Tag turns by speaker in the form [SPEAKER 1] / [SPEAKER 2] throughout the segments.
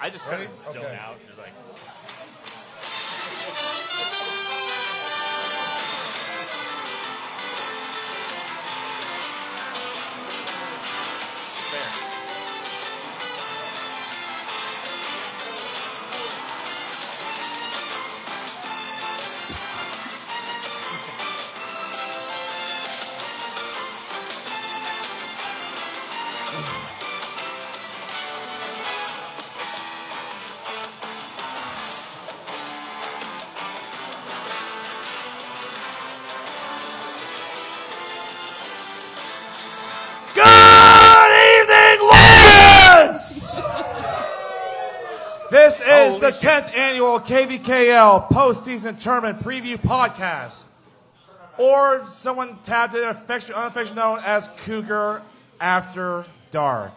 [SPEAKER 1] I just kind
[SPEAKER 2] Ready?
[SPEAKER 1] of zone
[SPEAKER 2] Okay.
[SPEAKER 1] out. and Just like there.
[SPEAKER 2] This is
[SPEAKER 1] Holy
[SPEAKER 2] the
[SPEAKER 1] shit.
[SPEAKER 2] 10th annual KBKL postseason tournament preview podcast, or someone tabbed it affection- unaffectionately known as Cougar After Dark.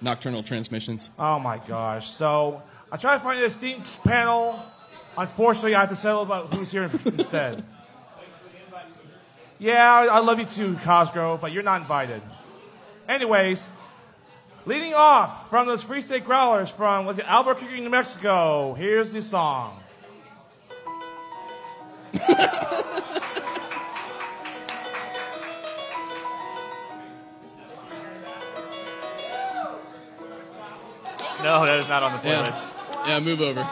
[SPEAKER 3] Nocturnal transmissions.
[SPEAKER 2] Oh my gosh! So I tried to find an esteemed panel. Unfortunately, I have to settle about who's here instead. Yeah, I- I love you too, Cosgrove, but you're not invited. Anyways, leading off from those Free State Growlers from was it Albuquerque, New Mexico. Here's the song.
[SPEAKER 1] No, that is not on the
[SPEAKER 3] Yeah.
[SPEAKER 1] playlist.
[SPEAKER 3] Yeah, move over.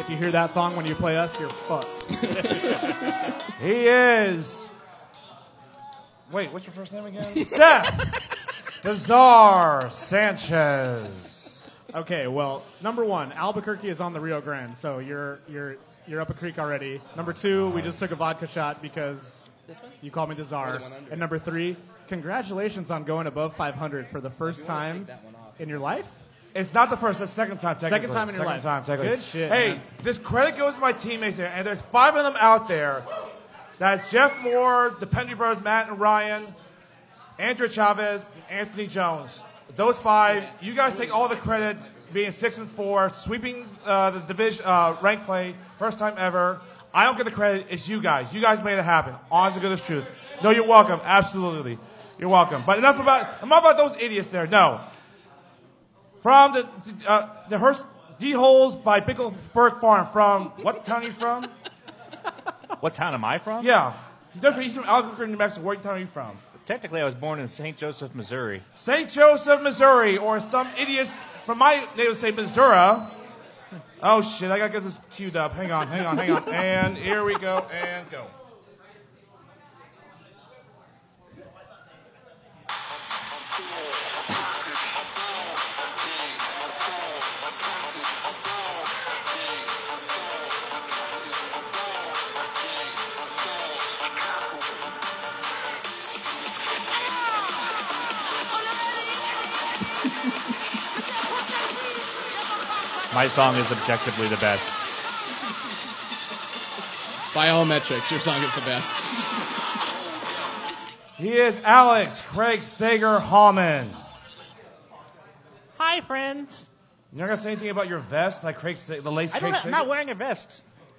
[SPEAKER 4] If you hear that song when you play us, you're fucked.
[SPEAKER 2] He is. Wait, what's your first name again? Seth. The Czar Sanchez.
[SPEAKER 4] Okay, well, number one, Albuquerque is on the Rio Grande, so you're you're you're up a creek already. Number two, we just took a vodka shot because you called me the
[SPEAKER 3] Or
[SPEAKER 4] czar.
[SPEAKER 3] Oh, the one under it.
[SPEAKER 4] And number three, congratulations on going above 500 for the first
[SPEAKER 3] If you wanna
[SPEAKER 4] time
[SPEAKER 3] take that one off.
[SPEAKER 4] in your life.
[SPEAKER 2] It's not the first, it's the second time technically.
[SPEAKER 4] Second time in your
[SPEAKER 2] Second
[SPEAKER 4] life.
[SPEAKER 2] time technically.
[SPEAKER 4] Good shit,
[SPEAKER 2] Hey,
[SPEAKER 4] man.
[SPEAKER 2] this credit goes to my teammates there, and there's five of them out there. That's Jeff Moore, the Penry Brothers, Matt and Ryan, Andrew Chavez, and Anthony Jones. Those five, you guys take all the credit being six and four, sweeping uh, the division uh, rank play, first time ever. I don't get the credit. It's you guys. You guys made it happen. Honest to goodness truth. No, you're welcome. Absolutely, you're welcome. But enough about enough about those idiots there. No, from the uh, the Hearst D holes by Bickleberg Farm. From what town are you from?
[SPEAKER 1] What town am I from?
[SPEAKER 2] Yeah, They're from- he's from Albuquerque, New Mexico. What town are you from?
[SPEAKER 1] Technically, I was born in St. Joseph, Missouri.
[SPEAKER 2] St. Joseph, Missouri, or some idiots from my native state, Missouri. Oh shit! I gotta get this queued up. Hang on, hang on, hang on. And here we go, and go.
[SPEAKER 1] My song is objectively the best.
[SPEAKER 3] By all metrics, your song is the best.
[SPEAKER 2] He is Alex Craig Sager Hallman.
[SPEAKER 1] Hi, friends.
[SPEAKER 2] You're not gonna say anything about your vest, like Craig, Sa- the lace
[SPEAKER 1] I
[SPEAKER 2] Craig
[SPEAKER 1] don't,
[SPEAKER 2] Sager.
[SPEAKER 1] I'm not wearing a vest.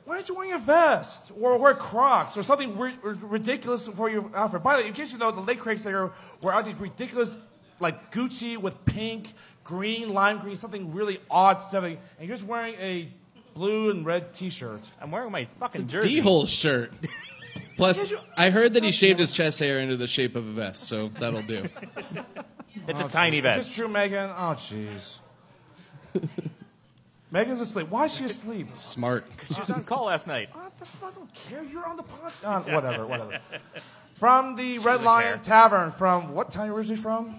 [SPEAKER 2] Why aren't you wearing a vest or wear Crocs or something ri- r- ridiculous for your outfit? By the way, in case you know, the late Craig Sager wore out these ridiculous, like Gucci with pink, green, lime green, something really odd stuff. And you're just wearing a blue and red T-shirt.
[SPEAKER 1] I'm wearing my fucking jersey.
[SPEAKER 3] D hole shirt. Plus, I heard that he shaved his chest hair into the shape of a vest, so that'll do.
[SPEAKER 1] It's a tiny
[SPEAKER 2] Is this
[SPEAKER 1] vest.
[SPEAKER 2] true, Megan? Oh, jeez. Megan's asleep. Why is she asleep?
[SPEAKER 3] Smart.
[SPEAKER 1] She was on call last night.
[SPEAKER 2] I don't- I don't care. You're on the podcast. Uh, whatever, whatever. From the Red
[SPEAKER 1] doesn't
[SPEAKER 2] Lion
[SPEAKER 1] care.
[SPEAKER 2] Tavern. From what town are you originally from?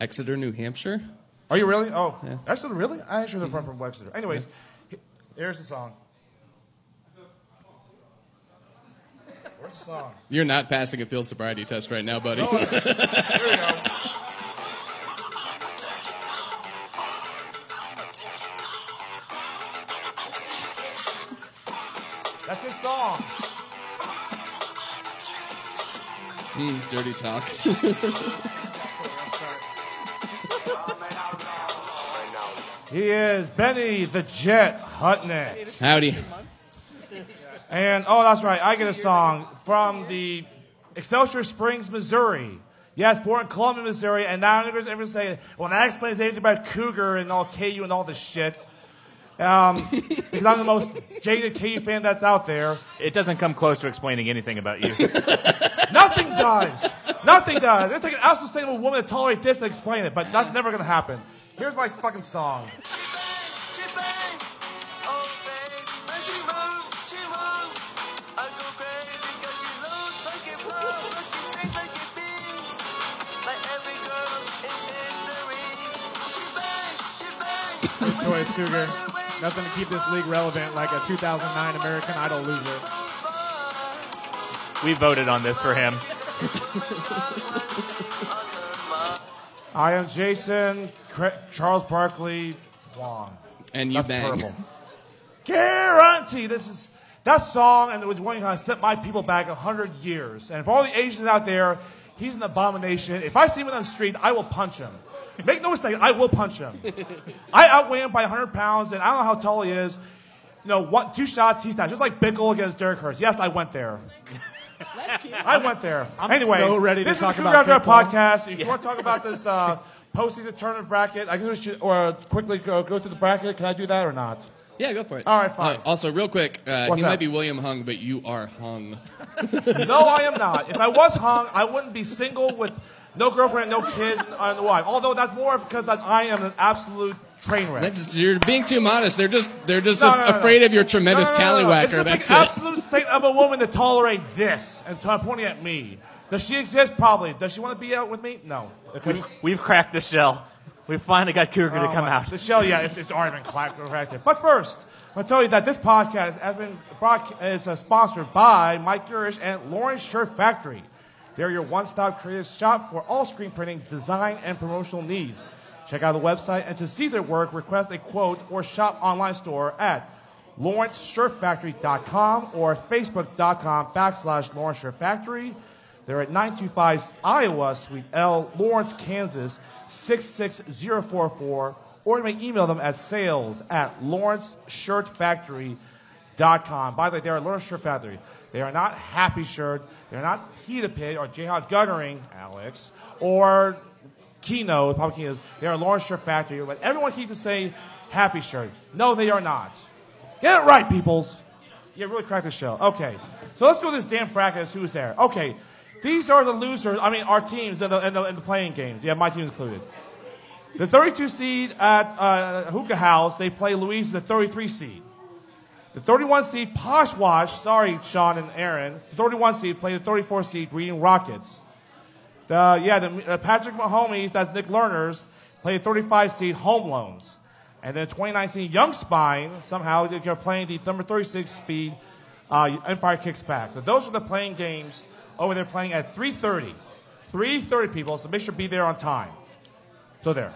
[SPEAKER 3] Exeter, New Hampshire.
[SPEAKER 2] Are you really? Oh, Exeter, really? I actually am from from Webster. Anyways, he- here's the song. Where's the song?
[SPEAKER 3] You're not passing a field sobriety test right now, buddy.
[SPEAKER 2] Here we go. That's his song.
[SPEAKER 3] Mm, dirty talk.
[SPEAKER 2] He is Benny the Jet Hutnick.
[SPEAKER 3] Howdy.
[SPEAKER 2] And oh, that's right, I get a song from the Excelsior Springs, Missouri. Yes, born in Columbia, Missouri, and now I'm ever saying, well, that explains anything about Cougar and all KU and all this shit. Um, because I'm the most jaded KU fan that's out there.
[SPEAKER 1] It doesn't come close to explaining anything about you.
[SPEAKER 2] Nothing does. Nothing does. It's like an unsustainable woman to tolerate this and explain it, but that's never going to happen. Here's my fucking song.
[SPEAKER 5] She bang, oh baby, when she moves, she moves. I go crazy 'cause she looks like a pro, but she stays like a bee, like every girl in history. She bang, she bang.
[SPEAKER 4] Joyce Cougar. Nothing to keep this league relevant like a 2009 American Idol loser.
[SPEAKER 1] we voted on this for him.
[SPEAKER 2] I am Jason Cra- Charles Barkley Wong.
[SPEAKER 3] And you
[SPEAKER 2] That's
[SPEAKER 3] bang.
[SPEAKER 2] terrible. Guarantee this is that song, and it was one that set my people back hundred years. And if all the Asians out there, he's an abomination. If I see him on the street, I will punch him. Make no mistake, I will punch him. I outweigh him by 100 pounds, and I don't know how tall he is. You know, one, two shots, he's down. Just like Bickle against Derek Hurst. Yes, I went there. I went there.
[SPEAKER 4] I'm
[SPEAKER 2] anyway,
[SPEAKER 4] so ready to
[SPEAKER 2] this
[SPEAKER 4] talk
[SPEAKER 2] is the
[SPEAKER 4] about
[SPEAKER 2] Cougar Outdoor
[SPEAKER 4] Bickle.
[SPEAKER 2] podcast. If you want to talk about this uh, postseason tournament bracket, I guess we should or quickly go, go through the bracket. Can I do that or not?
[SPEAKER 3] Yeah, go for it.
[SPEAKER 2] All right, fine.
[SPEAKER 3] Uh, also, real quick, uh,
[SPEAKER 2] What's
[SPEAKER 3] he
[SPEAKER 2] up?
[SPEAKER 3] might be William Hung, but you are hung.
[SPEAKER 2] No, I am not. If I was hung, I wouldn't be single with no girlfriend, no kid, and wife. Although that's more because that I am an absolute train wreck.
[SPEAKER 3] That just, you're being too modest. They're just they're just
[SPEAKER 2] No,
[SPEAKER 3] a-
[SPEAKER 2] no, no, no.
[SPEAKER 3] afraid of your tremendous
[SPEAKER 2] It's just
[SPEAKER 3] tallywhacker. That's
[SPEAKER 2] the
[SPEAKER 3] it.
[SPEAKER 2] absolute state of a woman to tolerate this and t- pointing at me. Does she exist? Probably. Does she want to be out with me? No.
[SPEAKER 1] We've, we've cracked the shell. We finally got Cougar
[SPEAKER 2] Oh
[SPEAKER 1] to come out.
[SPEAKER 2] The shell, yeah, it's, it's already been clapped corrected. But first, I'm gonna tell you that this podcast has been broadca- is uh, sponsored by Mike Gurish and Lawrence Shirt Factory. They're your one-stop creative shop for all screen printing, design, and promotional needs. Check out the website and to see their work, request a quote or shop online store at lawrenceshirtfactory.com or facebook.com backslash Lawrence Shirt Factory. They're at 925 Iowa, Suite L, Lawrence, Kansas, 66044, or you may email them at sales at lawrenceshirtfactory.com. By the way, they are Lawrence Shirt Factory. They are not Happy Shirt. They're not Pita Pit or Jayhawk Guttering, Alex, or Kino, probably Kino's. They are Lawrence Shirt Factory. But everyone keeps to say Happy Shirt. No, they are not. Get it right, peoples. Yeah, really crack the shell. Okay. So let's go to this damn bracket. as Who's there? Okay. These are the losers. I mean, our teams in the, in the, in the playing games. Yeah, my team included. The 32 seed at uh, Hookah House, they play Louise, the 33 seed. The 31 seed Poshwash, sorry, Sean and Aaron. The 31 seed play the 34 seed Reading Rockets. The, yeah, the, uh, Patrick Mahomes, that's Nick Lerner's, played 35 seed home loans. And then 2019 Young Spine, somehow they're playing the number 36 speed uh, Empire Kicks Back. So those are the playing games over there playing at 3.30. 3.30 people, so make sure to be there on time. So there.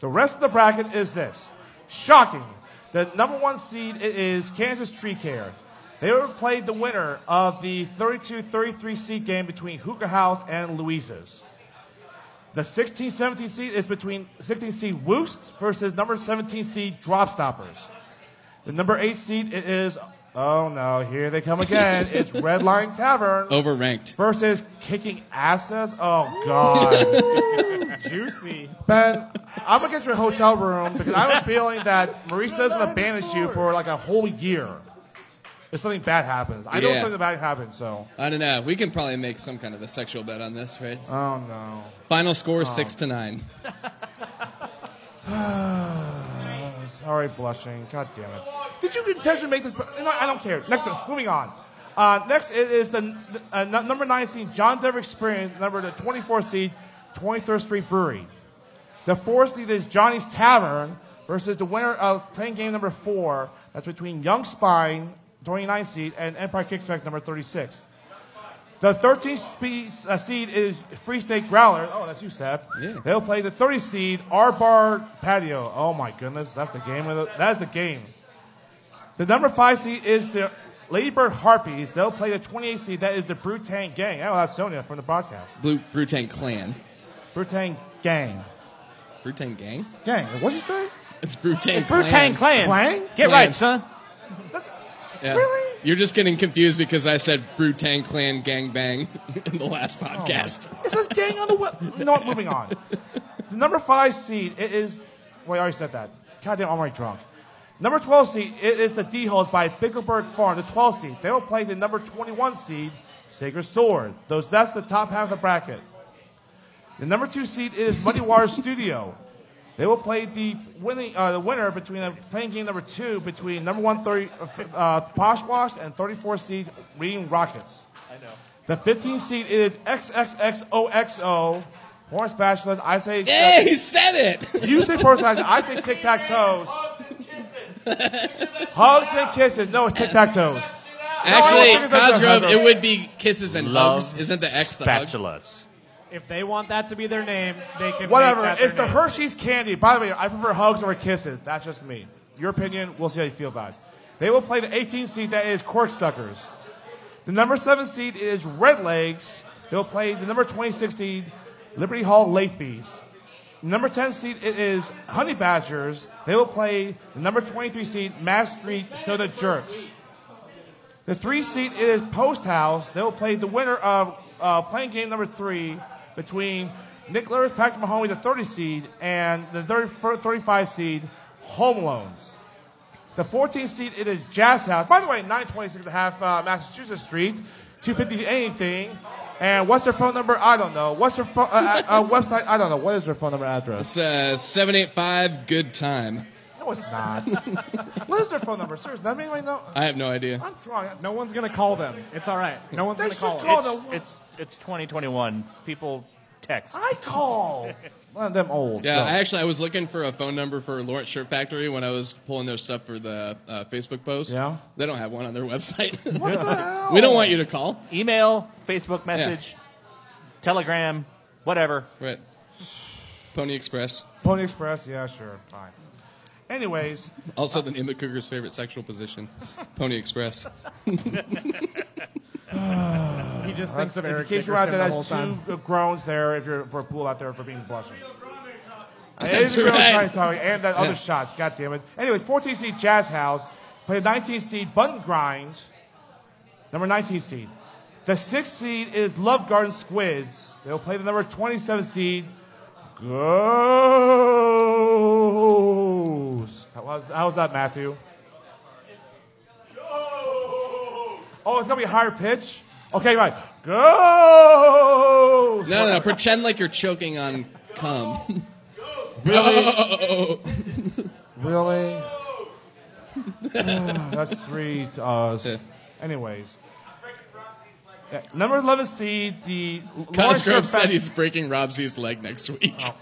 [SPEAKER 2] The rest of the bracket is this. Shocking. The number one seed i- is Kansas Tree Care. They were played the winner of the 32-33 seed game between Hookah House and Louisa's. The 16-17 seed is between 16 seed Woost versus number 17 seed Drop Stoppers. The number eight seed i- is oh no, here they come again. it's Red Line Tavern
[SPEAKER 3] Oh. Overranked.
[SPEAKER 2] versus Kicking Asses. Oh god.
[SPEAKER 4] Juicy.
[SPEAKER 2] Ben, I'm gonna get you a hotel room because I have a feeling that Marissa's gonna banish you for like a whole year if something bad happens. I don't
[SPEAKER 3] Yeah.
[SPEAKER 2] think something bad happened, so
[SPEAKER 3] I don't know. We can probably make some kind of a sexual bet on this, right?
[SPEAKER 2] oh no.
[SPEAKER 3] Final score six to nine.
[SPEAKER 2] Sorry, blushing. God damn it. Did you intentionally make this? You know, I don't care. Next, one. moving on. Uh, next i- is the uh, nu- number nine seed John Denver Experience, number the 24 seed 23rd Street Brewery. The fourth seed is Johnny's Tavern versus the winner of playing game number four. That's between Young Spine, 29 seed, and Empire Kickback, number 36. The 13th spe- uh, seed is Free State Growler. Oh, that's you, Seth.
[SPEAKER 3] Yeah.
[SPEAKER 2] They'll play the 30th seed R Bar Patio. Oh my goodness, that's the game. Of the, that's the game. The number five seed is the Ladybird Harpies. They'll play the 28th seed. That is the Brutang Gang. Oh, that's Sonia from the broadcast.
[SPEAKER 3] Blue Brutang Clan.
[SPEAKER 2] Brutang Gang.
[SPEAKER 3] Brutang Gang?
[SPEAKER 2] Gang. What'd you say?
[SPEAKER 3] It's Brutang Clan.
[SPEAKER 1] Brutang Clan.
[SPEAKER 2] Clan?
[SPEAKER 1] Get
[SPEAKER 3] Clan.
[SPEAKER 1] right, son.
[SPEAKER 2] That's,
[SPEAKER 3] Yeah.
[SPEAKER 2] Really?
[SPEAKER 3] You're just getting confused because I said Brutang Clan Gang Bang in the last podcast.
[SPEAKER 2] It says gang on the web. You know what? Moving on. The number five seed, it is. Wait, I already said that. Goddamn, I'm already drunk. Number 12 seed, it is the D Holes by Bickleberg Farm, the 12 seed. They will play the number 21 seed, Sacred Sword. Those, that's the top half of the bracket. The number two seed is Muddy Waters Studio. They will play the winning uh, the winner between uh, playing game number two between number one thirty uh, fi- uh, Posh Wash and thirty four seed Reading Rockets. I know. The fifteen seed is XXXOXO. Porn spatulas. I say uh,
[SPEAKER 3] Hey, he said it.
[SPEAKER 2] you say porn spatulas. I say tic tac toes. Hugs and kisses. No, it's tic tac toes.
[SPEAKER 3] Actually,
[SPEAKER 2] figure that out,
[SPEAKER 3] Cosgrove,
[SPEAKER 2] Hunter.
[SPEAKER 3] it would be kisses and
[SPEAKER 1] Love
[SPEAKER 3] hugs. Isn't the X the hug?
[SPEAKER 1] spatulas.
[SPEAKER 4] If they want that to be their name, they can.
[SPEAKER 2] Whatever.
[SPEAKER 4] Make that
[SPEAKER 2] It's
[SPEAKER 4] their
[SPEAKER 2] the
[SPEAKER 4] name.
[SPEAKER 2] Hershey's candy. By the way, I prefer hugs over kisses. That's just me. Your opinion. We'll see how you feel about it. They will play the 18 seed that is Corksuckers. The number seven seed is Red Legs. They'll play the number 26 seed Liberty Hall Late Feast. Number 10 seed it is Honey Badgers. They will play the number 23 seed Mass Street Soda Jerks. The three seed it is Post House. They will play the winner of uh, playing game number three between Nick Lewis, Patrick Mahoney, the 30 seed, and the 30, 35 seed Home Loans. The 14th seed, it is Jazz House. By the way, 926 and a half uh, Massachusetts Street, 250 anything. And what's their phone number? I don't know. What's their phone, uh, uh, uh, website? I don't know. What is their phone number address?
[SPEAKER 3] It's uh, seven eight five. Good time.
[SPEAKER 2] No, it's not. what is their phone number? Seriously, does anybody know?
[SPEAKER 3] I have no idea.
[SPEAKER 2] I'm trying.
[SPEAKER 4] No one's gonna call them. It's all right. No one's
[SPEAKER 2] They
[SPEAKER 4] gonna
[SPEAKER 2] should
[SPEAKER 4] call.
[SPEAKER 2] call
[SPEAKER 4] them.
[SPEAKER 1] It's,
[SPEAKER 2] the-
[SPEAKER 1] it's, it's 2021. People text.
[SPEAKER 2] I call. One of them old.
[SPEAKER 3] Yeah,
[SPEAKER 2] so.
[SPEAKER 3] I actually I was looking for a phone number for Lawrence Shirt Factory when I was pulling their stuff for the uh, Facebook post.
[SPEAKER 2] Yeah.
[SPEAKER 3] they don't have one on their website.
[SPEAKER 2] what the hell?
[SPEAKER 3] we don't want you to call.
[SPEAKER 1] Email, Facebook message, Telegram, whatever.
[SPEAKER 3] Right. Pony Express,
[SPEAKER 2] Pony Express, yeah, sure. Fine. Anyways,
[SPEAKER 3] also the name of Cougar's favorite sexual position, Pony Express.
[SPEAKER 4] He just thinks of
[SPEAKER 2] in
[SPEAKER 4] Eric
[SPEAKER 2] case
[SPEAKER 4] Dickerson
[SPEAKER 2] you're out there,
[SPEAKER 4] the whole
[SPEAKER 2] that's
[SPEAKER 4] time.
[SPEAKER 2] two groans there if you're for a pool out there for being blushing.
[SPEAKER 3] That's
[SPEAKER 2] Israel
[SPEAKER 3] right.
[SPEAKER 2] Giants talking, and that other shots. God damn it. Anyways, 14 seed Jazz House played 19 seed Button Grind, number 19 seed. The sixth seed is Love Garden Squids. They'll play the number 27 seed Ghost. How was, how was that, Matthew? Oh, it's gonna be a higher pitch. Okay, right. Ghost.
[SPEAKER 3] No, no, no. Pretend like you're choking on cum. Oh,
[SPEAKER 2] Really? really? Ah, That's three to us.
[SPEAKER 3] Yeah.
[SPEAKER 2] Anyways. Yeah, number 11 seed, the. Lawrence
[SPEAKER 3] Cosgrove
[SPEAKER 2] Fac-
[SPEAKER 3] said he's breaking Robsey's leg next week.
[SPEAKER 2] Oh,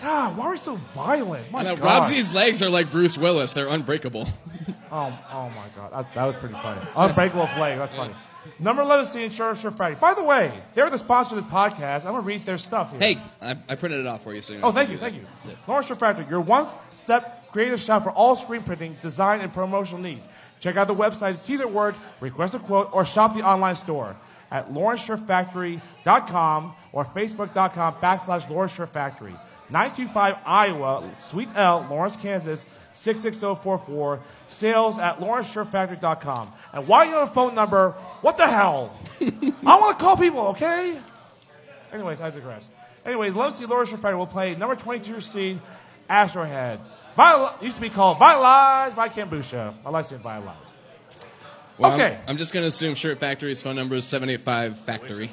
[SPEAKER 2] God, why are we so violent? My
[SPEAKER 3] Now,
[SPEAKER 2] God.
[SPEAKER 3] Robsey's legs are like Bruce Willis; they're unbreakable.
[SPEAKER 2] Oh, oh my God. That, that was pretty funny. Unbreakable Flake. That's funny. Number 11 seed, Sure Sure Friday. By the way, they're the sponsor of this podcast. I'm going to read their stuff here.
[SPEAKER 3] Hey, I, I printed it off for you. So you
[SPEAKER 2] Oh, thank you, thank you. Lawrence Refractor, your one-step creative shop for all screen printing, design, and promotional needs. Check out the website, see their work, request a quote, or shop the online store at lawrencesureffactory.com or facebook.com backslash Lawrence Shirt Factory. 925 Iowa, Suite L, Lawrence, Kansas, 66044, sales at lawrencesureffactory.com. And while you're on the phone number, what the hell? I want to call people, okay? Anyways, I digress. Anyway, Lucy Laura Fighter will play number 22 seed Astrohead. Viol- used to be called Vitalized by Kambusha. I like saying Vitalized.
[SPEAKER 3] Well, I'm-
[SPEAKER 2] okay.
[SPEAKER 3] I'm, just gonna assume Shirt Factory's phone number is seven eight five Factory.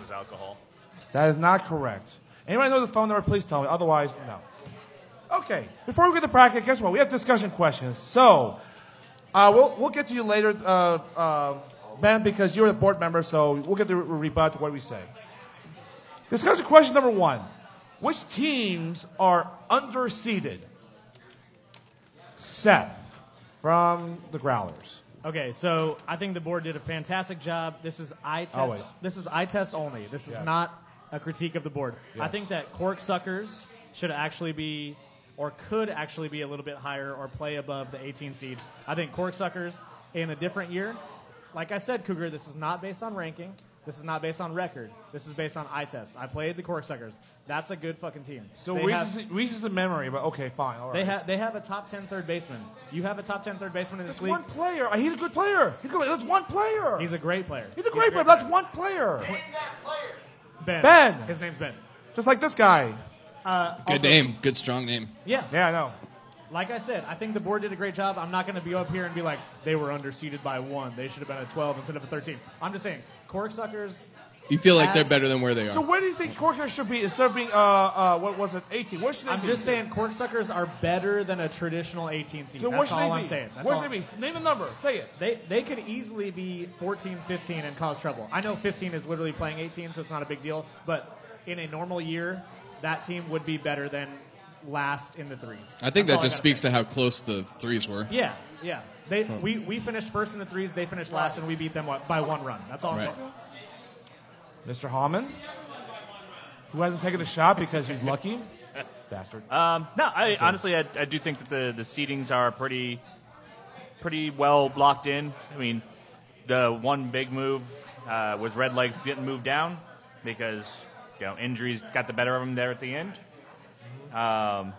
[SPEAKER 2] That is not correct. Anybody know the phone number? Please tell me. Otherwise, no. Okay. Before we get to bracket, guess what? We have discussion questions. So, uh, we'll, we'll get to you later, uh, uh, Ben, because you're the board member, so we'll get to re- rebut what we say. Discussion question number one Which teams are underseeded? Seth from the Growlers.
[SPEAKER 4] Okay, so I think the board did a fantastic job. This is eye test.
[SPEAKER 2] Always.
[SPEAKER 4] This is eye test only. This is
[SPEAKER 2] Yes.
[SPEAKER 4] not a critique of the board. I
[SPEAKER 2] Yes.
[SPEAKER 4] think that cork suckers should actually be, or could actually be, a little bit higher or play above the 18 seed. I think cork suckers in a different year. Like I said, Cougar, this is not based on ranking. This is not based on record. This is based on eye test. I played the Corksuckers. That's a good fucking team.
[SPEAKER 2] So
[SPEAKER 4] They have-
[SPEAKER 2] Reese's, Reese's the memory, but okay, fine. All right.
[SPEAKER 4] They have they have a top 10 third baseman. You have a top 10 third baseman in this
[SPEAKER 2] That's
[SPEAKER 4] league.
[SPEAKER 2] one player. He's a good player. He's good. That's one player. He's
[SPEAKER 4] He's
[SPEAKER 2] a,
[SPEAKER 4] a great player.
[SPEAKER 2] great player. but That's one player.
[SPEAKER 4] Ben.
[SPEAKER 2] Ben.
[SPEAKER 4] His name's Ben.
[SPEAKER 2] Just like this guy.
[SPEAKER 3] Good
[SPEAKER 4] Also-
[SPEAKER 3] name. Good strong name.
[SPEAKER 4] Yeah.
[SPEAKER 2] Yeah, I know.
[SPEAKER 4] Like I said, I think the board did a great job. I'm not going to be up here and be like they were underseeded by one. They should have been at 12 instead of a 13. I'm just saying, Corksuckers.
[SPEAKER 3] You feel like
[SPEAKER 4] As-
[SPEAKER 3] they're better than where they
[SPEAKER 2] So
[SPEAKER 3] are.
[SPEAKER 2] where do you think Corker should be instead of being uh uh what was it eighteen? Where should they
[SPEAKER 4] I'm
[SPEAKER 2] be?
[SPEAKER 4] just saying, Corksuckers are better than a traditional 18 seed.
[SPEAKER 2] Then where
[SPEAKER 4] That's
[SPEAKER 2] should
[SPEAKER 4] all
[SPEAKER 2] they be?
[SPEAKER 4] I'm saying. That's
[SPEAKER 2] where
[SPEAKER 4] all
[SPEAKER 2] should they be? Name the number. Say it.
[SPEAKER 4] They, they could easily be 14, 15 and cause trouble. I know 15 is literally playing 18, so it's not a big deal. But in a normal year, that team would be better than last in the threes.
[SPEAKER 3] I think
[SPEAKER 4] That's
[SPEAKER 3] that just
[SPEAKER 4] all gotta
[SPEAKER 3] speaks
[SPEAKER 4] say.
[SPEAKER 3] to how close the threes were.
[SPEAKER 4] Yeah, yeah. They, we, we finished first in the threes. They finished last, and we beat them what, by one run. That's all I'm
[SPEAKER 3] Right.
[SPEAKER 4] saying.
[SPEAKER 2] Mr. Hallman, who hasn't taken a shot because he's lucky. Bastard.
[SPEAKER 1] Um, no, I honestly, I, I do think that the, the seedings are pretty, pretty well locked in. I mean, the one big move uh, was Red Legs getting moved down because you know injuries got the better of him there at the end. Um,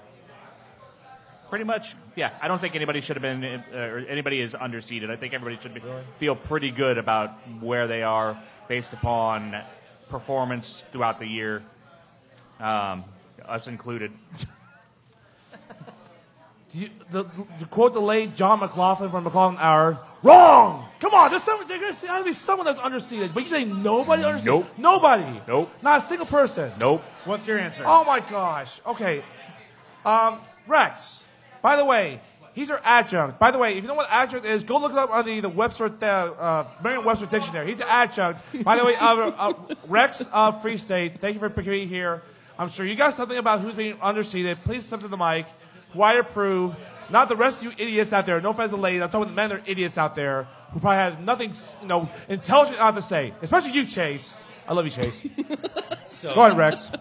[SPEAKER 1] pretty much, yeah. I don't think anybody should have been, uh, or anybody is underseeded. I think everybody should be, feel pretty good about where they are based upon performance throughout the year, um, us included.
[SPEAKER 2] Do you, the, the, quote the late John McLaughlin from McLaughlin Hour. Wrong. Come on. There's some. There's gotta be someone that's underseated. But you say nobody underseated.
[SPEAKER 1] Nope.
[SPEAKER 2] Nobody.
[SPEAKER 1] Nope.
[SPEAKER 2] Not a single person.
[SPEAKER 1] Nope.
[SPEAKER 4] What's your answer?
[SPEAKER 2] Oh my gosh. Okay. Um, Rex. By the way, he's our adjunct. By the way, if you know what adjunct is, go look it up on the, the Webster, the, uh, Merriam-Webster dictionary. He's the adjunct. By the way, uh, uh, Rex of Free State. Thank you for picking me here. I'm sure you got something about who's being underseated. Please step to the mic. Why approve? Not the rest of you idiots out there. No offense to the ladies. I'm talking about the men that are idiots out there who probably have nothing, you know, intelligent out to say. Especially you, Chase. I love you, Chase.
[SPEAKER 6] So
[SPEAKER 2] Go ahead, Rex.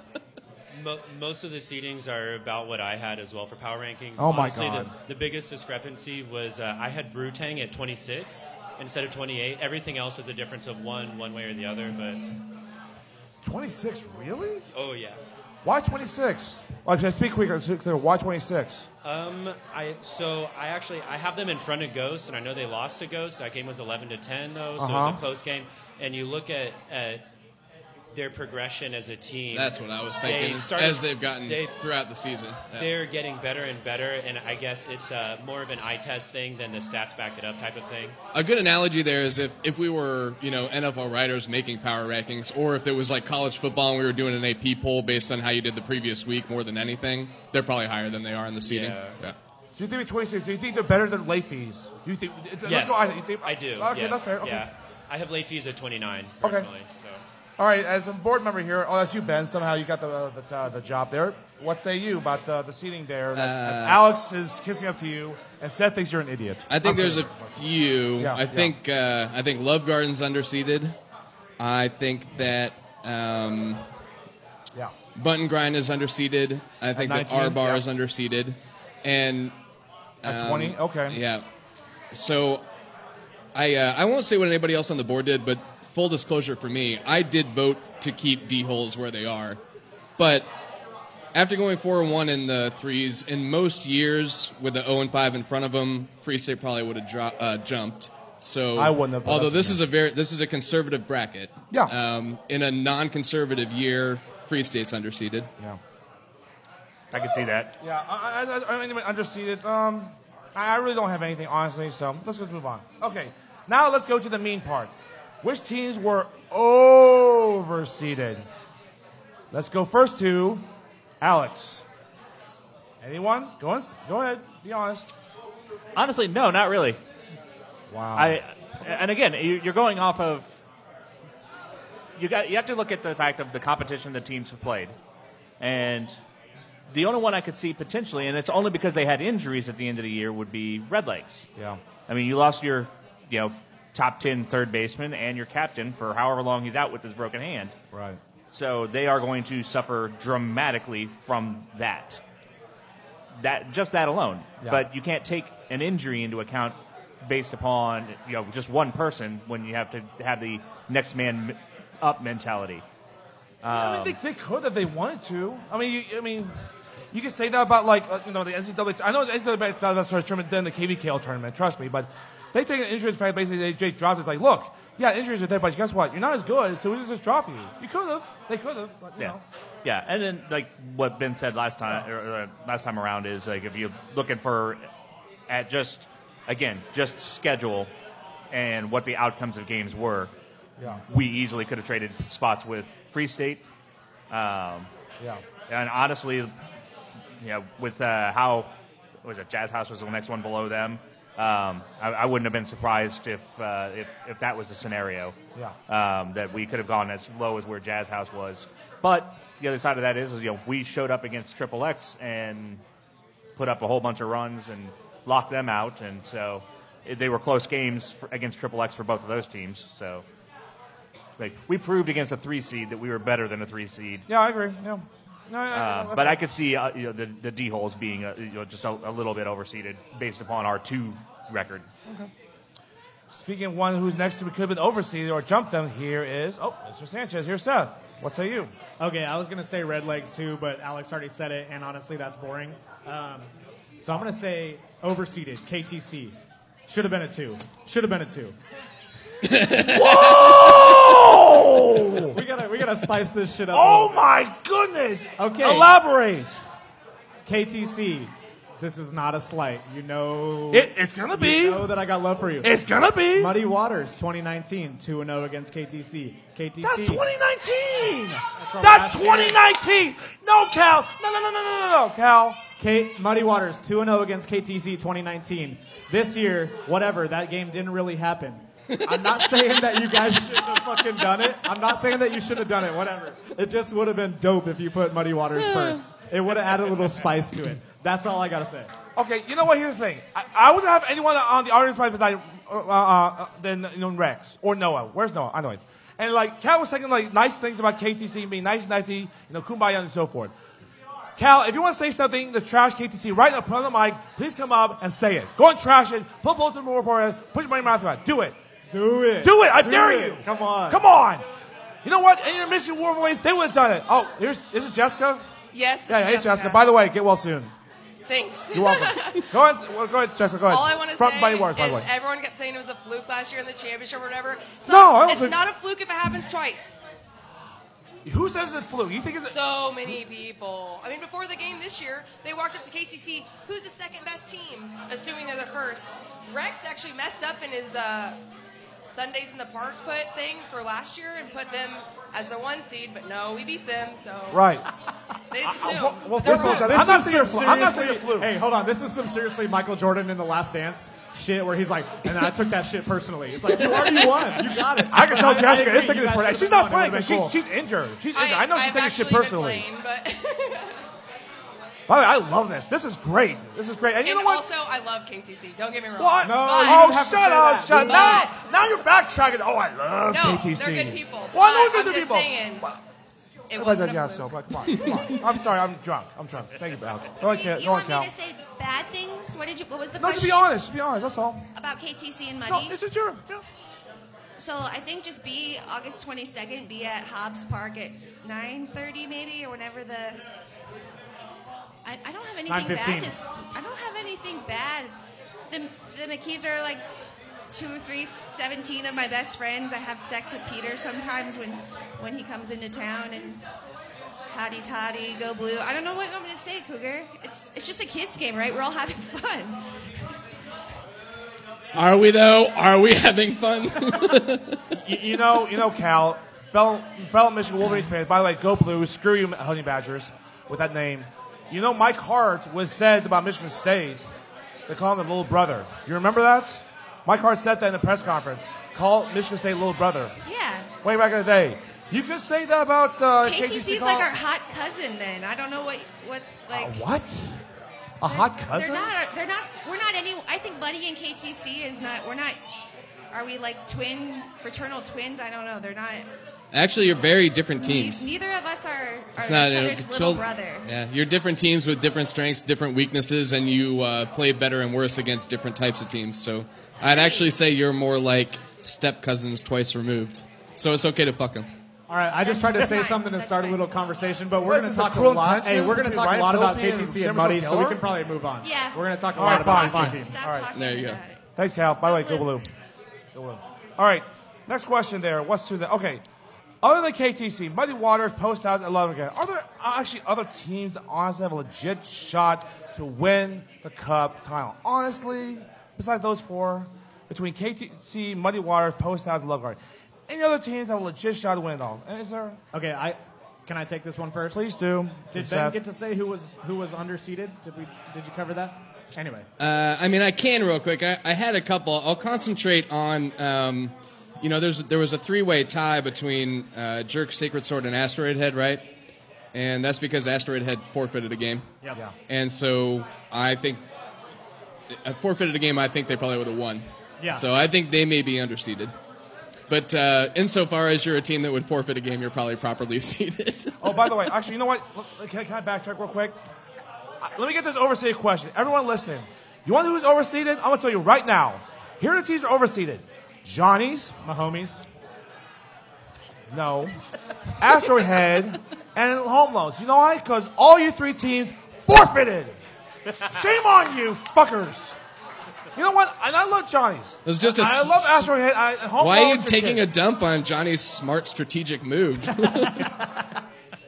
[SPEAKER 6] Mo- most of the seedings are about what I had as well for power rankings.
[SPEAKER 2] Oh my
[SPEAKER 6] Honestly,
[SPEAKER 2] God.
[SPEAKER 6] The, the biggest discrepancy was uh, I had Brutang at 26 instead of 28. Everything else is a difference of one, one way or the other. But
[SPEAKER 2] 26, really?
[SPEAKER 6] oh yeah,
[SPEAKER 2] Why 26? Oh, should I speak quicker? So- so Why 26?
[SPEAKER 6] um, I so I actually I have them in front of Ghost, and I know they lost to Ghost. That game was 11 to 10 though, so it
[SPEAKER 2] Uh-huh.
[SPEAKER 6] was a close game. And you look at, at their progression as a team.
[SPEAKER 3] That's what I was
[SPEAKER 6] They
[SPEAKER 3] thinking.
[SPEAKER 6] started-
[SPEAKER 3] as they've gotten
[SPEAKER 6] they-
[SPEAKER 3] throughout the season. Yeah.
[SPEAKER 6] They're getting better and better, and I guess it's uh, more of an eye test thing than the stats back it up type of thing.
[SPEAKER 3] A good analogy there is if, if we were, you know, NFL writers making power rankings, or if it was like college football and we were doing an AP poll based on how you did the previous week more than anything, they're probably higher than they are in the seeding.
[SPEAKER 6] Yeah.
[SPEAKER 2] Do you think it's 26? Do you think they're better than late fees? Do you think? it- that's
[SPEAKER 6] Yes,
[SPEAKER 2] what I, think. You think-
[SPEAKER 6] I do.
[SPEAKER 2] Okay,
[SPEAKER 6] yes,
[SPEAKER 2] that's fair. Okay.
[SPEAKER 6] Yeah, I have late fees at 29
[SPEAKER 2] Okay.
[SPEAKER 6] personally. So
[SPEAKER 2] All right, as a board member here, oh, that's you, Ben. Somehow you got the uh, the, uh, the job there. What say you about the, the seating there? That- that Alex is kissing up to you, and Seth thinks you're an idiot.
[SPEAKER 3] Uh, I
[SPEAKER 2] I'm
[SPEAKER 3] think there's a
[SPEAKER 2] kidding.
[SPEAKER 3] few.
[SPEAKER 2] Yeah,
[SPEAKER 3] I think uh, I think Love Garden's underseeded. I think that um,
[SPEAKER 2] Yeah.
[SPEAKER 3] Button Grind is underseeded. I think that
[SPEAKER 2] 19,
[SPEAKER 3] R Bar
[SPEAKER 2] yeah.
[SPEAKER 3] is underseeded. And
[SPEAKER 2] At
[SPEAKER 3] Um,
[SPEAKER 2] 20? Okay.
[SPEAKER 3] Yeah. So I uh, I won't say what anybody else on the board did, but full disclosure for me, I did vote to keep D holes where they are, but after going four and one in the threes, in most years with the zero and five in front of them, Free State probably would have dro- uh, jumped. So
[SPEAKER 2] I wouldn't have, but
[SPEAKER 3] Although
[SPEAKER 2] that's
[SPEAKER 3] this is a very this is a conservative bracket.
[SPEAKER 2] Yeah.
[SPEAKER 3] Um, in a non-conservative year, Free State's underseeded.
[SPEAKER 2] Yeah.
[SPEAKER 1] I can see that.
[SPEAKER 2] Yeah. I, I, I, I mean, underseated. Um, I, I really don't have anything honestly, so let's just move on. Okay, now let's go to the mean part. Which teams were overseeded? Let's go first to Alex. Anyone? Go, on, go ahead. Be honest.
[SPEAKER 1] Honestly, no, not really.
[SPEAKER 2] Wow.
[SPEAKER 1] I and again, you- you're going off of you got you have to look at the fact of the competition the teams have played, and the only one I could see potentially, and it's only because they had injuries at the end of the year, would be Red Legs.
[SPEAKER 2] yeah.
[SPEAKER 1] I mean, you lost your, you know, top 10 third baseman and your captain for however long he's out with his broken hand.
[SPEAKER 2] Right.
[SPEAKER 1] So they are going to suffer dramatically from that. That just that alone.
[SPEAKER 2] Yeah.
[SPEAKER 1] But you can't take an injury into account based upon you know just one person when you have to have the next man m- up mentality.
[SPEAKER 2] I
[SPEAKER 1] Um,
[SPEAKER 2] mean, they, they could if they wanted to. I mean, you, I mean, you could say that about like uh, you know the NCAA. I know the NCAA thought about started tournament then the KVKL tournament. Trust me, but they take an insurance fact. Basically, they just dropped. it. It's like, look, yeah, injuries are there, but guess what? You're not as good, so we just drop you. You could have. They could have. But, you
[SPEAKER 1] Yeah,
[SPEAKER 2] know.
[SPEAKER 1] yeah, and then like what Ben said last time, or, or last time around is like if you're looking for at just again just schedule and what the outcomes of games were,
[SPEAKER 2] Yeah.
[SPEAKER 1] we easily could have traded spots with Free State,
[SPEAKER 2] Yeah.
[SPEAKER 1] and honestly, you know, with uh, how what was it Jazz House was the next one below them. Um, I, I wouldn't have been surprised if, uh, if if that was the scenario.
[SPEAKER 2] Yeah.
[SPEAKER 1] Um, that we could have gone as low as where Jazz House was, but the other side of that is, is you know we showed up against Triple X and put up a whole bunch of runs and locked them out, and so it- they were close games for, against Triple X for both of those teams. So like we proved against a three seed that we were better than a three seed.
[SPEAKER 2] Yeah, I agree. Yeah. No, I- I-
[SPEAKER 1] Uh, but I could see uh, you know, the, the D holes being uh, you know, just a, a little bit overseeded based upon our two record.
[SPEAKER 2] Speaking of one who's next to could have been overseas or jumped them, here is oh, Mr. Sanchez. Here's Seth. What say you?
[SPEAKER 4] Okay, I was gonna say red legs too, but Alex already said it, and honestly, that's boring. Um, so I'm gonna say overseeded KTC. Should have been a two. Should have been a two. Whoa! we gotta we gotta spice this shit up. a little
[SPEAKER 2] Oh my goodness!
[SPEAKER 4] Okay.
[SPEAKER 2] Elaborate.
[SPEAKER 4] KTC, this is not a slight. You know,
[SPEAKER 2] It, it's gonna
[SPEAKER 4] you
[SPEAKER 2] be.
[SPEAKER 4] know that I got love for you.
[SPEAKER 2] It's gonna be.
[SPEAKER 4] Muddy Waters, 2019, 2 0 against KTC. KTC.
[SPEAKER 2] That's 2019.
[SPEAKER 4] from
[SPEAKER 2] That's
[SPEAKER 4] last year.
[SPEAKER 2] 2019. No, Cal. No, no, no, no, no, no, no, Cal.
[SPEAKER 4] K- Muddy Waters, 2 0 against KTC 2019. This year, whatever, that game didn't really happen. I'm not saying that you guys shouldn't have fucking done it. I'm not saying that you should have done it, whatever. It just would have been dope if you put Muddy Waters first. It would have added a little spice to it. That's all I gotta say.
[SPEAKER 2] Okay, you know what? Here's the thing. I, I wouldn't have anyone on the audience right beside uh, uh, uh, than you know, Rex or Noah. Where's Noah? I know it. And like Cal was saying, like nice things about KTC being nice, nicey, you know, kumbaya and so forth. Cal, if you want to say something to trash KTC right now, put on the mic. Please come up and say it. Go and trash it. Put Baltimore report. Put your money in your mouth about. it. Do it.
[SPEAKER 4] Do it.
[SPEAKER 2] Do it! I
[SPEAKER 4] Do
[SPEAKER 2] dare
[SPEAKER 4] it.
[SPEAKER 2] you!
[SPEAKER 4] Come on.
[SPEAKER 2] Come on! You know what? Any of your Michigan War Boys, they would have done it. Oh, here's this is Jessica.
[SPEAKER 7] Yes.
[SPEAKER 2] Yeah, hey Jessica. By the way, get well soon.
[SPEAKER 7] Thanks.
[SPEAKER 2] You're welcome. go ahead, well, go ahead, Jessica. Go ahead.
[SPEAKER 7] All I want to
[SPEAKER 2] From
[SPEAKER 7] say
[SPEAKER 2] Mighty Warriors, by
[SPEAKER 7] is
[SPEAKER 2] the way.
[SPEAKER 7] everyone kept saying it was a fluke last year in the championship or whatever. It's
[SPEAKER 2] No,
[SPEAKER 7] not-
[SPEAKER 2] I don't
[SPEAKER 7] it's
[SPEAKER 2] think-
[SPEAKER 7] not a fluke if it happens twice.
[SPEAKER 2] Who says it's flu? You think it's
[SPEAKER 7] So many people. I mean, before the game this year, they walked up to KCC. Who's the second best team? Assuming they're the first. Rex actually messed up in his uh, Sundays in the Park put thing for last year and put them as the one seed, but no, we beat them. So
[SPEAKER 2] right?
[SPEAKER 7] they just assume.
[SPEAKER 2] well, well,
[SPEAKER 7] But they're
[SPEAKER 2] first of all,
[SPEAKER 7] wrong.
[SPEAKER 2] I'm not saying
[SPEAKER 4] some
[SPEAKER 2] flu- I'm not saying
[SPEAKER 4] seriously-
[SPEAKER 2] flu.
[SPEAKER 4] Hey, hold on. This is some seriously Michael Jordan in the Last Dance shit where he's like, and I took that shit personally. It's like you already won. You got it.
[SPEAKER 2] I can tell
[SPEAKER 4] But
[SPEAKER 2] Jessica
[SPEAKER 4] agree,
[SPEAKER 2] is taking
[SPEAKER 4] you
[SPEAKER 2] this
[SPEAKER 4] guys
[SPEAKER 2] for that.
[SPEAKER 4] should've
[SPEAKER 2] She's not
[SPEAKER 4] won.
[SPEAKER 2] playing
[SPEAKER 4] It would've
[SPEAKER 2] because
[SPEAKER 4] been
[SPEAKER 2] she's,
[SPEAKER 4] cool.
[SPEAKER 2] she's injured. She's injured. I,
[SPEAKER 7] I,
[SPEAKER 2] know she's
[SPEAKER 7] I've
[SPEAKER 2] taking shit
[SPEAKER 7] actually been
[SPEAKER 2] personally.
[SPEAKER 7] playing, but
[SPEAKER 2] By the way, I love this. This is great. This is great. And you
[SPEAKER 7] and
[SPEAKER 2] know what?
[SPEAKER 7] also, I love KTC. Don't get me wrong.
[SPEAKER 2] What?
[SPEAKER 4] No,
[SPEAKER 7] But-
[SPEAKER 4] you
[SPEAKER 2] oh,
[SPEAKER 4] didn't have
[SPEAKER 2] shut
[SPEAKER 4] to say
[SPEAKER 2] up,
[SPEAKER 4] that.
[SPEAKER 2] shut
[SPEAKER 7] But-
[SPEAKER 2] up. Now you're backtracking. Oh, I love
[SPEAKER 7] No,
[SPEAKER 2] KTC.
[SPEAKER 7] they're good people.
[SPEAKER 2] Well, I know they're
[SPEAKER 7] But
[SPEAKER 2] good
[SPEAKER 7] I'm just
[SPEAKER 2] people.
[SPEAKER 7] saying,
[SPEAKER 2] Well,
[SPEAKER 7] It
[SPEAKER 2] everybody
[SPEAKER 7] wasn't
[SPEAKER 2] said
[SPEAKER 7] a
[SPEAKER 2] yes, so,
[SPEAKER 7] fluke.
[SPEAKER 2] but come on, come on. I'm sorry, I'm drunk. I'm drunk. Thank you, Alex. Go ahead,
[SPEAKER 8] you,
[SPEAKER 2] Cal.
[SPEAKER 8] you
[SPEAKER 2] Go ahead,
[SPEAKER 8] want me
[SPEAKER 2] Cal.
[SPEAKER 8] to say bad things? What did you? What was the
[SPEAKER 2] No, to
[SPEAKER 8] question
[SPEAKER 2] be honest, to be honest, that's all.
[SPEAKER 8] about KTC and
[SPEAKER 2] No,
[SPEAKER 8] Muddy?
[SPEAKER 2] it's a jerk. Yeah.
[SPEAKER 8] so I think just be August 22nd. Be at Hobbs Park at 9:30 maybe or whenever the. I, I don't have anything
[SPEAKER 4] 9:15.
[SPEAKER 8] bad. To, s- I don't have anything bad. The the McKees are like two, three, 17 of my best friends. I have sex with Peter sometimes when when he comes into town and. Hotty toddy, go blue. I don't know what I'm going to say, Cougar. It's it's just a kids game, right? We're all having fun.
[SPEAKER 3] Are we though? Are we having fun?
[SPEAKER 2] You, you know, you know, Cal, fellow, fellow Michigan Wolverines fans. By the way, go blue. Screw you, Honey Badgers, with that name. You know, Mike Hart was said about Michigan State. They call him the little brother. You remember that? Mike Hart said that in a press conference. Call Michigan State little brother.
[SPEAKER 8] Yeah.
[SPEAKER 2] Way back in the day. You could say that about uh,
[SPEAKER 8] KTC's
[SPEAKER 2] KTC
[SPEAKER 8] like
[SPEAKER 2] call-
[SPEAKER 8] our hot cousin. Then I don't know what what like.
[SPEAKER 2] Uh, what? A hot cousin?
[SPEAKER 8] They're not. They're not. We're not any. I think Buddy and KTC is not. We're not. Are we like twin fraternal twins? I don't know. They're not.
[SPEAKER 3] Actually, you're very different teams.
[SPEAKER 8] Ne- neither of us are, are each
[SPEAKER 3] you know,
[SPEAKER 8] other's little
[SPEAKER 3] chil-
[SPEAKER 8] brother.
[SPEAKER 3] Yeah, you're different teams with different strengths, different weaknesses, and you uh, play better and worse against different types of teams. So I'd actually say you're more like step cousins twice removed. So it's okay to fuck them.
[SPEAKER 4] All right, I just tried to say
[SPEAKER 8] fine.
[SPEAKER 4] something to
[SPEAKER 8] That's
[SPEAKER 4] start a
[SPEAKER 8] fine.
[SPEAKER 4] little conversation, but we're
[SPEAKER 2] This is
[SPEAKER 4] going to
[SPEAKER 2] the
[SPEAKER 4] talk a
[SPEAKER 2] cruel
[SPEAKER 4] lot. Hey,
[SPEAKER 2] intentions
[SPEAKER 4] we're going to
[SPEAKER 2] between
[SPEAKER 4] talk a
[SPEAKER 2] Ryan
[SPEAKER 4] lot about
[SPEAKER 2] Phillippe and
[SPEAKER 4] KTC and
[SPEAKER 2] Samuel
[SPEAKER 4] Buddy, so we
[SPEAKER 2] Keller?
[SPEAKER 4] can probably move on.
[SPEAKER 8] Yeah.
[SPEAKER 4] We're going to talk a
[SPEAKER 2] All right,
[SPEAKER 4] lot about
[SPEAKER 2] fine,
[SPEAKER 4] KTC.
[SPEAKER 8] Stop
[SPEAKER 2] All right.
[SPEAKER 8] talking
[SPEAKER 3] There you go.
[SPEAKER 8] about it.
[SPEAKER 2] Thanks, Cal. By the way,
[SPEAKER 8] Go
[SPEAKER 2] go
[SPEAKER 8] blue.
[SPEAKER 2] blue. Go blue. All right. Next question there. What's to the okay? Other than KTC, Muddy Waters, Post House, and Love Again, are there actually other teams that honestly have a legit shot to win the Cup title? Honestly, besides those four, between KTC, Muddy Waters, Post House, and Love Garden, any other teams that have a legit shot to win it all? Is there?
[SPEAKER 4] Okay, I can I take this one first?
[SPEAKER 2] Please do.
[SPEAKER 4] Did Ben
[SPEAKER 2] Seth.
[SPEAKER 4] get to say who was who was underseeded? Did we did you cover that? Anyway,
[SPEAKER 3] Uh, I mean, I can real quick. I, I had a couple. I'll concentrate on, um, you know, there's there was a three way tie between uh, Jerk, Sacred Sword, and Asteroid Head, right? And that's because Asteroid Head forfeited a game.
[SPEAKER 2] Yeah.
[SPEAKER 3] And so I think uh, forfeited a game. I think they probably would have won.
[SPEAKER 4] Yeah.
[SPEAKER 3] So I think they may be underseeded. But uh, insofar as you're a team that would forfeit a game, you're probably properly seeded.
[SPEAKER 2] Oh, by the way, actually, you know what? Let- Can, can I backtrack real quick? Uh, Let me get this overseeded question. Everyone listening, you want to know who's overseeded? I'm going to tell you right now. Here are the teams that are overseeded. Johnny's,
[SPEAKER 4] Mahomes.
[SPEAKER 2] no. Asteroid Head, and Home Loans. You know why? Because all you three teams forfeited. Shame on you, fuckers. You know what? And I love Johnny's.
[SPEAKER 3] It was just a
[SPEAKER 2] I
[SPEAKER 3] s-
[SPEAKER 2] love Asteroid Head. I, home
[SPEAKER 3] Why are you
[SPEAKER 2] Loans
[SPEAKER 3] taking a
[SPEAKER 2] shit.
[SPEAKER 3] dump on Johnny's smart strategic move?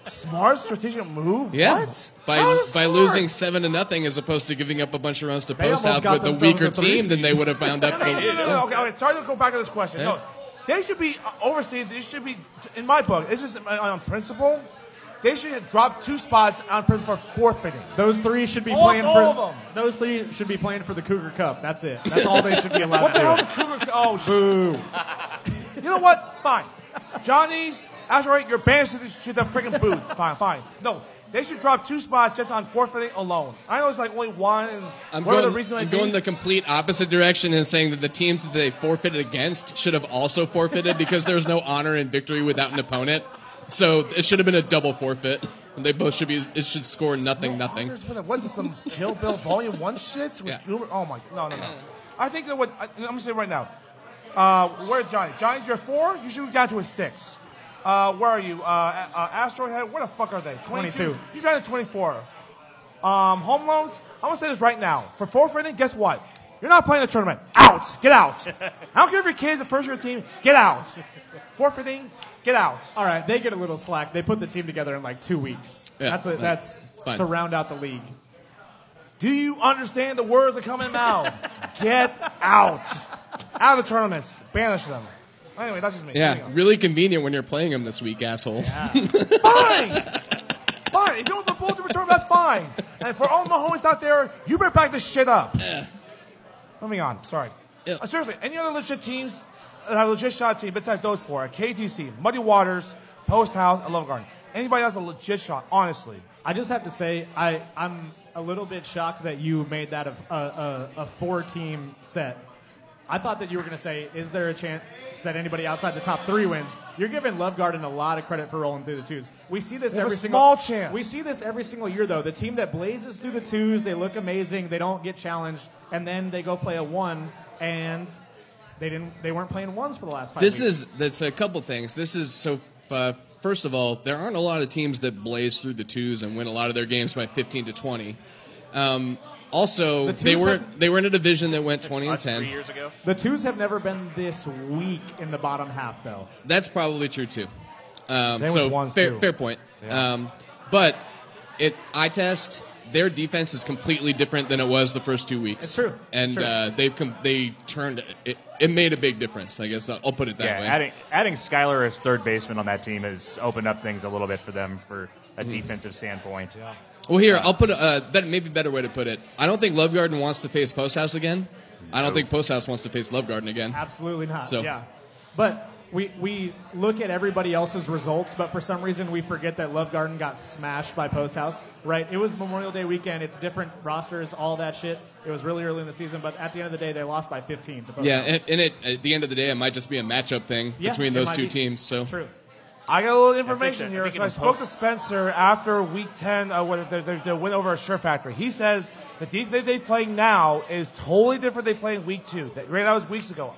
[SPEAKER 2] smart strategic move?
[SPEAKER 3] Yeah.
[SPEAKER 2] What?
[SPEAKER 3] By
[SPEAKER 2] How is it
[SPEAKER 3] by
[SPEAKER 2] smart?
[SPEAKER 3] losing seven to nothing as opposed to giving up a bunch of runs to post
[SPEAKER 4] almost
[SPEAKER 3] out
[SPEAKER 4] got
[SPEAKER 3] with the
[SPEAKER 4] themselves
[SPEAKER 3] weaker
[SPEAKER 4] in the three
[SPEAKER 3] team than they would have wound up.
[SPEAKER 2] No, no, no, no, Okay, okay, sorry to go back to this question.
[SPEAKER 3] Yeah.
[SPEAKER 2] No, they should be uh, overseas. They should be, in my book, it's just on on principle. They should have dropped two spots on principle for forfeiting.
[SPEAKER 4] Those three should be
[SPEAKER 2] All-
[SPEAKER 4] playing
[SPEAKER 2] all
[SPEAKER 4] for
[SPEAKER 2] of 'em.
[SPEAKER 4] those three should be playing for the Cougar Cup. That's it. That's all they should be allowed
[SPEAKER 2] What the
[SPEAKER 4] to do.
[SPEAKER 2] hell? is Cougar? Oh, boo! you know what? Fine. Johnny's, that's all right. You're banished to the, to the freaking booth. Fine, fine. No, they should drop two spots just on forfeiting alone. I know it's like only one. And
[SPEAKER 3] I'm
[SPEAKER 2] whatever
[SPEAKER 3] going,
[SPEAKER 2] the reason
[SPEAKER 3] I'm
[SPEAKER 2] might be.
[SPEAKER 3] going the complete opposite direction and saying that the teams that they forfeited against should have also forfeited because there's no honor in victory without an opponent. So it should have been a double forfeit. And they both should be. It should score nothing, nothing.
[SPEAKER 2] What's this, some Kill Bill Volume 1 shit? With
[SPEAKER 3] Yeah.
[SPEAKER 2] Uber- Oh my, no, no, no. I think that what, I, I'm going to say right now. Uh, where's Johnny? Johnny's your four? You should be down to a six. Uh, where are you? Uh, uh, Asteroid Head? Where the fuck are they?
[SPEAKER 4] 22.
[SPEAKER 2] You're down to 24. Um, home loans? I'm going to say this right now. For forfeiting, guess what? You're not playing the tournament. Out. Get out. I don't care if your kid's the first year team. Get out. Forfeiting, get out.
[SPEAKER 4] All right, they get a little slack. They put the team together in like two weeks.
[SPEAKER 3] Yeah,
[SPEAKER 4] that's a,
[SPEAKER 3] like,
[SPEAKER 4] that's
[SPEAKER 3] it's fine.
[SPEAKER 4] to round out the league.
[SPEAKER 2] Do you understand the words that come in mouth? Get out. Out of the tournaments. Banish them. Anyway, that's just me.
[SPEAKER 3] Yeah,
[SPEAKER 2] Moving on.
[SPEAKER 3] really convenient when you're playing them this week, asshole.
[SPEAKER 2] Fine. fine. If you want the bull to return, that's fine. And for all my homies out there, you better back this shit up. Moving on. Sorry.
[SPEAKER 3] Yeah.
[SPEAKER 2] Uh, seriously, any other legit teams that have a legit shot team besides those four? KTC, Muddy Waters, Post House, and Love Garden. Anybody else a legit shot, honestly.
[SPEAKER 4] I just have to say, I, I'm a little bit shocked that you made that a, a, a, a four team set. I thought that you were going to say, is there a chance that anybody outside the top three wins? You're giving Love Garden a lot of credit for rolling through the twos. We see this
[SPEAKER 2] They have
[SPEAKER 4] every
[SPEAKER 2] a
[SPEAKER 4] single
[SPEAKER 2] small chance.
[SPEAKER 4] We see this every single year, though. The team that blazes through the twos, they look amazing, they don't get challenged, and then they go play a one, and they didn't. They weren't playing ones for the last five.
[SPEAKER 3] This
[SPEAKER 4] weeks.
[SPEAKER 3] is that's a couple things. This is so. Uh, first of all, there aren't a lot of teams that blaze through the twos and win a lot of their games by fifteen to twenty. Um, also,
[SPEAKER 4] The
[SPEAKER 3] they
[SPEAKER 4] twos
[SPEAKER 3] were
[SPEAKER 4] have-
[SPEAKER 3] they were in a division that went twenty and
[SPEAKER 1] Us three
[SPEAKER 3] ten.
[SPEAKER 1] years ago.
[SPEAKER 4] the twos have never been this weak in the bottom half, though.
[SPEAKER 3] That's probably true too. Um,
[SPEAKER 2] Same
[SPEAKER 3] so
[SPEAKER 2] with ones,
[SPEAKER 3] fair,
[SPEAKER 2] too.
[SPEAKER 3] fair point. Um, but it I test their defense is completely different than it was the first two weeks.
[SPEAKER 4] It's true.
[SPEAKER 3] and
[SPEAKER 4] It's true.
[SPEAKER 3] Uh, they've com- they turned it. It made a big difference. I guess I'll I'll put it that
[SPEAKER 1] Yeah,
[SPEAKER 3] way.
[SPEAKER 1] adding adding Skyler as third baseman on that team has opened up things a little bit for them for a defensive standpoint. Yeah.
[SPEAKER 3] Well, here I'll put uh, that maybe a better way to put it. I don't think Love Garden wants to face Post House again. I don't think Post House wants to face Love Garden again.
[SPEAKER 4] Absolutely not.
[SPEAKER 3] So-
[SPEAKER 4] Yeah. But we, we look at everybody else's results, but for some reason we forget that Love Garden got smashed by Post House, right? It was Memorial Day weekend. It's different rosters, all that shit. It was really early in the season, but at the end of the day, they lost by 15 to Post
[SPEAKER 3] Yeah,
[SPEAKER 4] House.
[SPEAKER 3] and, and it, at the end of the day, it might just be a matchup thing
[SPEAKER 4] Yeah,
[SPEAKER 3] between
[SPEAKER 4] it
[SPEAKER 3] those
[SPEAKER 4] might
[SPEAKER 3] two
[SPEAKER 4] be.
[SPEAKER 3] teams. So
[SPEAKER 4] True.
[SPEAKER 2] I got a little
[SPEAKER 1] I
[SPEAKER 2] information
[SPEAKER 1] think that- I
[SPEAKER 2] here.
[SPEAKER 1] think
[SPEAKER 2] so
[SPEAKER 1] it
[SPEAKER 2] I
[SPEAKER 1] was
[SPEAKER 2] spoke to
[SPEAKER 1] post-
[SPEAKER 2] Spencer after Week 10, uh, what, their, their, their win over Sure Factory. He says the defense they play now is totally different they play in Week 2. That, right, that was weeks ago.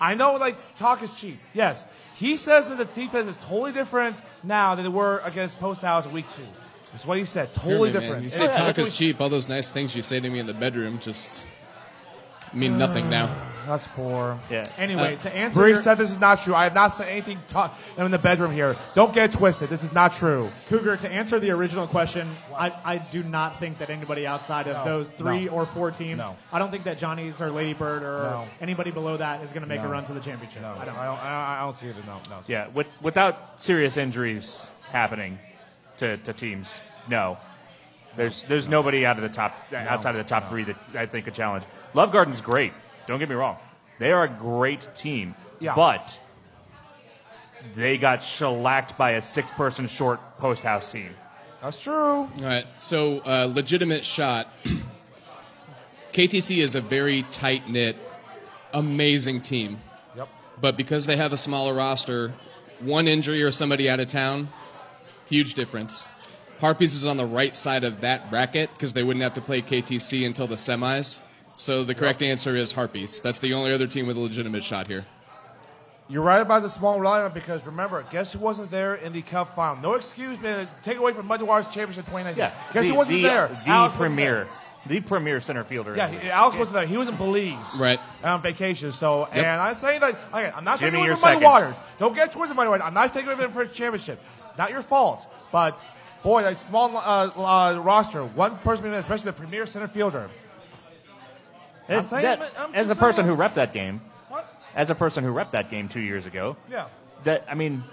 [SPEAKER 2] I know, like, talk is cheap. Yes. He says that the defense is totally different now than they were against Post House in week two. That's what he said. Totally
[SPEAKER 3] Apparently, man.
[SPEAKER 2] different.
[SPEAKER 3] You say
[SPEAKER 2] And-
[SPEAKER 3] talk is cheap. All those nice things you say to me in the bedroom just mean nothing now.
[SPEAKER 2] That's poor.
[SPEAKER 1] Yeah.
[SPEAKER 4] Anyway, to answer
[SPEAKER 2] Uh, Bree
[SPEAKER 4] your-
[SPEAKER 2] said this is not true. I have not said anything ta- I'm in the bedroom here. Don't get it twisted. This is not true.
[SPEAKER 4] Cougar, to answer the original question, I, I do not think that anybody outside
[SPEAKER 2] No,
[SPEAKER 4] of those three
[SPEAKER 2] no,
[SPEAKER 4] or four teams,
[SPEAKER 2] no.
[SPEAKER 4] I don't think that Johnny's or Ladybird or
[SPEAKER 2] No.
[SPEAKER 4] anybody below that is going to make
[SPEAKER 2] No.
[SPEAKER 4] a run to the championship.
[SPEAKER 2] No,
[SPEAKER 4] I
[SPEAKER 2] I
[SPEAKER 4] don't.
[SPEAKER 2] don't, I don't, I don't see it. No, no.
[SPEAKER 1] Yeah, with, without serious injuries happening to, to teams, no. There's there's nobody out of the top outside of the top three that I think could challenge. Love Garden's great. Don't get me wrong, they are a great team.
[SPEAKER 2] Yeah.
[SPEAKER 1] But they got shellacked by a six-person short post house team.
[SPEAKER 2] That's true.
[SPEAKER 3] All right. So, uh, legitimate shot. KTC is a very tight knit, amazing team.
[SPEAKER 2] Yep.
[SPEAKER 3] But because they have a smaller roster, one injury or somebody out of town, huge difference. Harpies is on the right side of that bracket because they wouldn't have to play KTC until the semis. So the correct answer is Harpies. That's the only other team with a legitimate shot here.
[SPEAKER 2] You're right about the small lineup because remember, guess who wasn't there in the Cup final? No excuse, man. Take away from Mud Warriors Championship 2019.
[SPEAKER 1] Yeah,
[SPEAKER 2] Guess
[SPEAKER 1] the,
[SPEAKER 2] who wasn't
[SPEAKER 1] the, uh,
[SPEAKER 2] there?
[SPEAKER 1] The
[SPEAKER 2] Alex wasn't
[SPEAKER 1] premier, the premier center fielder.
[SPEAKER 2] there. Yeah, he- Alex wasn't there. He was in Belize.
[SPEAKER 3] Right.
[SPEAKER 2] On vacation. So, and I'm saying, like, again, I'm not
[SPEAKER 1] Jimmy,
[SPEAKER 2] taking away
[SPEAKER 1] you're
[SPEAKER 2] from Muddy
[SPEAKER 1] second.
[SPEAKER 2] Waters. Don't get towards the Muddy Waters. I'm not taking away from him for the championship. Not your fault. But, boy, that small uh, uh, roster, one person, especially the premier center fielder.
[SPEAKER 1] It's-
[SPEAKER 2] I'm saying
[SPEAKER 1] that-
[SPEAKER 2] it, I'm
[SPEAKER 1] as a
[SPEAKER 2] just
[SPEAKER 1] person who
[SPEAKER 2] saying.
[SPEAKER 1] rep that game,
[SPEAKER 2] What?
[SPEAKER 1] as a person who rep that game two years ago,
[SPEAKER 2] Yeah.
[SPEAKER 1] that I mean,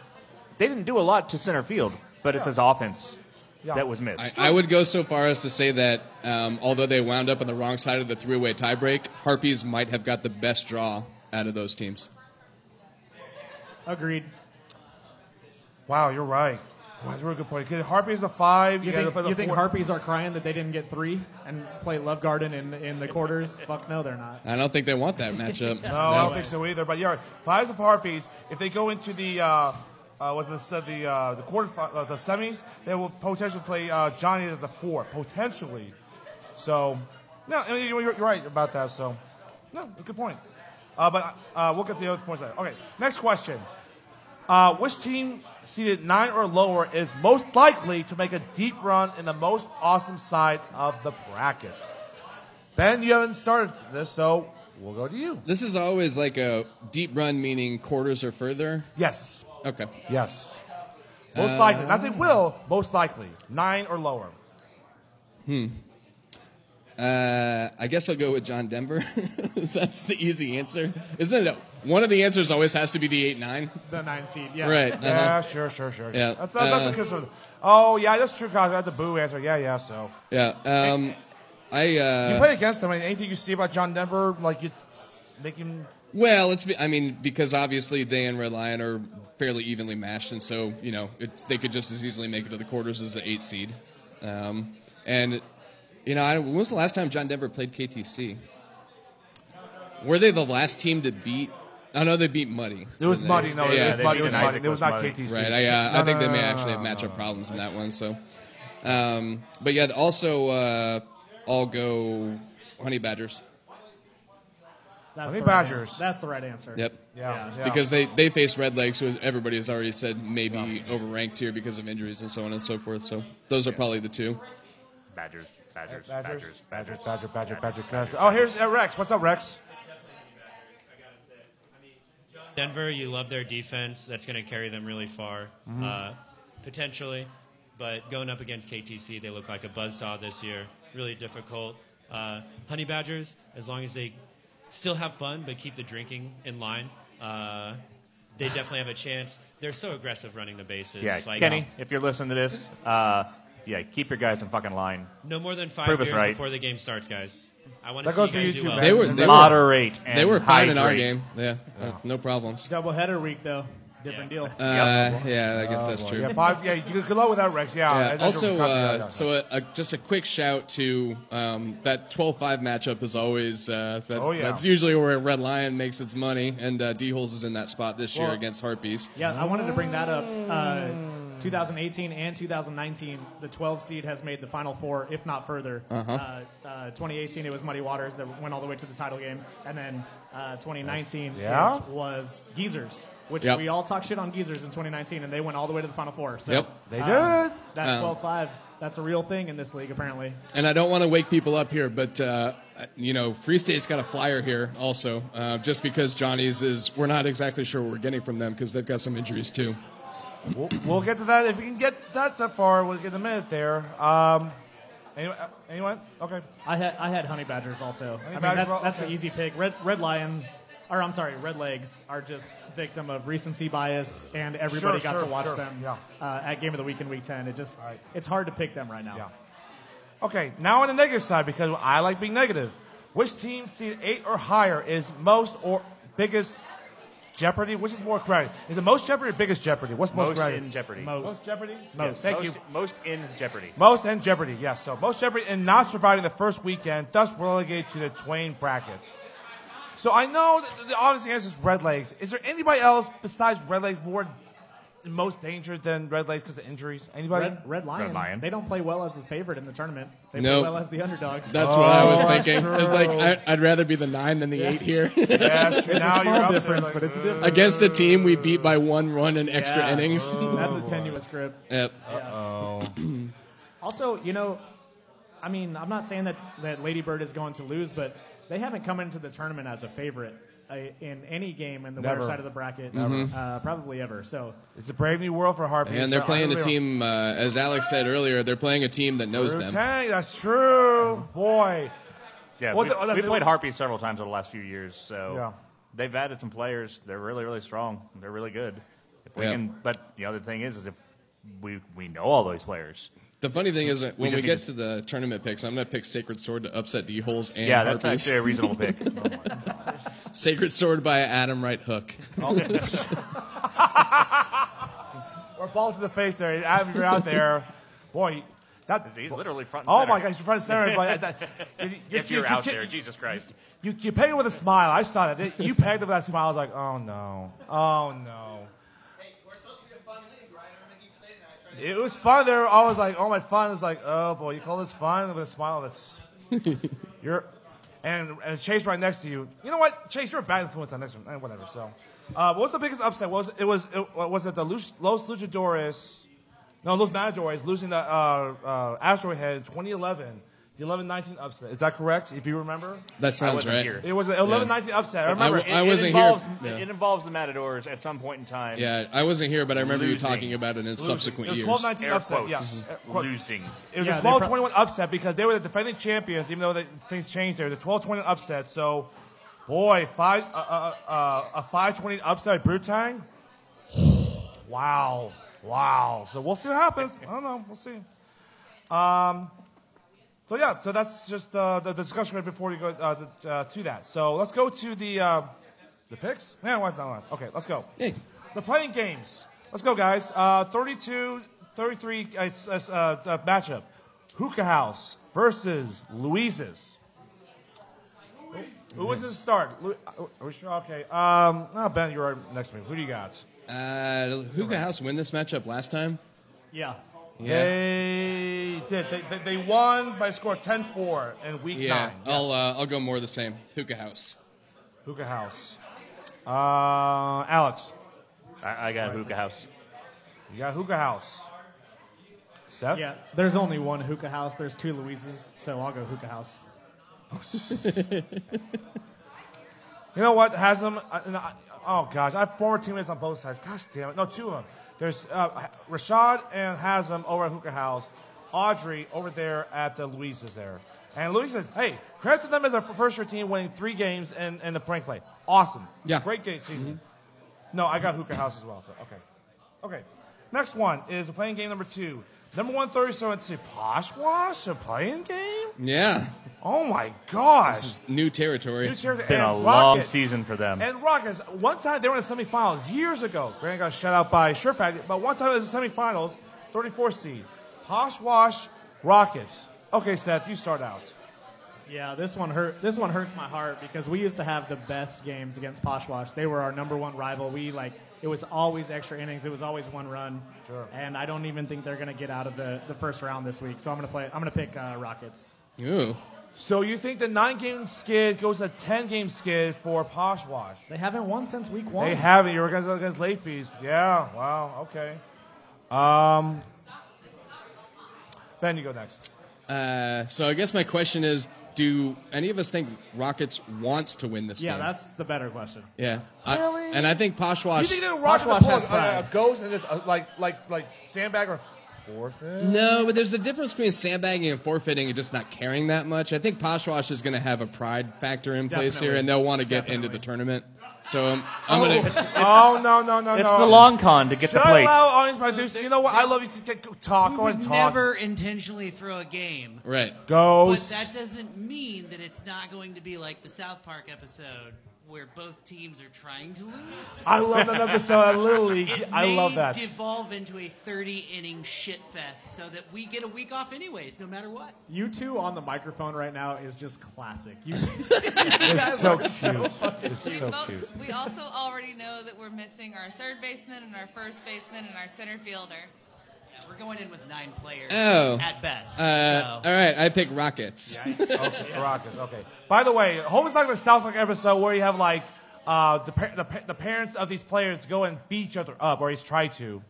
[SPEAKER 1] they didn't do a lot to center field, but it's his offense
[SPEAKER 2] Yeah.
[SPEAKER 1] that was missed.
[SPEAKER 3] I, I would go so far as to say that um, although they wound up on the wrong side of the three way tiebreak, Harpies might have got the best draw out of those teams.
[SPEAKER 4] Agreed.
[SPEAKER 2] Wow, you're right. Wow, that's a really good point. 'Cause Harpy is a five.
[SPEAKER 4] You
[SPEAKER 2] gotta
[SPEAKER 4] think,
[SPEAKER 2] play the
[SPEAKER 4] you think
[SPEAKER 2] four-
[SPEAKER 4] Harpies are crying that they didn't get three and play Love Garden in, in the quarters? Fuck no, they're not.
[SPEAKER 3] I don't think they want that matchup.
[SPEAKER 2] No, I don't think so either. But you're right. Fives of Harpies, if they go into the uh, uh, what the uh, the uh, the quarter uh, the semis, they will potentially play uh, Johnny as a four potentially. So, no, I mean, you're, you're right about that. So, no, good point. Uh, but uh, we'll get the other points later. Okay, next question: uh, Which team seeded nine or lower is most likely to make a deep run in the most awesome side of the bracket? Ben, you haven't started this, so we'll go to you.
[SPEAKER 3] This is always like a deep run, meaning quarters or further.
[SPEAKER 2] Yes.
[SPEAKER 3] Okay.
[SPEAKER 2] Yes. Most likely. Not say will, most likely. Nine or lower.
[SPEAKER 3] Uh-huh. I guess I'll go with John Denver. That's the easy answer, isn't it? One of the answers always has to be the eight nine,
[SPEAKER 4] The nine seed, yeah.
[SPEAKER 3] right? uh-huh.
[SPEAKER 2] Yeah, sure, sure, sure.
[SPEAKER 3] Yeah,
[SPEAKER 2] That's, that's, that's
[SPEAKER 3] uh,
[SPEAKER 2] a concern. Oh, yeah, that's true, Cosby. That's a boo answer. Yeah, yeah, so.
[SPEAKER 3] Yeah. Um, I
[SPEAKER 2] You
[SPEAKER 3] uh,
[SPEAKER 2] play against him, and anything you see about John Denver, like, you s- make him.
[SPEAKER 3] well, it's be, I mean because obviously they and Red Lion are fairly evenly matched, and so you know it's, they could just as easily make it to the quarters as the eight seed. Um, and you know, I, when was the last time John Denver played KTC? Were they the last team to beat? I know they beat Muddy.
[SPEAKER 2] It was
[SPEAKER 3] Didn't they?
[SPEAKER 2] muddy. No,
[SPEAKER 1] Yeah,
[SPEAKER 2] it was
[SPEAKER 1] they
[SPEAKER 2] muddy. It
[SPEAKER 1] do
[SPEAKER 2] was
[SPEAKER 1] deny
[SPEAKER 2] muddy.
[SPEAKER 1] it
[SPEAKER 2] It was
[SPEAKER 1] was
[SPEAKER 2] not
[SPEAKER 1] muddy.
[SPEAKER 2] KTC.
[SPEAKER 3] Right. I, uh,
[SPEAKER 2] No,
[SPEAKER 3] I think
[SPEAKER 2] no,
[SPEAKER 3] they may
[SPEAKER 2] no, no,
[SPEAKER 3] actually have
[SPEAKER 2] no,
[SPEAKER 3] matchup
[SPEAKER 2] no.
[SPEAKER 3] problems in that one. So, um, but yeah, also uh, I'll go Honey Badgers.
[SPEAKER 4] That's
[SPEAKER 2] Honey
[SPEAKER 4] the right an-
[SPEAKER 2] Badgers.
[SPEAKER 4] That's the right answer.
[SPEAKER 3] Yep.
[SPEAKER 2] Yeah, yeah.
[SPEAKER 3] Because they, they face Red Legs, who everybody has already said maybe overranked here because of injuries and so on and so forth. So those are probably the two.
[SPEAKER 1] Badgers, Badgers,
[SPEAKER 2] Badgers,
[SPEAKER 1] Badgers,
[SPEAKER 2] Badgers, Badger, Badger, Badger, Badger. Oh, here's uh, Rex. What's up, Rex?
[SPEAKER 6] Denver, you love their defense. That's going to carry them really far,
[SPEAKER 1] Mm-hmm.
[SPEAKER 6] uh, potentially. But going up against KTC, they look like a buzzsaw this year. Really difficult. Uh, Honey Badgers, as long as they still have fun but keep the drinking in line, uh, they definitely have a chance. They're so aggressive running the bases.
[SPEAKER 1] Yeah,
[SPEAKER 6] Like,
[SPEAKER 1] Kenny, if you're listening to this, uh, yeah, keep your guys in fucking line.
[SPEAKER 6] No more than five
[SPEAKER 1] Prove us
[SPEAKER 6] years
[SPEAKER 1] right.
[SPEAKER 6] before the game starts, guys. I want to
[SPEAKER 2] That
[SPEAKER 6] see
[SPEAKER 2] goes for
[SPEAKER 6] you
[SPEAKER 2] you
[SPEAKER 6] guys do
[SPEAKER 2] too,
[SPEAKER 6] well.
[SPEAKER 2] Ben.
[SPEAKER 3] They were- they were-
[SPEAKER 1] Moderate and
[SPEAKER 3] they were fine in our
[SPEAKER 1] hydrate.
[SPEAKER 3] game. Yeah. Uh, no problems. Uh,
[SPEAKER 4] Double header week, though. Different deal.
[SPEAKER 3] yeah, I guess that's true.
[SPEAKER 2] Yeah, five, yeah, you could low with that, Rex. Yeah.
[SPEAKER 3] Yeah.
[SPEAKER 2] that's-
[SPEAKER 3] Also,
[SPEAKER 2] yeah, yeah, yeah.
[SPEAKER 3] uh, so a, a, just a quick shout to um, that 12-5 matchup is always uh, that,
[SPEAKER 2] Oh, yeah.
[SPEAKER 3] that's usually where Red Lion makes its money, and uh, D Holes is in that spot this year against Harpies.
[SPEAKER 4] Yeah, I wanted to bring that up. Uh, 2018 and 2019, the 12 seed has made the Final Four, if not further.
[SPEAKER 3] Uh-huh.
[SPEAKER 4] Uh, uh, 2018, it was Muddy Waters that went all the way to the title game, and then uh, 2019
[SPEAKER 2] Yeah.
[SPEAKER 4] it was Geezers, which
[SPEAKER 3] Yep.
[SPEAKER 4] we all talk shit on Geezers in 2019, and they went all the way to the Final Four. So
[SPEAKER 3] Yep.
[SPEAKER 2] They
[SPEAKER 4] um,
[SPEAKER 2] did.
[SPEAKER 4] That
[SPEAKER 3] Um,
[SPEAKER 4] 12-5, that's a real thing in this league, apparently.
[SPEAKER 3] And I don't want to wake people up here, but uh, you know, Free State's got a flyer here also, uh, just because Johnny's is. We're not exactly sure what we're getting from them because they've got some injuries too.
[SPEAKER 2] We'll, we'll get to that if we can get that so far. We'll get a minute there. Um, anyone? anyone? Okay.
[SPEAKER 4] I had I had honey badgers also. I mean
[SPEAKER 2] badgers
[SPEAKER 4] that's,
[SPEAKER 2] were all-
[SPEAKER 4] that's the
[SPEAKER 2] okay.
[SPEAKER 4] easy pick. Red red lion, or I'm sorry, red legs are just victim of recency bias, and everybody
[SPEAKER 2] Sure,
[SPEAKER 4] got
[SPEAKER 2] sure,
[SPEAKER 4] to watch
[SPEAKER 2] sure.
[SPEAKER 4] them
[SPEAKER 2] Yeah.
[SPEAKER 4] uh, at game of the week in week ten. It just
[SPEAKER 2] Right.
[SPEAKER 4] it's hard to pick them right now.
[SPEAKER 2] Yeah. Okay. Now on the negative side, because I like being negative. Which team seed eight or higher is most or biggest jeopardy? Which is more credit? Is it most jeopardy or biggest jeopardy? What's most,
[SPEAKER 1] Most
[SPEAKER 2] credit?
[SPEAKER 1] in jeopardy.
[SPEAKER 4] Most,
[SPEAKER 2] most jeopardy.
[SPEAKER 4] Most.
[SPEAKER 2] Thank
[SPEAKER 1] most,
[SPEAKER 2] you.
[SPEAKER 1] Most in jeopardy.
[SPEAKER 2] Most and Jeopardy, yes. So most Jeopardy and not surviving the first weekend, thus relegated to the Twain brackets. So I know that the obvious answer is Red Legs. Is there anybody else besides Red Legs more most danger than Red Legs because of injuries? Anybody?
[SPEAKER 4] red, red lion.
[SPEAKER 1] Lion.
[SPEAKER 4] They don't play well as the favorite in the tournament. They
[SPEAKER 3] Nope.
[SPEAKER 4] play well as the underdog.
[SPEAKER 3] That's what I was
[SPEAKER 2] Oh,
[SPEAKER 3] thinking.
[SPEAKER 2] true.
[SPEAKER 3] It's like I, I'd rather be the nine than the eight here.
[SPEAKER 2] Yes,
[SPEAKER 4] it's
[SPEAKER 2] now
[SPEAKER 4] a
[SPEAKER 2] you're
[SPEAKER 4] small
[SPEAKER 2] up there,
[SPEAKER 4] difference,
[SPEAKER 2] like,
[SPEAKER 4] but it's a
[SPEAKER 2] uh,
[SPEAKER 4] difference.
[SPEAKER 3] Against a team we beat by one run in extra
[SPEAKER 4] Yeah.
[SPEAKER 3] innings.
[SPEAKER 4] That's a tenuous grip.
[SPEAKER 3] Yep.
[SPEAKER 4] Also, you know, I mean, I'm not saying that, that Lady Bird is going to lose, but they haven't come into the tournament as a favorite uh, in any game in the
[SPEAKER 2] Never.
[SPEAKER 4] wetter side of the bracket, uh, probably ever. So
[SPEAKER 2] It's a brave new world for Harper.
[SPEAKER 3] And they're playing a team, uh, as Alex said earlier, they're playing a team that knows them.
[SPEAKER 2] that's true. Boy.
[SPEAKER 1] Yeah,
[SPEAKER 2] Well,
[SPEAKER 1] we,
[SPEAKER 2] the- oh, the-
[SPEAKER 1] we played Harpy several times over the last few years, so
[SPEAKER 2] Yeah.
[SPEAKER 1] they've added some players. They're really, really strong. They're really good. If we
[SPEAKER 3] Yeah.
[SPEAKER 1] can, but the other thing is, is if we we know all those players.
[SPEAKER 3] The funny thing is, that when
[SPEAKER 1] just
[SPEAKER 3] we
[SPEAKER 1] need
[SPEAKER 3] get
[SPEAKER 1] to-
[SPEAKER 3] to the tournament picks, I'm going to pick Sacred Sword to upset D holes and
[SPEAKER 1] Yeah, that's
[SPEAKER 3] Harpies.
[SPEAKER 1] actually a reasonable pick.
[SPEAKER 3] Sacred Sword by Adam Right Hook.
[SPEAKER 2] Or ball to the face there. Adam, you're out there. Boy, that.
[SPEAKER 1] He's literally front. And
[SPEAKER 2] Oh
[SPEAKER 1] center.
[SPEAKER 2] my gosh, you're front center. But that,
[SPEAKER 1] If you're out there, Jesus Christ.
[SPEAKER 2] You, you pegged it with a smile. I saw that. You pegged it with that smile. I was like, oh no. Oh no. It was fun. They were always like, oh, my fun. It's like, oh boy, you call this fun with a smile? That's. You're. And, and Chase right next to you. You know what? Chase, you're a bad influence on next one. Eh, Whatever. So. Uh, what was the biggest upset? What was it was it, was it the Lus, Los Luchadores? No, Los Matadores losing the uh, uh, Astro Head in 2011, the 11-19 upset. Is that correct? If you remember,
[SPEAKER 3] That sounds
[SPEAKER 1] wasn't
[SPEAKER 3] right.
[SPEAKER 1] here.
[SPEAKER 2] it was an 11-19 upset. I remember.
[SPEAKER 3] w- I wasn't here.
[SPEAKER 1] involves,
[SPEAKER 3] Yeah.
[SPEAKER 1] It involves the Matadors at some point in time.
[SPEAKER 3] Yeah, I wasn't here, but I remember
[SPEAKER 1] Losing.
[SPEAKER 3] you talking about it in subsequent
[SPEAKER 2] it was
[SPEAKER 3] years.
[SPEAKER 2] 12 19
[SPEAKER 1] Air
[SPEAKER 2] upset.
[SPEAKER 1] quotes.
[SPEAKER 2] Yeah. Air quotes.
[SPEAKER 1] Losing.
[SPEAKER 2] It was
[SPEAKER 4] Yeah,
[SPEAKER 2] a
[SPEAKER 4] they
[SPEAKER 2] 12
[SPEAKER 4] pro-
[SPEAKER 2] 21 upset because they were the defending champions, even though they, things changed there. The 12 21 upset. So, boy, five, uh, uh, uh, a 5 20 upset at Brutang? wow. Wow. So we'll see what happens. I don't know. We'll see. Um, so, yeah, so that's just uh, the discussion right before we go uh, the, uh, to that. So let's go to the uh, the picks. Yeah, why not? Okay, let's go.
[SPEAKER 3] Hey.
[SPEAKER 2] The playing games. Let's go, guys. Uh, 32 33 uh, s- uh, s- uh, uh, matchup. Hookah House versus Louise's. Who was his start? Lu- uh, Are we sure? Okay. Um, oh, Ben, you're right next to me. Who do you got?
[SPEAKER 3] Uh, who could House win this matchup last time?
[SPEAKER 4] yeah,
[SPEAKER 2] They did. They, they, they won by a score of 10 4 in week
[SPEAKER 3] Yeah,
[SPEAKER 2] 9. Yes.
[SPEAKER 3] I'll uh, I'll go more of the same. Hookah House.
[SPEAKER 2] Hookah House. Uh, Alex,
[SPEAKER 1] I, I got Hookah House.
[SPEAKER 2] you got Hookah House. Seth?
[SPEAKER 4] yeah. There's only one hookah house. There's two Louises, so I'll go hookah house.
[SPEAKER 2] You know what has them? I, and I- oh gosh, I have former teammates on both sides. Gosh damn it! No, two of them. There's uh, Ha- Rashad and Hazem over at Hookah House. Audrey over there at the Louise's there. And Louise says, "Hey, credit to them as a first-year team winning three games in, in the prank play. Awesome.
[SPEAKER 3] Yeah.
[SPEAKER 2] great game season.
[SPEAKER 1] Mm-hmm.
[SPEAKER 2] No, I got Hookah House as well. So okay, okay. Next one is playing game number two. Number one thirty-seven to Poshwash, a playing game.
[SPEAKER 3] Yeah,
[SPEAKER 2] Oh my gosh!
[SPEAKER 3] this is new territory.
[SPEAKER 2] New Jersey
[SPEAKER 1] Been
[SPEAKER 2] and
[SPEAKER 1] a long
[SPEAKER 2] Rockets.
[SPEAKER 1] season for them.
[SPEAKER 2] And Rockets, one time they were in the semifinals years ago. Granted, got shut out by Surefactor, but one time it was the semifinals, 34 seed. Poshwash Rockets. Okay, Seth, you start out.
[SPEAKER 4] Yeah, this one hurt. This one hurts my heart because we used to have the best games against Poshwash. They were our number one rival. We like It was always extra innings. It was always one run.
[SPEAKER 2] Sure.
[SPEAKER 4] And I don't even think they're going to get out of the, the first round this week. So I'm going to play. I'm going to pick uh, Rockets.
[SPEAKER 3] Ooh.
[SPEAKER 2] So you think the nine game skid goes to ten game skid for Poshwash?
[SPEAKER 4] They haven't won since week one.
[SPEAKER 2] They have it. You're against, against late fees. Yeah. Wow. Okay. Um. Ben, you go next.
[SPEAKER 3] Uh, so I guess my question is, do any of us think Rockets wants to win this
[SPEAKER 4] Yeah,
[SPEAKER 3] game?
[SPEAKER 4] that's the better question.
[SPEAKER 3] yeah. I-
[SPEAKER 2] Really?
[SPEAKER 3] and I think Poshwash.
[SPEAKER 2] You think they're rocking the
[SPEAKER 4] Poshwash
[SPEAKER 2] poles,
[SPEAKER 4] has
[SPEAKER 2] uh,
[SPEAKER 4] pride.
[SPEAKER 2] a ghost and this uh, like like like sandbag or forfeit?
[SPEAKER 3] no, but there's a difference between sandbagging and forfeiting and just not caring that much. I think Poshwash is going to have a pride factor in place here,
[SPEAKER 4] Definitely.
[SPEAKER 3] and they'll want to get into the tournament. So I'm, I'm going to.
[SPEAKER 2] oh no no no no!
[SPEAKER 1] It's the long con to get the
[SPEAKER 2] Should I
[SPEAKER 1] plate.
[SPEAKER 2] allow audience members? You know what? I love you to get- talk
[SPEAKER 9] We
[SPEAKER 2] on
[SPEAKER 9] would
[SPEAKER 2] talk.
[SPEAKER 9] never intentionally throw a game,
[SPEAKER 3] Right.
[SPEAKER 9] but
[SPEAKER 2] Ghost.
[SPEAKER 9] that doesn't mean that it's not going to be like the South Park episode where both teams are trying to lose.
[SPEAKER 2] I love that episode of Little League.
[SPEAKER 9] It
[SPEAKER 2] I
[SPEAKER 9] may
[SPEAKER 2] love that.
[SPEAKER 9] Devolve into a 30 inning shit fest, so that we get a week off anyways, no matter what.
[SPEAKER 4] You two on the microphone right now is just classic. You
[SPEAKER 2] It's so cute. It's so
[SPEAKER 10] Well,
[SPEAKER 2] cute.
[SPEAKER 10] we also already know that we're missing our third baseman and our first baseman and our center fielder.
[SPEAKER 9] Yeah, we're going in with nine players
[SPEAKER 3] Oh.
[SPEAKER 9] at best.
[SPEAKER 3] Uh,
[SPEAKER 9] so.
[SPEAKER 3] All right, I pick Rockets.
[SPEAKER 2] Okay, Rockets. Okay. By the way, Homer's not the South Park episode where you have like uh, the, par- the, pa- the parents of these players go and beat each other up, or he's try to,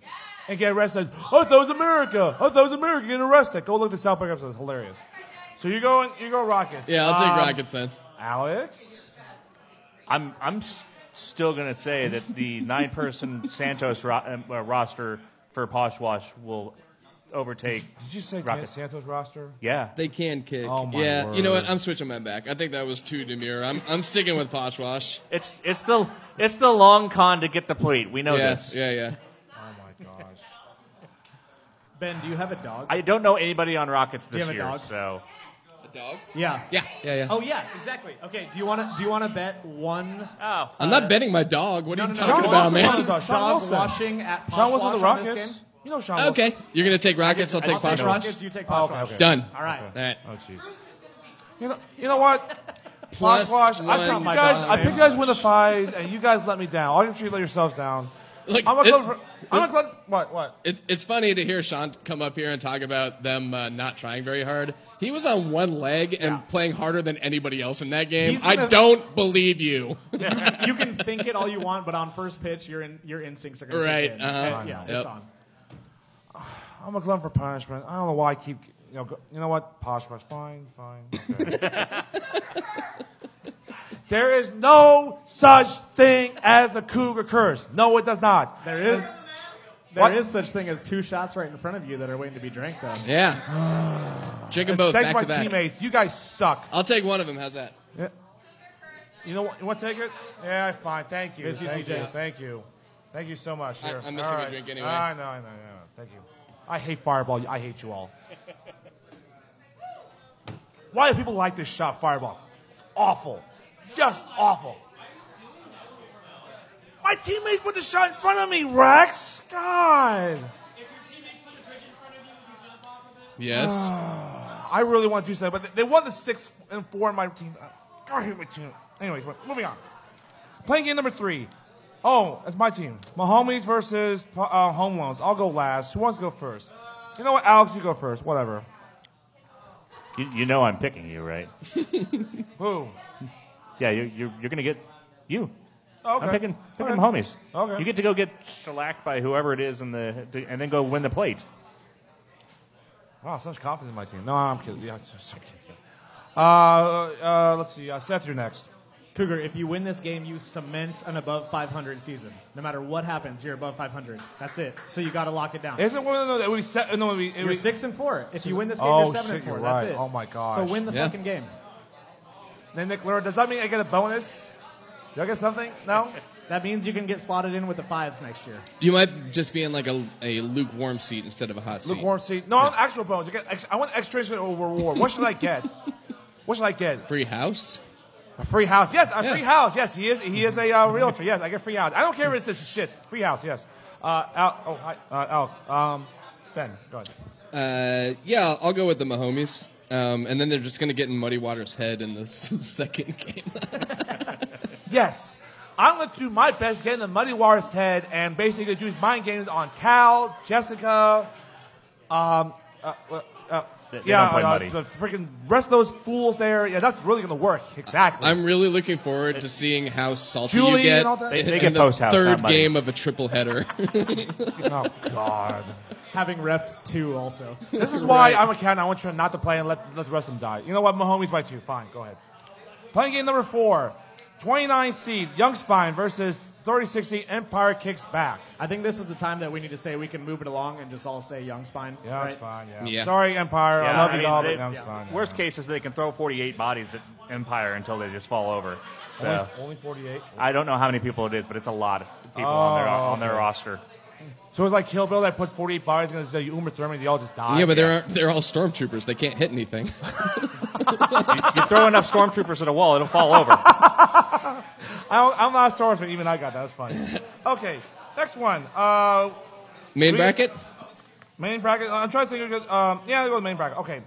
[SPEAKER 2] and get arrested. Oh, that was America. Oh, that was America. Get arrested. Go look at the South Park episode. It's hilarious. So you go and you go Rockets.
[SPEAKER 3] Yeah, I'll take
[SPEAKER 2] Um,
[SPEAKER 3] Rockets then.
[SPEAKER 2] Alex.
[SPEAKER 1] I'm I'm s- still gonna say that the nine person Santos ro- um, uh, roster for Poshwash will overtake.
[SPEAKER 2] Did you say
[SPEAKER 1] Rockets.
[SPEAKER 2] Santos roster?
[SPEAKER 1] Yeah,
[SPEAKER 3] They can kick.
[SPEAKER 2] Oh, my
[SPEAKER 3] yeah, you know
[SPEAKER 2] word.
[SPEAKER 3] what? I'm switching my back. I think that was too demure. I'm I'm sticking with Poshwash.
[SPEAKER 1] it's it's the it's the long con to get the plate. We know
[SPEAKER 3] Yes,
[SPEAKER 1] this.
[SPEAKER 3] yeah, yeah.
[SPEAKER 2] Oh my gosh.
[SPEAKER 4] Ben, do you have a dog?
[SPEAKER 1] I don't know anybody on Rockets
[SPEAKER 4] you
[SPEAKER 1] this
[SPEAKER 4] have a
[SPEAKER 1] year,
[SPEAKER 4] dog?
[SPEAKER 1] so
[SPEAKER 3] A dog?
[SPEAKER 4] yeah.
[SPEAKER 3] Yeah, yeah, yeah.
[SPEAKER 4] Oh yeah, exactly. Okay, do you want to do you want to bet one?
[SPEAKER 1] oh,
[SPEAKER 3] I'm not betting my dog. What are you
[SPEAKER 4] uh, no, no,
[SPEAKER 3] talking
[SPEAKER 4] no.
[SPEAKER 3] about,
[SPEAKER 2] Sean
[SPEAKER 3] man?
[SPEAKER 2] Wilson.
[SPEAKER 4] Dog
[SPEAKER 2] Sean Wilson.
[SPEAKER 4] washing at Posh
[SPEAKER 2] Sean Wilson, the
[SPEAKER 4] Wash on this
[SPEAKER 2] Rockets.
[SPEAKER 4] game?
[SPEAKER 2] You know Sean Wilson.
[SPEAKER 3] Okay, you're gonna take Rockets. I'll take
[SPEAKER 4] I'll take
[SPEAKER 3] Poshwash.
[SPEAKER 4] Rockets. You take
[SPEAKER 2] Oh,
[SPEAKER 4] Posh
[SPEAKER 2] okay,
[SPEAKER 4] Wash.
[SPEAKER 2] okay.
[SPEAKER 3] Done.
[SPEAKER 4] All right.
[SPEAKER 3] All right.
[SPEAKER 2] Oh jeez. You know, you know what?
[SPEAKER 3] Plus
[SPEAKER 2] Poshwash, I
[SPEAKER 3] one.
[SPEAKER 2] picked you
[SPEAKER 4] my
[SPEAKER 2] guys.
[SPEAKER 4] God.
[SPEAKER 2] I picked you guys win the fives, and you guys let me down. All you should let yourselves down.
[SPEAKER 3] Look,
[SPEAKER 2] I'm a
[SPEAKER 3] it-
[SPEAKER 2] club. For, I'm a club. What? What?
[SPEAKER 3] It's, it's funny to hear Sean come up here and talk about them uh, not trying very hard. He was on one leg and playing harder than anybody else in that game.
[SPEAKER 4] He's
[SPEAKER 3] I
[SPEAKER 4] gonna-
[SPEAKER 3] don't believe you.
[SPEAKER 4] you can think it all you want, but on first pitch, your in, your instincts are going
[SPEAKER 3] Right,
[SPEAKER 4] to be
[SPEAKER 3] uh-huh.
[SPEAKER 4] yeah,
[SPEAKER 3] Yep.
[SPEAKER 4] it's on.
[SPEAKER 2] I'm a glum for punishment. I don't know why I keep. You know, go, you know what? Poshwash. Fine, fine. okay. there is no such thing as the Cougar curse. No, it does not.
[SPEAKER 4] There is
[SPEAKER 2] What?
[SPEAKER 4] there is such thing as two shots right in front of you that are waiting to be drank. Though
[SPEAKER 3] Yeah. Drink them both
[SPEAKER 2] Thank
[SPEAKER 3] back
[SPEAKER 2] my
[SPEAKER 3] to back.
[SPEAKER 2] teammates. You guys suck.
[SPEAKER 3] I'll take one of them. How's that?
[SPEAKER 2] You know what? You want to take it? Yeah, fine. Thank you.
[SPEAKER 4] Here's you,
[SPEAKER 2] Thank
[SPEAKER 4] CJ.
[SPEAKER 2] you. Thank you. Thank you so much.
[SPEAKER 3] I-
[SPEAKER 2] Here.
[SPEAKER 3] I'm missing
[SPEAKER 2] All
[SPEAKER 3] a
[SPEAKER 2] right.
[SPEAKER 3] drink anyway.
[SPEAKER 2] I know, I know, I know. Thank you. I hate Fireball. I hate you all. Why do people like this shot, Fireball? It's awful. Just awful. My teammates put the shot in front of me, Rex. God.
[SPEAKER 3] Yes.
[SPEAKER 2] I really want to do something, but they won the six and four in my team. Uh, I hate my team. Anyways, but moving on. Playing game number three. Oh, that's my team. Mahomes versus uh, Home Loans. I'll go last. Who wants to go first? You know what, Alex, you go first. Whatever.
[SPEAKER 1] you, you know I'm picking you, right?
[SPEAKER 2] Who?
[SPEAKER 1] Yeah, you, you're you're gonna get you.
[SPEAKER 2] Okay.
[SPEAKER 1] I'm picking picking
[SPEAKER 2] Okay.
[SPEAKER 1] the homies.
[SPEAKER 2] Okay.
[SPEAKER 1] You get to go get shellacked by whoever it is in the and then go win the plate.
[SPEAKER 2] Wow, Oh, such confidence in my team. No, I'm kidding. Yeah, I'm sorry, kidding. Uh, uh, let's see. Uh, Seth, you're next.
[SPEAKER 4] Cougar, if you win this game, you cement an above 500 season. No matter what happens, you're above 500. That's it. So you got to lock it down.
[SPEAKER 2] Isn't one of them that we set? No, we,
[SPEAKER 4] You're
[SPEAKER 2] we-
[SPEAKER 4] six and four. If you win this game,
[SPEAKER 2] Oh,
[SPEAKER 4] you're seven
[SPEAKER 2] shit,
[SPEAKER 4] and 4
[SPEAKER 2] you're
[SPEAKER 4] That's
[SPEAKER 2] right.
[SPEAKER 4] it.
[SPEAKER 2] Oh, my gosh.
[SPEAKER 4] So win the
[SPEAKER 3] Yeah.
[SPEAKER 4] fucking game.
[SPEAKER 2] Then Nick Lura, does that mean I get a bonus? Do I get something? No?
[SPEAKER 4] That means you can get slotted in with the fives next year.
[SPEAKER 3] You might just be in like a, a lukewarm seat instead of a hot seat.
[SPEAKER 2] Lukewarm seat. No, I'm actual bones. You get ex- I want extra or reward. What should I get? what should I get?
[SPEAKER 3] Free house?
[SPEAKER 2] A free house. Yes, a
[SPEAKER 3] Yeah.
[SPEAKER 2] free house. Yes, he is. He is a uh, realtor. Yes, I get free house. I don't care if it's this shit. Free house. Yes. Uh, Al- oh, hi, uh, Alex. Um, ben, go ahead.
[SPEAKER 3] Uh, yeah, I'll- I'll go with the Mahomes. Um, and then they're just going to get in Muddy Water's head in the s- second game.
[SPEAKER 2] Yes. I'm going to do my best to get in the Muddy Waters' head and basically do mind games on Cal, Jessica,
[SPEAKER 1] They- they
[SPEAKER 2] yeah,
[SPEAKER 1] don't play
[SPEAKER 2] uh,
[SPEAKER 1] muddy.
[SPEAKER 2] the freaking rest of those fools there. Yeah, that's really going to work. Exactly.
[SPEAKER 3] I'm really looking forward to seeing how salty
[SPEAKER 2] Julie
[SPEAKER 3] you get
[SPEAKER 2] and all that?
[SPEAKER 1] They- they
[SPEAKER 3] in
[SPEAKER 1] get
[SPEAKER 3] the
[SPEAKER 1] post house, not
[SPEAKER 3] third
[SPEAKER 1] money.
[SPEAKER 3] game of a triple header.
[SPEAKER 2] oh, God.
[SPEAKER 4] Having refed two also.
[SPEAKER 2] This is why
[SPEAKER 3] Right.
[SPEAKER 2] I'm a cat and I want you not to play and let, let the rest of them die. You know what? Mahomes by two. Fine, go ahead. Playing game number four 29 seed Young Spine versus 36 seed Empire Kicks Back.
[SPEAKER 4] I think this is the time that we need to say we can move it along and just all say Young Spine.
[SPEAKER 2] Young
[SPEAKER 4] right?
[SPEAKER 2] Spine, yeah.
[SPEAKER 3] Yeah.
[SPEAKER 2] Sorry, Empire. I
[SPEAKER 1] Yeah,
[SPEAKER 2] love
[SPEAKER 1] I
[SPEAKER 2] you
[SPEAKER 1] mean,
[SPEAKER 2] all,
[SPEAKER 1] they-
[SPEAKER 2] but Young
[SPEAKER 1] yeah.
[SPEAKER 2] Spine. yeah.
[SPEAKER 1] Worst case is they can throw 48 bodies at Empire until they just fall over. So
[SPEAKER 2] Only 48.
[SPEAKER 1] I don't know how many people it is, but it's a lot of people on their
[SPEAKER 2] Oh,
[SPEAKER 1] on their roster.
[SPEAKER 2] So it's like Kill Bill that put 48 bodies against the Uma Thurman. They all just died.
[SPEAKER 3] yeah, but they're they're all stormtroopers. They can't hit anything.
[SPEAKER 1] You throw enough stormtroopers at a wall, it'll fall over.
[SPEAKER 2] I don't, I'm not a Star Wars fan. Even I got that. That's funny. okay, next one. Uh,
[SPEAKER 3] Main
[SPEAKER 2] We-
[SPEAKER 3] bracket.
[SPEAKER 2] Main bracket. uh, I'm trying to think of good. Um, yeah, go with main bracket. Okay.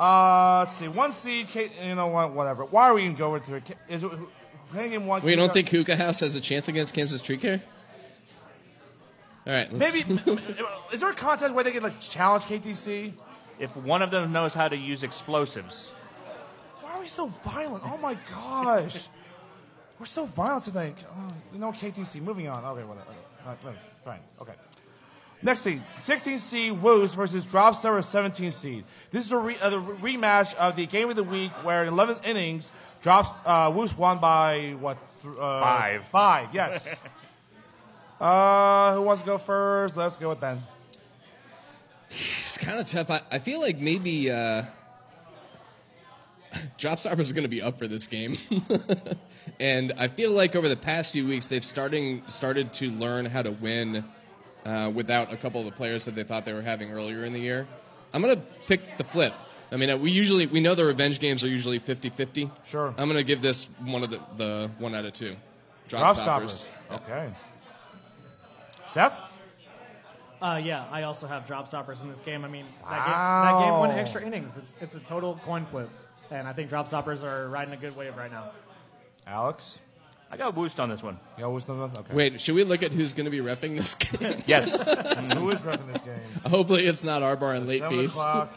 [SPEAKER 2] Uh, let's see. One seed. Kate, you know what? Whatever. Why are we even going through it? Ca- Is it who- playing game one?
[SPEAKER 3] We don't think Hookah House has a chance against Kansas Tree Care. All right. Let's,
[SPEAKER 2] Maybe. is there a contest where they can like challenge KTC?
[SPEAKER 1] If one of them knows how to use explosives,
[SPEAKER 2] Why are we so violent? Oh my gosh. We're so violent tonight. Oh, you know, KTC. Moving on. Okay, whatever. All right, wait, fine. Okay. Next seed, 16 seed Woos versus Drop Star 17 seed. This is a, re- a rematch of the game of the week where in 11 innings, Drops uh, Woos won by what? Th- uh,
[SPEAKER 1] Five.
[SPEAKER 2] Five. Yes. uh, who wants to go first? Let's go with Ben.
[SPEAKER 3] It's kind of tough. I, I feel like maybe uh, Dropstar is going to be up for this game, and I feel like over the past few weeks they've starting started to learn how to win uh, without a couple of the players that they thought they were having earlier in the year. I'm going to pick the flip. I mean, uh, we usually we know the revenge games are usually 50-50.
[SPEAKER 2] Sure.
[SPEAKER 3] I'm going to give this one of the, the one out of two.
[SPEAKER 2] Drop Stoppers. Okay. Seth?
[SPEAKER 4] Uh, yeah, I also have drop stoppers in this game. I mean, that,
[SPEAKER 2] Wow.
[SPEAKER 4] game, that game went extra innings. It's, it's a total coin flip. And I think drop stoppers are riding a good wave right now.
[SPEAKER 2] Alex?
[SPEAKER 1] I got a boost on this one.
[SPEAKER 2] Yeah, who's the one? Okay.
[SPEAKER 3] Wait, should we look at who's going to be refing this game?
[SPEAKER 1] Yes,
[SPEAKER 2] Who is running this game?
[SPEAKER 3] Hopefully, it's not Arbar and late
[SPEAKER 2] Seven
[SPEAKER 3] piece.
[SPEAKER 2] o'clock.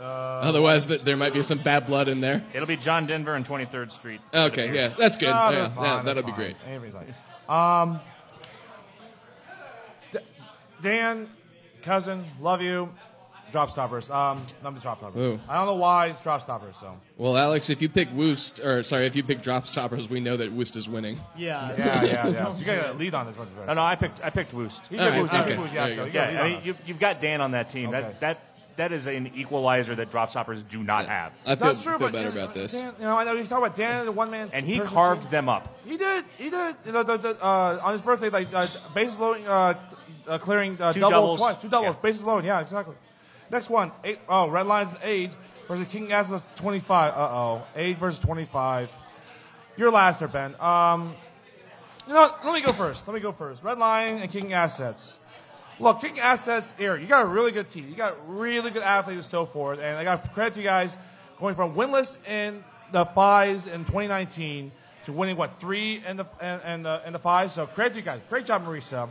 [SPEAKER 2] Uh,
[SPEAKER 3] Otherwise, th- there might be some bad blood in there.
[SPEAKER 1] it'll be John Denver and 23rd Street.
[SPEAKER 3] Okay, yeah, that's good.
[SPEAKER 2] oh,
[SPEAKER 3] yeah,
[SPEAKER 2] that's fine,
[SPEAKER 3] yeah,
[SPEAKER 2] that's
[SPEAKER 3] that'll be
[SPEAKER 2] fine.
[SPEAKER 3] great.
[SPEAKER 2] Everybody's like- um, D- Dan, cousin, love you. Drop stoppers. Um, I'm just drop stoppers.
[SPEAKER 3] Ooh.
[SPEAKER 2] I don't know why it's drop stoppers. So
[SPEAKER 3] Well, Alex, if you pick Woost, or sorry, if you pick Drop Stoppers, we know that Woost is winning.
[SPEAKER 4] Yeah.
[SPEAKER 2] yeah, yeah, yeah. you got to lead on this one.
[SPEAKER 1] No, no, I picked I picked Woost.
[SPEAKER 2] He
[SPEAKER 3] All
[SPEAKER 2] did
[SPEAKER 3] right,
[SPEAKER 2] lose, he did
[SPEAKER 3] okay.
[SPEAKER 2] lose, yeah,
[SPEAKER 3] There you
[SPEAKER 2] so
[SPEAKER 3] go.
[SPEAKER 2] you gotta
[SPEAKER 1] Yeah, I
[SPEAKER 2] lead
[SPEAKER 1] mean,
[SPEAKER 2] on
[SPEAKER 1] you've, you've got Dan on that team.
[SPEAKER 2] Okay.
[SPEAKER 1] That that that is an equalizer that drop stoppers do not have,
[SPEAKER 3] I
[SPEAKER 2] this.
[SPEAKER 3] feel,
[SPEAKER 2] That's true,
[SPEAKER 3] feel
[SPEAKER 2] but
[SPEAKER 3] better
[SPEAKER 2] Dan-
[SPEAKER 3] about this.
[SPEAKER 2] Dan, you know, I know you talk about Dan, the one man,
[SPEAKER 1] and he carved them up.
[SPEAKER 2] He did. He did. You know, the, the, uh, on his birthday, like uh, bases loading, uh, uh, clearing uh,
[SPEAKER 1] Two
[SPEAKER 2] double
[SPEAKER 1] doubles.
[SPEAKER 2] twice, two doubles,
[SPEAKER 1] Yeah.
[SPEAKER 2] bases loading. Yeah, exactly. Next one. Eight, oh, Red Lions and Age versus King Atlas twenty five. Uh oh, Age versus twenty five. You're last there, Ben. Um, you know, what? let me go first. Let me go first. Red Lion and King Assets. Look, King Assets here. You got a really good team. You got really good athletes and so forth. And I got credit to you guys going from winless in the fives in 2019 to winning what three in the and, and the in the fives. So credit to you guys. Great job, Marisa.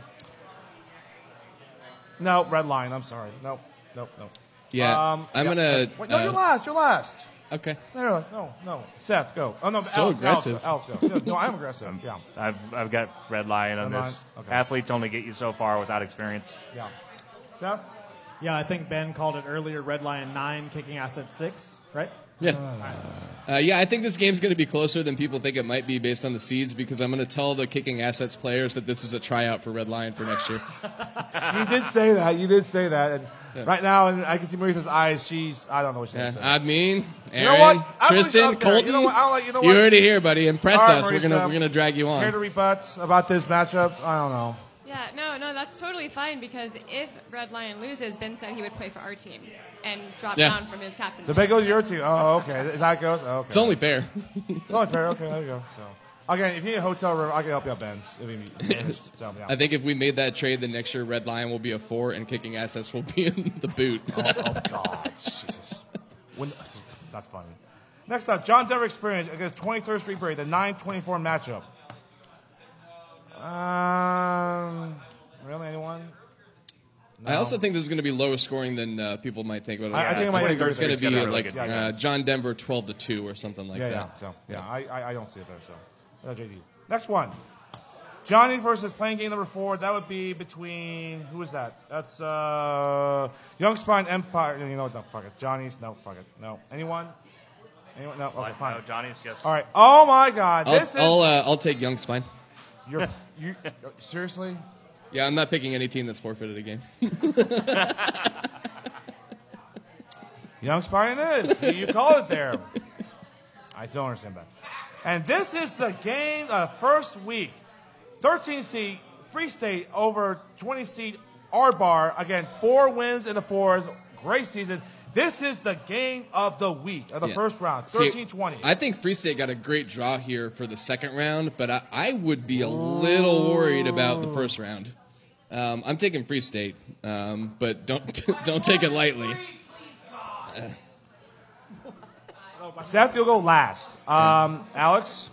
[SPEAKER 2] No, Red Lion. I'm sorry. No, no, no. Um,
[SPEAKER 3] Yeah, I'm
[SPEAKER 2] yeah.
[SPEAKER 3] gonna.
[SPEAKER 2] Wait, no,
[SPEAKER 3] uh,
[SPEAKER 2] you're last. You're last.
[SPEAKER 3] okay,
[SPEAKER 2] No, no, no, no. Seth, go. Oh no,
[SPEAKER 3] So
[SPEAKER 2] Alex,
[SPEAKER 3] aggressive.
[SPEAKER 2] Alex, Alex, go. No, no, I'm aggressive. Yeah.
[SPEAKER 1] I've I've got Red Lion on
[SPEAKER 2] Red
[SPEAKER 1] this.
[SPEAKER 2] Lion, okay.
[SPEAKER 1] Athletes only get you so far without experience.
[SPEAKER 2] Yeah. Seth?
[SPEAKER 4] Yeah, I think Ben called it earlier Red Lion 9, kicking ass at 6, right?
[SPEAKER 3] yeah, uh, yeah. I think this game's gonna be closer than people think it might be based on the seeds because I'm gonna tell the kicking assets players that this is a tryout for Red Lion for next year.
[SPEAKER 2] You did say that. You did say that. And right now, and I can see Marisa's eyes. She's, I don't know what she's
[SPEAKER 3] Yeah,
[SPEAKER 2] saying.
[SPEAKER 3] Uh, I mean, Aaron,
[SPEAKER 2] know what? I'm gonna
[SPEAKER 3] Tristan,
[SPEAKER 2] jump there. You
[SPEAKER 3] Colton.
[SPEAKER 2] know what? I'll let- you know what?
[SPEAKER 3] heard it here, buddy. Impress
[SPEAKER 2] All right,
[SPEAKER 3] us. We're
[SPEAKER 2] Marisa.
[SPEAKER 3] gonna we're gonna drag you on.
[SPEAKER 2] Care to rebut about this matchup? I don't know.
[SPEAKER 11] Yeah, no, no, that's totally fine because if Red Lion loses, Ben said he would play for our team and drop
[SPEAKER 3] Yeah.
[SPEAKER 11] down from his captain.
[SPEAKER 2] The bet goes your team. Oh, okay. Is that goes? Oh, okay. Oh,
[SPEAKER 3] It's only fair.
[SPEAKER 2] It's only fair. Okay, there you go. So, again, if you need a hotel room, I can help you out, Ben. If you need- so, yeah.
[SPEAKER 3] I think if we made that trade, the next year Red Lion will be a four and kicking assets will be in the boot.
[SPEAKER 2] Oh God, Jesus! When, that's funny. Next up, John Denver experience against 23rd Street Break, the 9-24 matchup. Um, really, anyone?
[SPEAKER 3] I also think this is going to be lower scoring than uh, people might think. But
[SPEAKER 2] I- I think it might be
[SPEAKER 3] this is going to
[SPEAKER 2] 36,
[SPEAKER 3] be
[SPEAKER 2] yeah, really
[SPEAKER 3] like
[SPEAKER 2] good. Yeah, yeah.
[SPEAKER 3] uh, John Denver twelve to two or something like
[SPEAKER 2] yeah,
[SPEAKER 3] that.
[SPEAKER 2] yeah. So yeah, I, I I don't see it there. So uh, JD. Next one, Johnny versus playing game number four. That would be between who is that? That's uh, Young Spine Empire. You know, what? no, fuck it. Johnny's no, fuck it, no. Anyone? Anyone? No. Okay, fine.
[SPEAKER 1] No, Johnny's yes.
[SPEAKER 2] All right. Oh my God,
[SPEAKER 3] I'll
[SPEAKER 2] this is
[SPEAKER 3] I'll, uh, I'll take Young Spine.
[SPEAKER 2] you're you seriously.
[SPEAKER 3] Yeah, I'm not picking any team that's forfeited a game.
[SPEAKER 2] Young Spartan is. You- you call it there. I still don't understand that. And this is the game of first week. 13 seed Free State over 20 seed R-Bar. Again, four wins in the fours. Great season. This is the game of the week, of the
[SPEAKER 3] Yeah.
[SPEAKER 2] first round,
[SPEAKER 3] See,
[SPEAKER 2] 13 20.
[SPEAKER 3] I think Free State got a great draw here for the second round, but I, I would be a little worried about the first round. Um, I'm taking Free State, um, but don't don't take it lightly.
[SPEAKER 2] Seth, you'll go last. Um, Alex?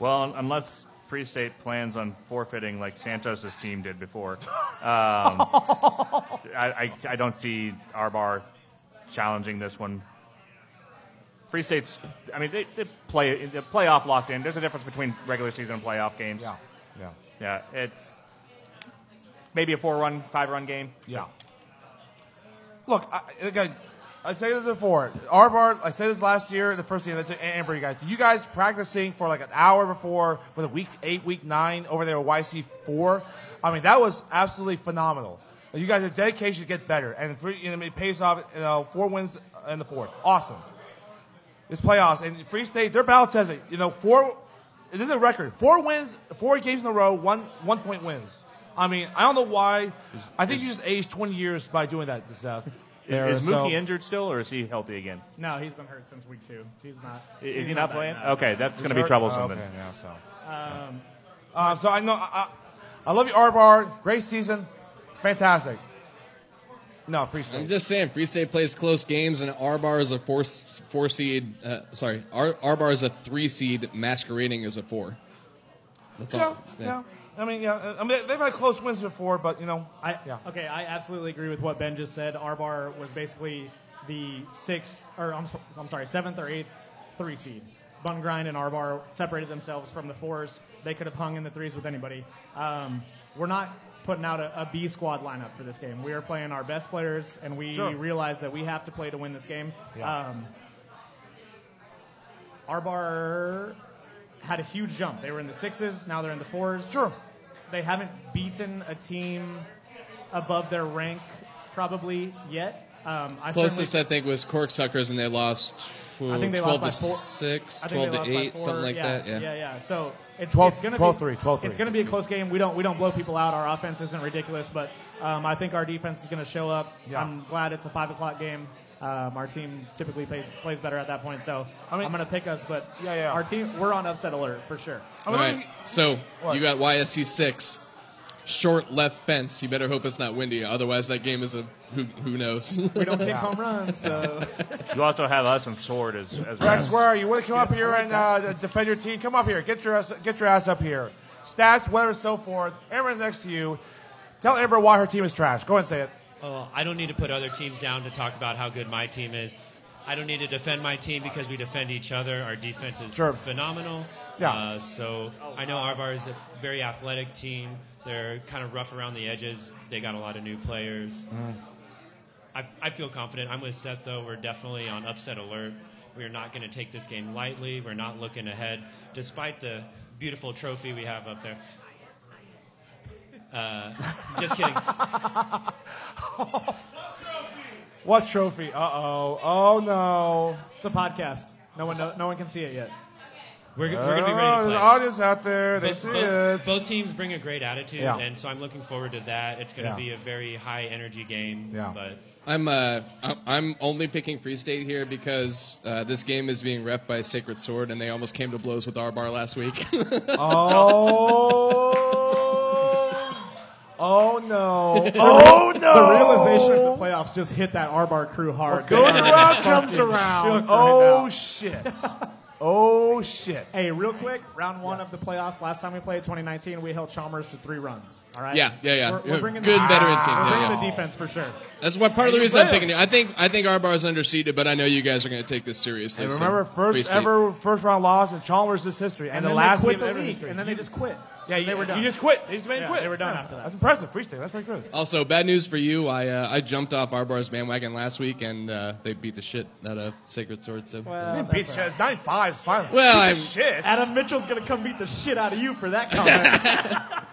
[SPEAKER 1] Well, un- unless Free State plans on forfeiting like Santos's team did before, um, I, I, I don't see our bar challenging this one. Free State's, I mean, they, they play the playoff locked in. There's a difference between regular season and playoff games.
[SPEAKER 2] Yeah. Yeah.
[SPEAKER 1] Yeah, it's maybe a four-run, five-run game.
[SPEAKER 2] Yeah. Look, I, again, I say this before. Arbar, I said this last year, the first thing that took Amber, you guys, you guys practicing for like an hour before with a week eight, week nine over there at YC4. I mean, that was absolutely phenomenal. You guys, the dedication to get better, and three, you know, it pays off. You know, four wins in the fourth, awesome. It's playoffs, and Free State, their ballot says it. You know, four. This is a record. Four wins, four games in a row, one one point wins. I mean, I don't know why. I think you just aged twenty years by doing that to Seth. There,
[SPEAKER 1] Is, is
[SPEAKER 2] so-
[SPEAKER 1] Mookie injured still, or is he healthy again?
[SPEAKER 4] No, he's been hurt since week two. He's not.
[SPEAKER 1] I- Is
[SPEAKER 4] he's
[SPEAKER 1] he not
[SPEAKER 4] back
[SPEAKER 1] playing?
[SPEAKER 4] now.
[SPEAKER 1] Okay, that's
[SPEAKER 2] He's
[SPEAKER 1] going to be
[SPEAKER 2] hurt?
[SPEAKER 1] troublesome
[SPEAKER 2] Oh,
[SPEAKER 1] then.
[SPEAKER 2] okay, yeah, so.
[SPEAKER 4] Um,
[SPEAKER 2] Um, so I know. I, I I love you, Arbar. Great season, fantastic. No, Free
[SPEAKER 3] I'm
[SPEAKER 2] State.
[SPEAKER 3] just saying, Free State plays close games, and R Bar is a four four seed. Uh, sorry, R Bar is a three seed masquerading as a four. That's
[SPEAKER 2] yeah,
[SPEAKER 3] all.
[SPEAKER 2] yeah, I mean, yeah. I mean, they- they've had close wins before, but you know,
[SPEAKER 4] I,
[SPEAKER 2] yeah.
[SPEAKER 4] Okay, I absolutely agree with what Ben just said. Arbar was basically the sixth, or I'm, so- I'm sorry, seventh or eighth three seed. Bungrind and Arbar separated themselves from the fours. They could have hung in the threes with anybody. Um, we're not putting out a, a B squad lineup for this game. We are playing our best players, and we
[SPEAKER 2] Sure.
[SPEAKER 4] realize that we have to play to win this game.
[SPEAKER 2] Yeah.
[SPEAKER 4] Um, Arbar had a huge jump. They were in the sixes, now they're in the fours.
[SPEAKER 2] Sure.
[SPEAKER 4] They haven't beaten a team above their rank probably yet. Um, I
[SPEAKER 3] Closest
[SPEAKER 4] certainly-
[SPEAKER 3] I think was Corksuckers, and they lost
[SPEAKER 4] I
[SPEAKER 3] twelve
[SPEAKER 4] think they
[SPEAKER 3] to
[SPEAKER 4] lost by four-
[SPEAKER 3] six,
[SPEAKER 4] I think
[SPEAKER 3] twelve to
[SPEAKER 4] they lost by
[SPEAKER 3] eight,
[SPEAKER 4] four.
[SPEAKER 3] something like
[SPEAKER 4] yeah,
[SPEAKER 3] that. Yeah.
[SPEAKER 4] yeah, yeah. So it's,
[SPEAKER 2] 12
[SPEAKER 4] it's gonna
[SPEAKER 2] 12-3,
[SPEAKER 4] be
[SPEAKER 2] 12-3.
[SPEAKER 4] It's gonna be a close game. We don't we don't blow people out. Our offense isn't ridiculous, but um, I think our defense is gonna show up.
[SPEAKER 2] Yeah.
[SPEAKER 4] I'm glad it's a five o'clock game. Um, our team typically plays plays better at that point, so
[SPEAKER 2] I mean-
[SPEAKER 4] I'm gonna pick us. But
[SPEAKER 2] Yeah, yeah.
[SPEAKER 4] our team we're on upset alert for sure.
[SPEAKER 2] I
[SPEAKER 3] All
[SPEAKER 2] mean,
[SPEAKER 3] right. So
[SPEAKER 2] What?
[SPEAKER 3] you got YSC six, short left fence. You better hope it's not windy. Otherwise, that game is a who, who knows.
[SPEAKER 4] We don't pick home runs, so
[SPEAKER 1] You also have us and Sword as as
[SPEAKER 2] Rex,
[SPEAKER 1] refs.
[SPEAKER 2] where are you? Will you come up here and uh, defend your team? Come up here. Get your ass, get your ass up here. Stats, weather, so forth. Amber's next to you. Tell Amber why her team is trash. Go ahead and say it.
[SPEAKER 6] Oh, I don't need to put other teams down to talk about how good my team is. I don't need to defend my team because we defend each other. Our defense is
[SPEAKER 2] Sure.
[SPEAKER 6] phenomenal.
[SPEAKER 2] Yeah.
[SPEAKER 6] Uh, so I know Arbar is a very athletic team. They're kind of rough around the edges. They got a lot of new players.
[SPEAKER 2] Mm.
[SPEAKER 6] I, I feel confident. I'm with Seth, though. We're definitely on upset alert. We are not going to take this game lightly. We're not looking ahead, despite the beautiful trophy we have up there. Uh, just kidding.
[SPEAKER 2] What trophy? Uh oh. Oh no.
[SPEAKER 4] it's a podcast. No one no, no one can see it yet.
[SPEAKER 6] We're, g-
[SPEAKER 2] Oh,
[SPEAKER 6] we're going to be ready to
[SPEAKER 2] there's
[SPEAKER 6] play.
[SPEAKER 2] audience out there. They
[SPEAKER 6] both,
[SPEAKER 2] see
[SPEAKER 6] both-
[SPEAKER 2] it.
[SPEAKER 6] both teams bring a great attitude,
[SPEAKER 2] Yeah.
[SPEAKER 6] and so I'm looking forward to that. It's going to
[SPEAKER 2] Yeah.
[SPEAKER 6] be a very high energy game.
[SPEAKER 2] Yeah.
[SPEAKER 6] But
[SPEAKER 3] I'm uh, I- I'm only picking Free State here because uh, this game is being ref by Sacred Sword, and they almost came to blows with R Bar last week.
[SPEAKER 2] Oh. oh no. Oh
[SPEAKER 4] The
[SPEAKER 2] no.
[SPEAKER 4] realization of the playoffs just hit that Arbar crew hard.
[SPEAKER 2] Goes around, comes
[SPEAKER 4] Fucking
[SPEAKER 2] around.
[SPEAKER 4] shook right
[SPEAKER 2] Oh
[SPEAKER 4] now.
[SPEAKER 2] shit. Oh shit!
[SPEAKER 4] Hey, real quick, round one of the playoffs. Last time we played, 2019, we held Chalmers to three runs. All right.
[SPEAKER 3] Yeah, yeah, yeah.
[SPEAKER 4] We're, we're bringing
[SPEAKER 3] Good
[SPEAKER 4] the,
[SPEAKER 3] veteran team,
[SPEAKER 4] We're
[SPEAKER 3] yeah,
[SPEAKER 4] bringing
[SPEAKER 3] yeah.
[SPEAKER 4] the defense for sure.
[SPEAKER 3] That's what part of the
[SPEAKER 4] And you
[SPEAKER 3] reason I'm
[SPEAKER 4] play
[SPEAKER 3] picking it. I think I think our bar is underseeded, but I know you guys are going to take this seriously.
[SPEAKER 2] And
[SPEAKER 3] so
[SPEAKER 2] remember,
[SPEAKER 3] Free
[SPEAKER 2] first
[SPEAKER 3] State.
[SPEAKER 2] ever first round loss in Chalmers' history, and,
[SPEAKER 4] And
[SPEAKER 2] the
[SPEAKER 4] then
[SPEAKER 2] last
[SPEAKER 4] they quit
[SPEAKER 2] game
[SPEAKER 4] the
[SPEAKER 2] ever in
[SPEAKER 4] league,
[SPEAKER 2] history.
[SPEAKER 4] and then they just quit.
[SPEAKER 2] Yeah, you,
[SPEAKER 4] they were done.
[SPEAKER 2] You just quit. They just made
[SPEAKER 4] Yeah,
[SPEAKER 2] quit.
[SPEAKER 4] They were done
[SPEAKER 2] Yeah,
[SPEAKER 4] after that.
[SPEAKER 2] That's impressive. Free State. That's like good.
[SPEAKER 3] Also, bad news for you. I uh, I jumped off our bar's bandwagon last week, and uh, they beat the shit out of Sacred Sword. So
[SPEAKER 2] Man, beat the shit. Nine five. Finally.
[SPEAKER 3] Well,
[SPEAKER 2] Beat the
[SPEAKER 3] I'm-
[SPEAKER 2] shit.
[SPEAKER 4] Adam Mitchell's gonna come beat the shit out of you for that comment.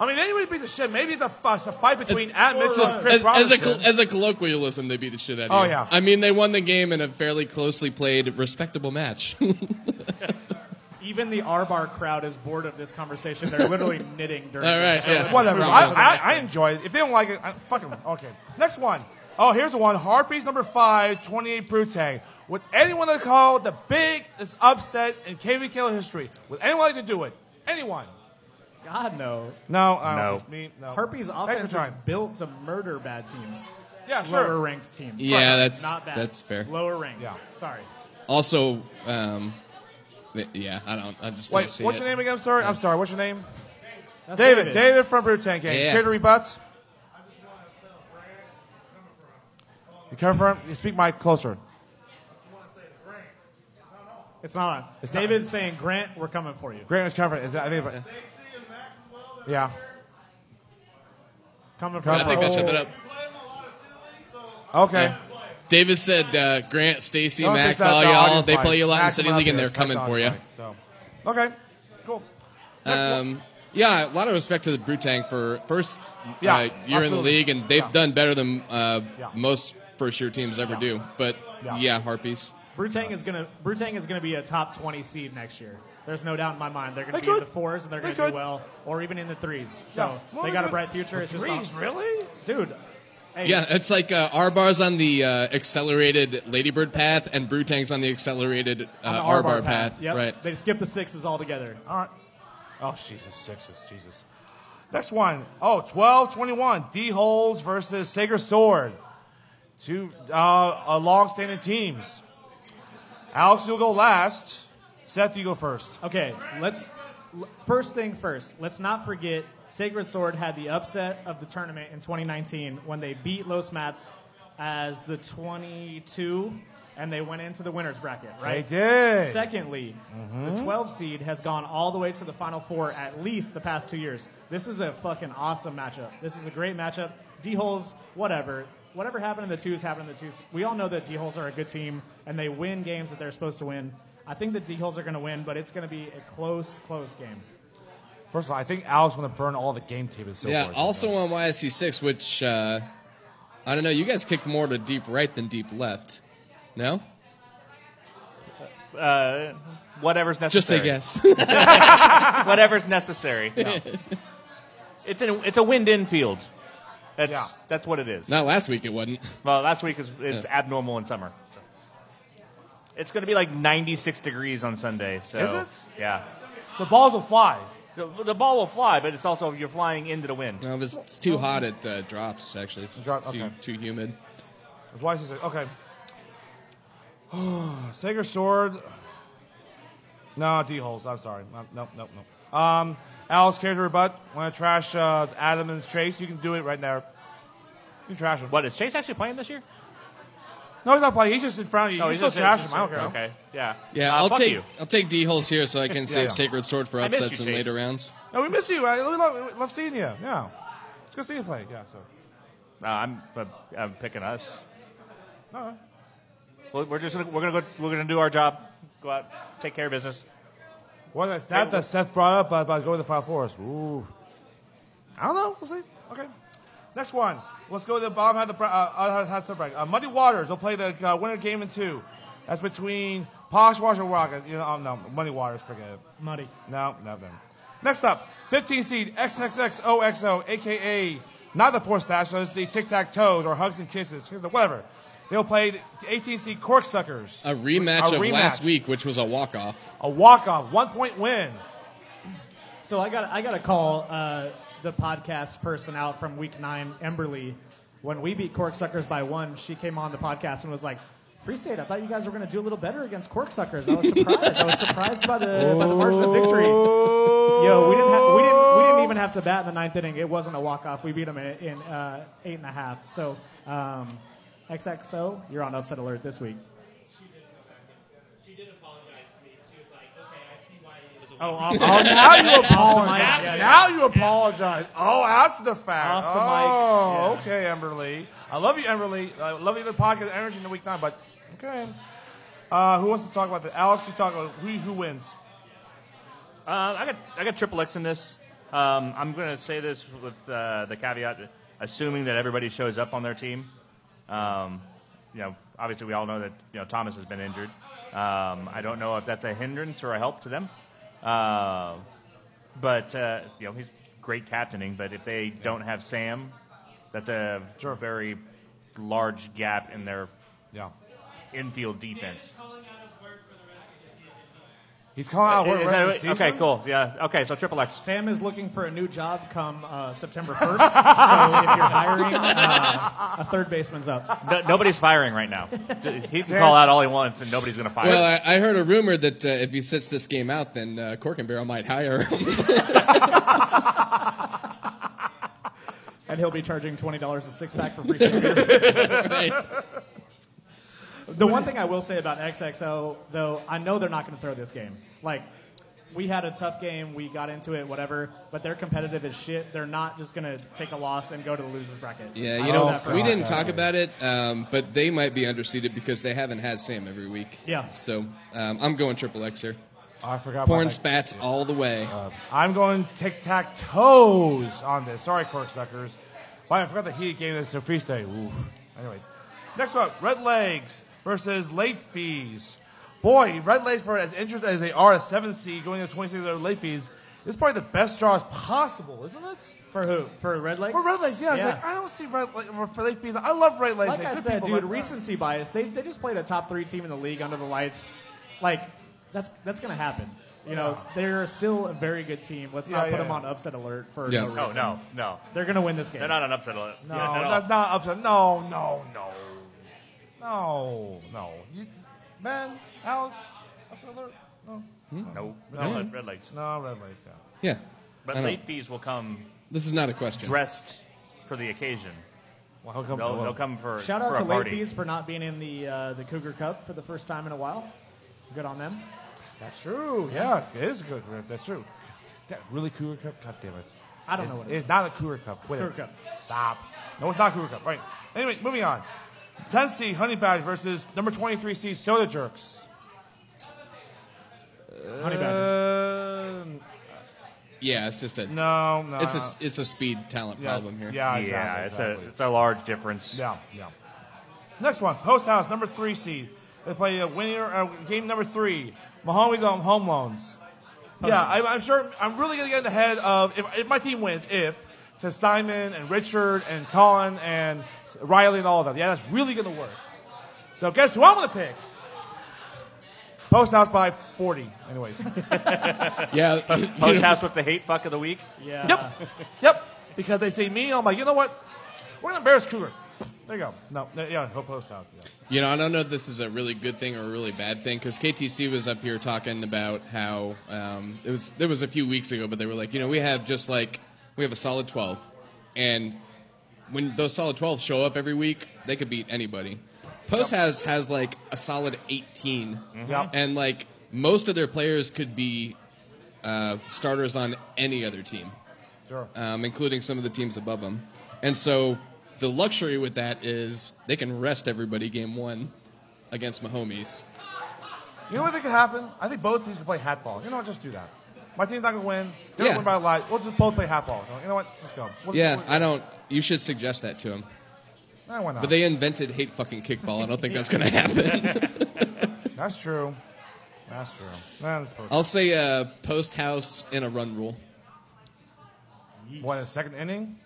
[SPEAKER 2] I mean, anybody beat the shit. Maybe it's a, f- it's a fight between Adam Mitchell
[SPEAKER 3] Just
[SPEAKER 2] and Chris
[SPEAKER 3] as, as a
[SPEAKER 2] Robinson.
[SPEAKER 3] col- as a colloquialism, they beat the shit out of
[SPEAKER 2] Oh,
[SPEAKER 3] you.
[SPEAKER 2] yeah.
[SPEAKER 3] I mean, they won the game in a fairly closely played, respectable match.
[SPEAKER 4] Even the R bar crowd is bored of this conversation. They're literally knitting during.
[SPEAKER 3] All right,
[SPEAKER 4] this, so
[SPEAKER 3] yeah.
[SPEAKER 4] let's
[SPEAKER 2] Whatever.
[SPEAKER 4] move
[SPEAKER 2] I,
[SPEAKER 4] on to the
[SPEAKER 2] I,
[SPEAKER 4] next
[SPEAKER 2] I
[SPEAKER 4] thing.
[SPEAKER 2] enjoy it. If they don't like it, I, fuck them. Okay. Next one. Oh, here's one. Harpies number five, 28 Brutang. Would anyone like to call the biggest upset in KVKL history? Would anyone like to do it? Anyone?
[SPEAKER 4] God no.
[SPEAKER 2] No, I don't
[SPEAKER 1] No.
[SPEAKER 2] think it's me. No.
[SPEAKER 4] Harpy's
[SPEAKER 2] Thanks for
[SPEAKER 4] offense is
[SPEAKER 2] trying.
[SPEAKER 4] built to murder bad teams.
[SPEAKER 2] Yeah, sure.
[SPEAKER 4] Lower ranked teams.
[SPEAKER 3] Yeah,
[SPEAKER 4] Sorry,
[SPEAKER 3] that's-
[SPEAKER 4] not bad.
[SPEAKER 3] that's fair.
[SPEAKER 4] Lower ranked.
[SPEAKER 2] Yeah.
[SPEAKER 4] Sorry.
[SPEAKER 3] also, um, th- yeah, I don't. I just
[SPEAKER 2] Wait,
[SPEAKER 3] don't see
[SPEAKER 2] what's
[SPEAKER 3] it.
[SPEAKER 2] your name again? Sorry, I'm sorry. What's your name?
[SPEAKER 4] That's
[SPEAKER 2] David. David from Brutang Gang.
[SPEAKER 3] Yeah.
[SPEAKER 2] Care to rebut? You come from? You speak mic closer.
[SPEAKER 4] It's not on.
[SPEAKER 2] It's not-
[SPEAKER 4] David's saying, Grant, we're coming for you.
[SPEAKER 2] Grant was covering. Is that, I think, yeah.
[SPEAKER 4] Coming for
[SPEAKER 3] I
[SPEAKER 4] you.
[SPEAKER 3] think I shut that
[SPEAKER 2] Oh.
[SPEAKER 3] up.
[SPEAKER 2] Okay.
[SPEAKER 3] Yeah. David said, uh, "Grant, Stacy,
[SPEAKER 2] Don't
[SPEAKER 3] Max,
[SPEAKER 2] think that-
[SPEAKER 3] all
[SPEAKER 2] no,
[SPEAKER 3] y'all.
[SPEAKER 2] it's
[SPEAKER 3] They
[SPEAKER 2] fine.
[SPEAKER 3] play you a lot in
[SPEAKER 2] Max
[SPEAKER 3] City
[SPEAKER 2] them out
[SPEAKER 3] League, and
[SPEAKER 2] here.
[SPEAKER 3] they're coming
[SPEAKER 2] That's
[SPEAKER 3] for
[SPEAKER 2] all
[SPEAKER 3] you."
[SPEAKER 2] fine. So, okay, cool. Next one.
[SPEAKER 3] Um, yeah, a lot of respect to the Brutang for first uh,
[SPEAKER 2] Yeah,
[SPEAKER 3] year in the
[SPEAKER 2] absolutely.
[SPEAKER 3] league, and they've
[SPEAKER 2] Yeah.
[SPEAKER 3] done better than uh,
[SPEAKER 2] Yeah.
[SPEAKER 3] most first year teams ever do. But
[SPEAKER 2] Yeah.
[SPEAKER 3] yeah, Harpies.
[SPEAKER 4] Brutang is gonna Brutang is gonna be a top twenty seed next year. There's no doubt in my mind. They're gonna
[SPEAKER 2] They
[SPEAKER 4] be in
[SPEAKER 2] could.
[SPEAKER 4] the fours and they're
[SPEAKER 2] They
[SPEAKER 4] gonna
[SPEAKER 2] could.
[SPEAKER 4] do well, or even in the threes.
[SPEAKER 2] Yeah.
[SPEAKER 4] So
[SPEAKER 2] Well,
[SPEAKER 4] they got a
[SPEAKER 2] good.
[SPEAKER 4] bright future. It's just
[SPEAKER 2] Threes,
[SPEAKER 4] not-
[SPEAKER 2] really?
[SPEAKER 4] dude. Hey,
[SPEAKER 3] Yeah, it's like uh, R bars on the uh, accelerated Ladybird path, and Brutang's on the accelerated uh,
[SPEAKER 4] on the
[SPEAKER 3] R bar
[SPEAKER 4] R-bar
[SPEAKER 3] path.
[SPEAKER 4] Yep.
[SPEAKER 3] Right.
[SPEAKER 4] They skip the sixes altogether.
[SPEAKER 2] All right. Oh, Jesus, sixes, Jesus. Next one. Oh, 12 21. D Holes versus Sacred Sword. Two uh, uh, long standing teams. Alex, you'll go last. Seth, you go first.
[SPEAKER 4] Okay, let's l- first thing first. Let's not forget Sacred Sword had the upset of the tournament in 2019 when they beat Los Mats as the 22 and they went into the winners bracket, right?
[SPEAKER 2] They did.
[SPEAKER 4] Secondly,
[SPEAKER 2] Mm-hmm.
[SPEAKER 4] the 12 seed has gone all the way to the final four at least the past 2 years. This is a fucking awesome matchup. This is a great matchup. D-holes whatever. Whatever happened in the twos happened in the twos. We all know that D-holes are a good team and they win games that they're supposed to win. I think the D-holes are going to win, but it's going to be a close close game.
[SPEAKER 2] First of all, I think Alex want to burn all the game tape and so
[SPEAKER 3] yeah.
[SPEAKER 2] forth.
[SPEAKER 3] Also on YSC six, which uh, I don't know. You guys kick more to deep right than deep left. No,
[SPEAKER 1] Uh, whatever's necessary.
[SPEAKER 3] just a guess.
[SPEAKER 1] Whatever's necessary. it's an, it's a wind-in field. That's
[SPEAKER 2] Yeah.
[SPEAKER 1] that's what it is.
[SPEAKER 3] Not last week. It wasn't.
[SPEAKER 1] Well, last week is, is abnormal in summer. so. It's going to be like 96 degrees on Sunday. So
[SPEAKER 2] Is it?
[SPEAKER 1] Yeah.
[SPEAKER 2] So balls will fly.
[SPEAKER 1] The, the ball will fly, but it's also you're flying into the wind.
[SPEAKER 3] No, if it's, it's
[SPEAKER 1] Oh.
[SPEAKER 3] too hot. It uh, drops. Actually, It's
[SPEAKER 2] Drop-
[SPEAKER 3] too,
[SPEAKER 2] okay.
[SPEAKER 3] too humid.
[SPEAKER 2] That's why she said, okay. Sacred Sword. No, D holes. I'm sorry. No, Nope, nope, nope. Um, Alex, care to rebut? Want to trash uh, Adam and Chase? You can do it right now. You can trash him.
[SPEAKER 1] What is Chase actually playing this year?
[SPEAKER 2] No, he's not playing. He's just in front of you.
[SPEAKER 1] No,
[SPEAKER 2] you
[SPEAKER 1] he's
[SPEAKER 2] still
[SPEAKER 1] just-
[SPEAKER 2] trash
[SPEAKER 1] he's
[SPEAKER 2] him. I don't care.
[SPEAKER 1] just- Okay. Yeah.
[SPEAKER 3] Yeah,
[SPEAKER 1] Uh,
[SPEAKER 3] I'll
[SPEAKER 1] fuck
[SPEAKER 3] take
[SPEAKER 1] you.
[SPEAKER 3] I'll take D holes here so I can save
[SPEAKER 2] yeah.
[SPEAKER 3] Sacred Sword for
[SPEAKER 1] I miss
[SPEAKER 3] upsets
[SPEAKER 1] you,
[SPEAKER 3] in later
[SPEAKER 1] Chase.
[SPEAKER 3] rounds.
[SPEAKER 2] No, we miss you. I, we, love, we love seeing you. Yeah. It's good seeing you play. Yeah, so.
[SPEAKER 1] No, I'm uh, I'm picking us.
[SPEAKER 2] All right.
[SPEAKER 1] We're we're just gonna, we're gonna go, we're gonna do our job. Go out, take care of business.
[SPEAKER 2] What that snap that Seth brought up about going to the Final Fours. Ooh. I don't know. We'll see. Okay. Next one. Let's go to the bottom half of the bra- uh, uh, half of the bracket. Uh, Muddy Waters will play the uh, winner game in two. That's between Posh Wash and Rockets. You know, oh, no, Muddy Waters, forget it.
[SPEAKER 4] Muddy.
[SPEAKER 2] No, no, no. Next up, 15 seed XXXOXO, aka not the poor stashers, the Tic Tac Toes or Hugs and Kisses, whatever. They'll play the 18 seed Corksuckers.
[SPEAKER 3] A rematch
[SPEAKER 2] A
[SPEAKER 3] of last
[SPEAKER 2] rematch.
[SPEAKER 3] week, which was a walk off.
[SPEAKER 2] A walk off, one point win.
[SPEAKER 4] So I got I got to call uh, the podcast person out from week nine, Emberly. When we beat Corksuckers by one, she came on the podcast and was like, Free State, I thought you guys were going to do a little better against Corksuckers. I was surprised. I was surprised by the, by the margin of victory. Yo, we didn't, ha- we, didn't, we didn't even have to bat in the ninth inning. It wasn't a walk-off. We beat them in, in uh, eight and a half. So, um, XXO, you're on upset alert this week.
[SPEAKER 6] She did apologize to me. She was like, okay, I see why it was a
[SPEAKER 2] Oh,
[SPEAKER 6] win."
[SPEAKER 2] now you apologize.
[SPEAKER 6] After the mic.
[SPEAKER 2] Now you apologize. Oh, after the fact.
[SPEAKER 6] Off the
[SPEAKER 2] oh,
[SPEAKER 6] mic,
[SPEAKER 2] okay, Emberly. I love you, Emberly. I love you for the podcast energy in the week nine, but okay. Uh, who wants to talk about that? Alex, you talk about who, who wins.
[SPEAKER 1] Uh, I got I got triple X in this. Um, I'm going to say this with uh, the caveat, that assuming that everybody shows up on their team. Um, you know, obviously we all know that you know Thomas has been injured. Um, I don't know if that's a hindrance or a help to them. Uh, but uh, you know, he's great captaining. But if they don't have Sam, that's a very large gap in their
[SPEAKER 2] yeah.
[SPEAKER 1] infield defense.
[SPEAKER 2] He's calling out
[SPEAKER 1] Is- Uh,
[SPEAKER 2] work
[SPEAKER 1] is
[SPEAKER 2] Ah, rest
[SPEAKER 1] that-
[SPEAKER 2] of the season?
[SPEAKER 1] okay, cool. Yeah. Okay, so triple X.
[SPEAKER 4] Sam is looking for a new job come uh, September 1st. so if you're hiring, uh, a third baseman's up.
[SPEAKER 1] No, nobody's firing right now. He can
[SPEAKER 4] Sam-
[SPEAKER 1] call out all he wants, and nobody's going to fire.
[SPEAKER 3] Well,
[SPEAKER 1] him.
[SPEAKER 3] I, I heard a rumor that uh, if he sits this game out, then uh, Cork and Barrel might hire him.
[SPEAKER 4] And he'll be charging $20 a six-pack for free beer. The one thing I will say about XXO, though, I know they're not going to throw this game. Like, we had a tough game, we got into it, whatever, but they're competitive as shit. They're not just going to take a loss and go to the losers bracket.
[SPEAKER 3] yeah,
[SPEAKER 4] I
[SPEAKER 3] you know,
[SPEAKER 4] know that for a
[SPEAKER 3] we
[SPEAKER 4] fact.
[SPEAKER 3] didn't talk about it, um, but they might be underseeded because they haven't had Sam every week.
[SPEAKER 2] Yeah.
[SPEAKER 3] So um, I'm going triple X here.
[SPEAKER 2] I forgot about
[SPEAKER 3] Porn
[SPEAKER 2] that.
[SPEAKER 3] spats all the way.
[SPEAKER 2] Uh, I'm going tic tac toes on this. Sorry, corksuckers. Why I forgot the heat game that's a free state. Ooh. Anyways, next up, Red Legs versus Late Fees. Boy, Red Legs for as injured as they are at seven seed going to twenty six of late fees. This is probably the best draw as possible, isn't it?
[SPEAKER 4] For who? For Red Legs?
[SPEAKER 2] For Red Legs, yeah. I was
[SPEAKER 4] Yeah.
[SPEAKER 2] like, I don't see Red Legs for late fees. I love Red Legs.
[SPEAKER 4] Like
[SPEAKER 2] They're
[SPEAKER 4] I
[SPEAKER 2] good
[SPEAKER 4] said,
[SPEAKER 2] people,
[SPEAKER 4] dude,
[SPEAKER 2] but-
[SPEAKER 4] recency bias. They, they just played a top three team in the league under the lights. Like, that's that's going to happen. You know, they're still a very good team. Let's
[SPEAKER 2] Yeah,
[SPEAKER 4] not put
[SPEAKER 2] yeah,
[SPEAKER 4] them
[SPEAKER 2] yeah.
[SPEAKER 4] on upset alert for
[SPEAKER 1] Yeah.
[SPEAKER 4] no
[SPEAKER 1] No,
[SPEAKER 4] reason.
[SPEAKER 1] no, no.
[SPEAKER 4] They're going to win this game.
[SPEAKER 1] They're not an upset alert.
[SPEAKER 2] No,
[SPEAKER 1] Yeah, at all.
[SPEAKER 2] that's not upset. No, no, no, no, no. You, ben, Alex, upset alert. No.
[SPEAKER 1] No,
[SPEAKER 2] No.
[SPEAKER 1] no,
[SPEAKER 2] Hmm?
[SPEAKER 1] red legs.
[SPEAKER 2] No, red legs. Yeah.
[SPEAKER 3] Yeah. I
[SPEAKER 1] But
[SPEAKER 3] don't-
[SPEAKER 1] late fees will come.
[SPEAKER 3] This is not a question.
[SPEAKER 1] Dressed for the occasion.
[SPEAKER 2] Well, how
[SPEAKER 1] they'll, they'll come for
[SPEAKER 4] Shout
[SPEAKER 1] for
[SPEAKER 4] out
[SPEAKER 1] a
[SPEAKER 4] to Late
[SPEAKER 1] party.
[SPEAKER 4] Fees for not being in the uh, the Cougar Cup for the first time in a while. Good on them.
[SPEAKER 2] That's true. Yeah, it is a good rip. That's true. That really Cougar Cup? God damn it.
[SPEAKER 4] I don't
[SPEAKER 2] It's-
[SPEAKER 4] know what it
[SPEAKER 2] It's not a Cougar Cup. Quit
[SPEAKER 4] Cougar
[SPEAKER 2] it.
[SPEAKER 4] Cup.
[SPEAKER 2] Stop. No, it's not Cougar Cup. Right. Anyway, moving on. 10 C Honey Badge versus number 23 C Soda Jerks.
[SPEAKER 4] Honey
[SPEAKER 2] Badgers.
[SPEAKER 3] Yeah, it's just a
[SPEAKER 2] Uh, No, no.
[SPEAKER 3] It's a it's a speed talent
[SPEAKER 2] Yeah,
[SPEAKER 3] problem here.
[SPEAKER 2] yeah, exactly,
[SPEAKER 1] yeah, it's
[SPEAKER 2] exactly.
[SPEAKER 1] a it's a large difference.
[SPEAKER 2] Yeah, yeah. Next one, Post House, number three seed. They play a winner, uh, game number three. Mahomes on home loans. yeah, I, I'm sure. I'm really going to get in the head of if, if my team wins. If to Simon and Richard and Colin and Riley and all of them. Yeah, that's really going to work. So guess who I'm going to pick? Post House by 40. Anyways.
[SPEAKER 3] Yeah.
[SPEAKER 1] Post house with the hate fuck of the week.
[SPEAKER 4] Yeah.
[SPEAKER 2] Yep. Yep. Because they see me, I'm like, you know what? We're going to embarrass Cougar. There you go. No, no, yeah, he'll Post House. Yeah.
[SPEAKER 3] You know, I don't know if this is a really good thing or a really bad thing because KTC was up here talking about how um, it was. There was a few weeks ago, but they were like, you know, we have just like we have a solid twelve, and when those solid twelve show up every week, they could beat anybody. Post has has like a solid 18
[SPEAKER 2] Yep.
[SPEAKER 3] and like most of their players could be uh, starters on any other team.
[SPEAKER 2] Sure.
[SPEAKER 3] um, including some of the teams above them. And so the luxury with that is they can rest everybody game one against Mahomes.
[SPEAKER 2] You know what I think could happen? I think both teams could play hatball. You know what? Just do that. My team's not going to win. They're
[SPEAKER 3] Yeah.
[SPEAKER 2] going to win by a lot. We'll just both play hatball. You know what? Let's go. We'll-
[SPEAKER 3] Yeah,
[SPEAKER 2] we'll-
[SPEAKER 3] I don't. You should suggest that to him.
[SPEAKER 2] Eh, why not?
[SPEAKER 3] But they invented hate fucking kickball. I don't think that's going to happen.
[SPEAKER 2] That's true. That's true. That is perfect.
[SPEAKER 3] I'll say uh, post house and a run rule. Uh,
[SPEAKER 2] What, in the second inning?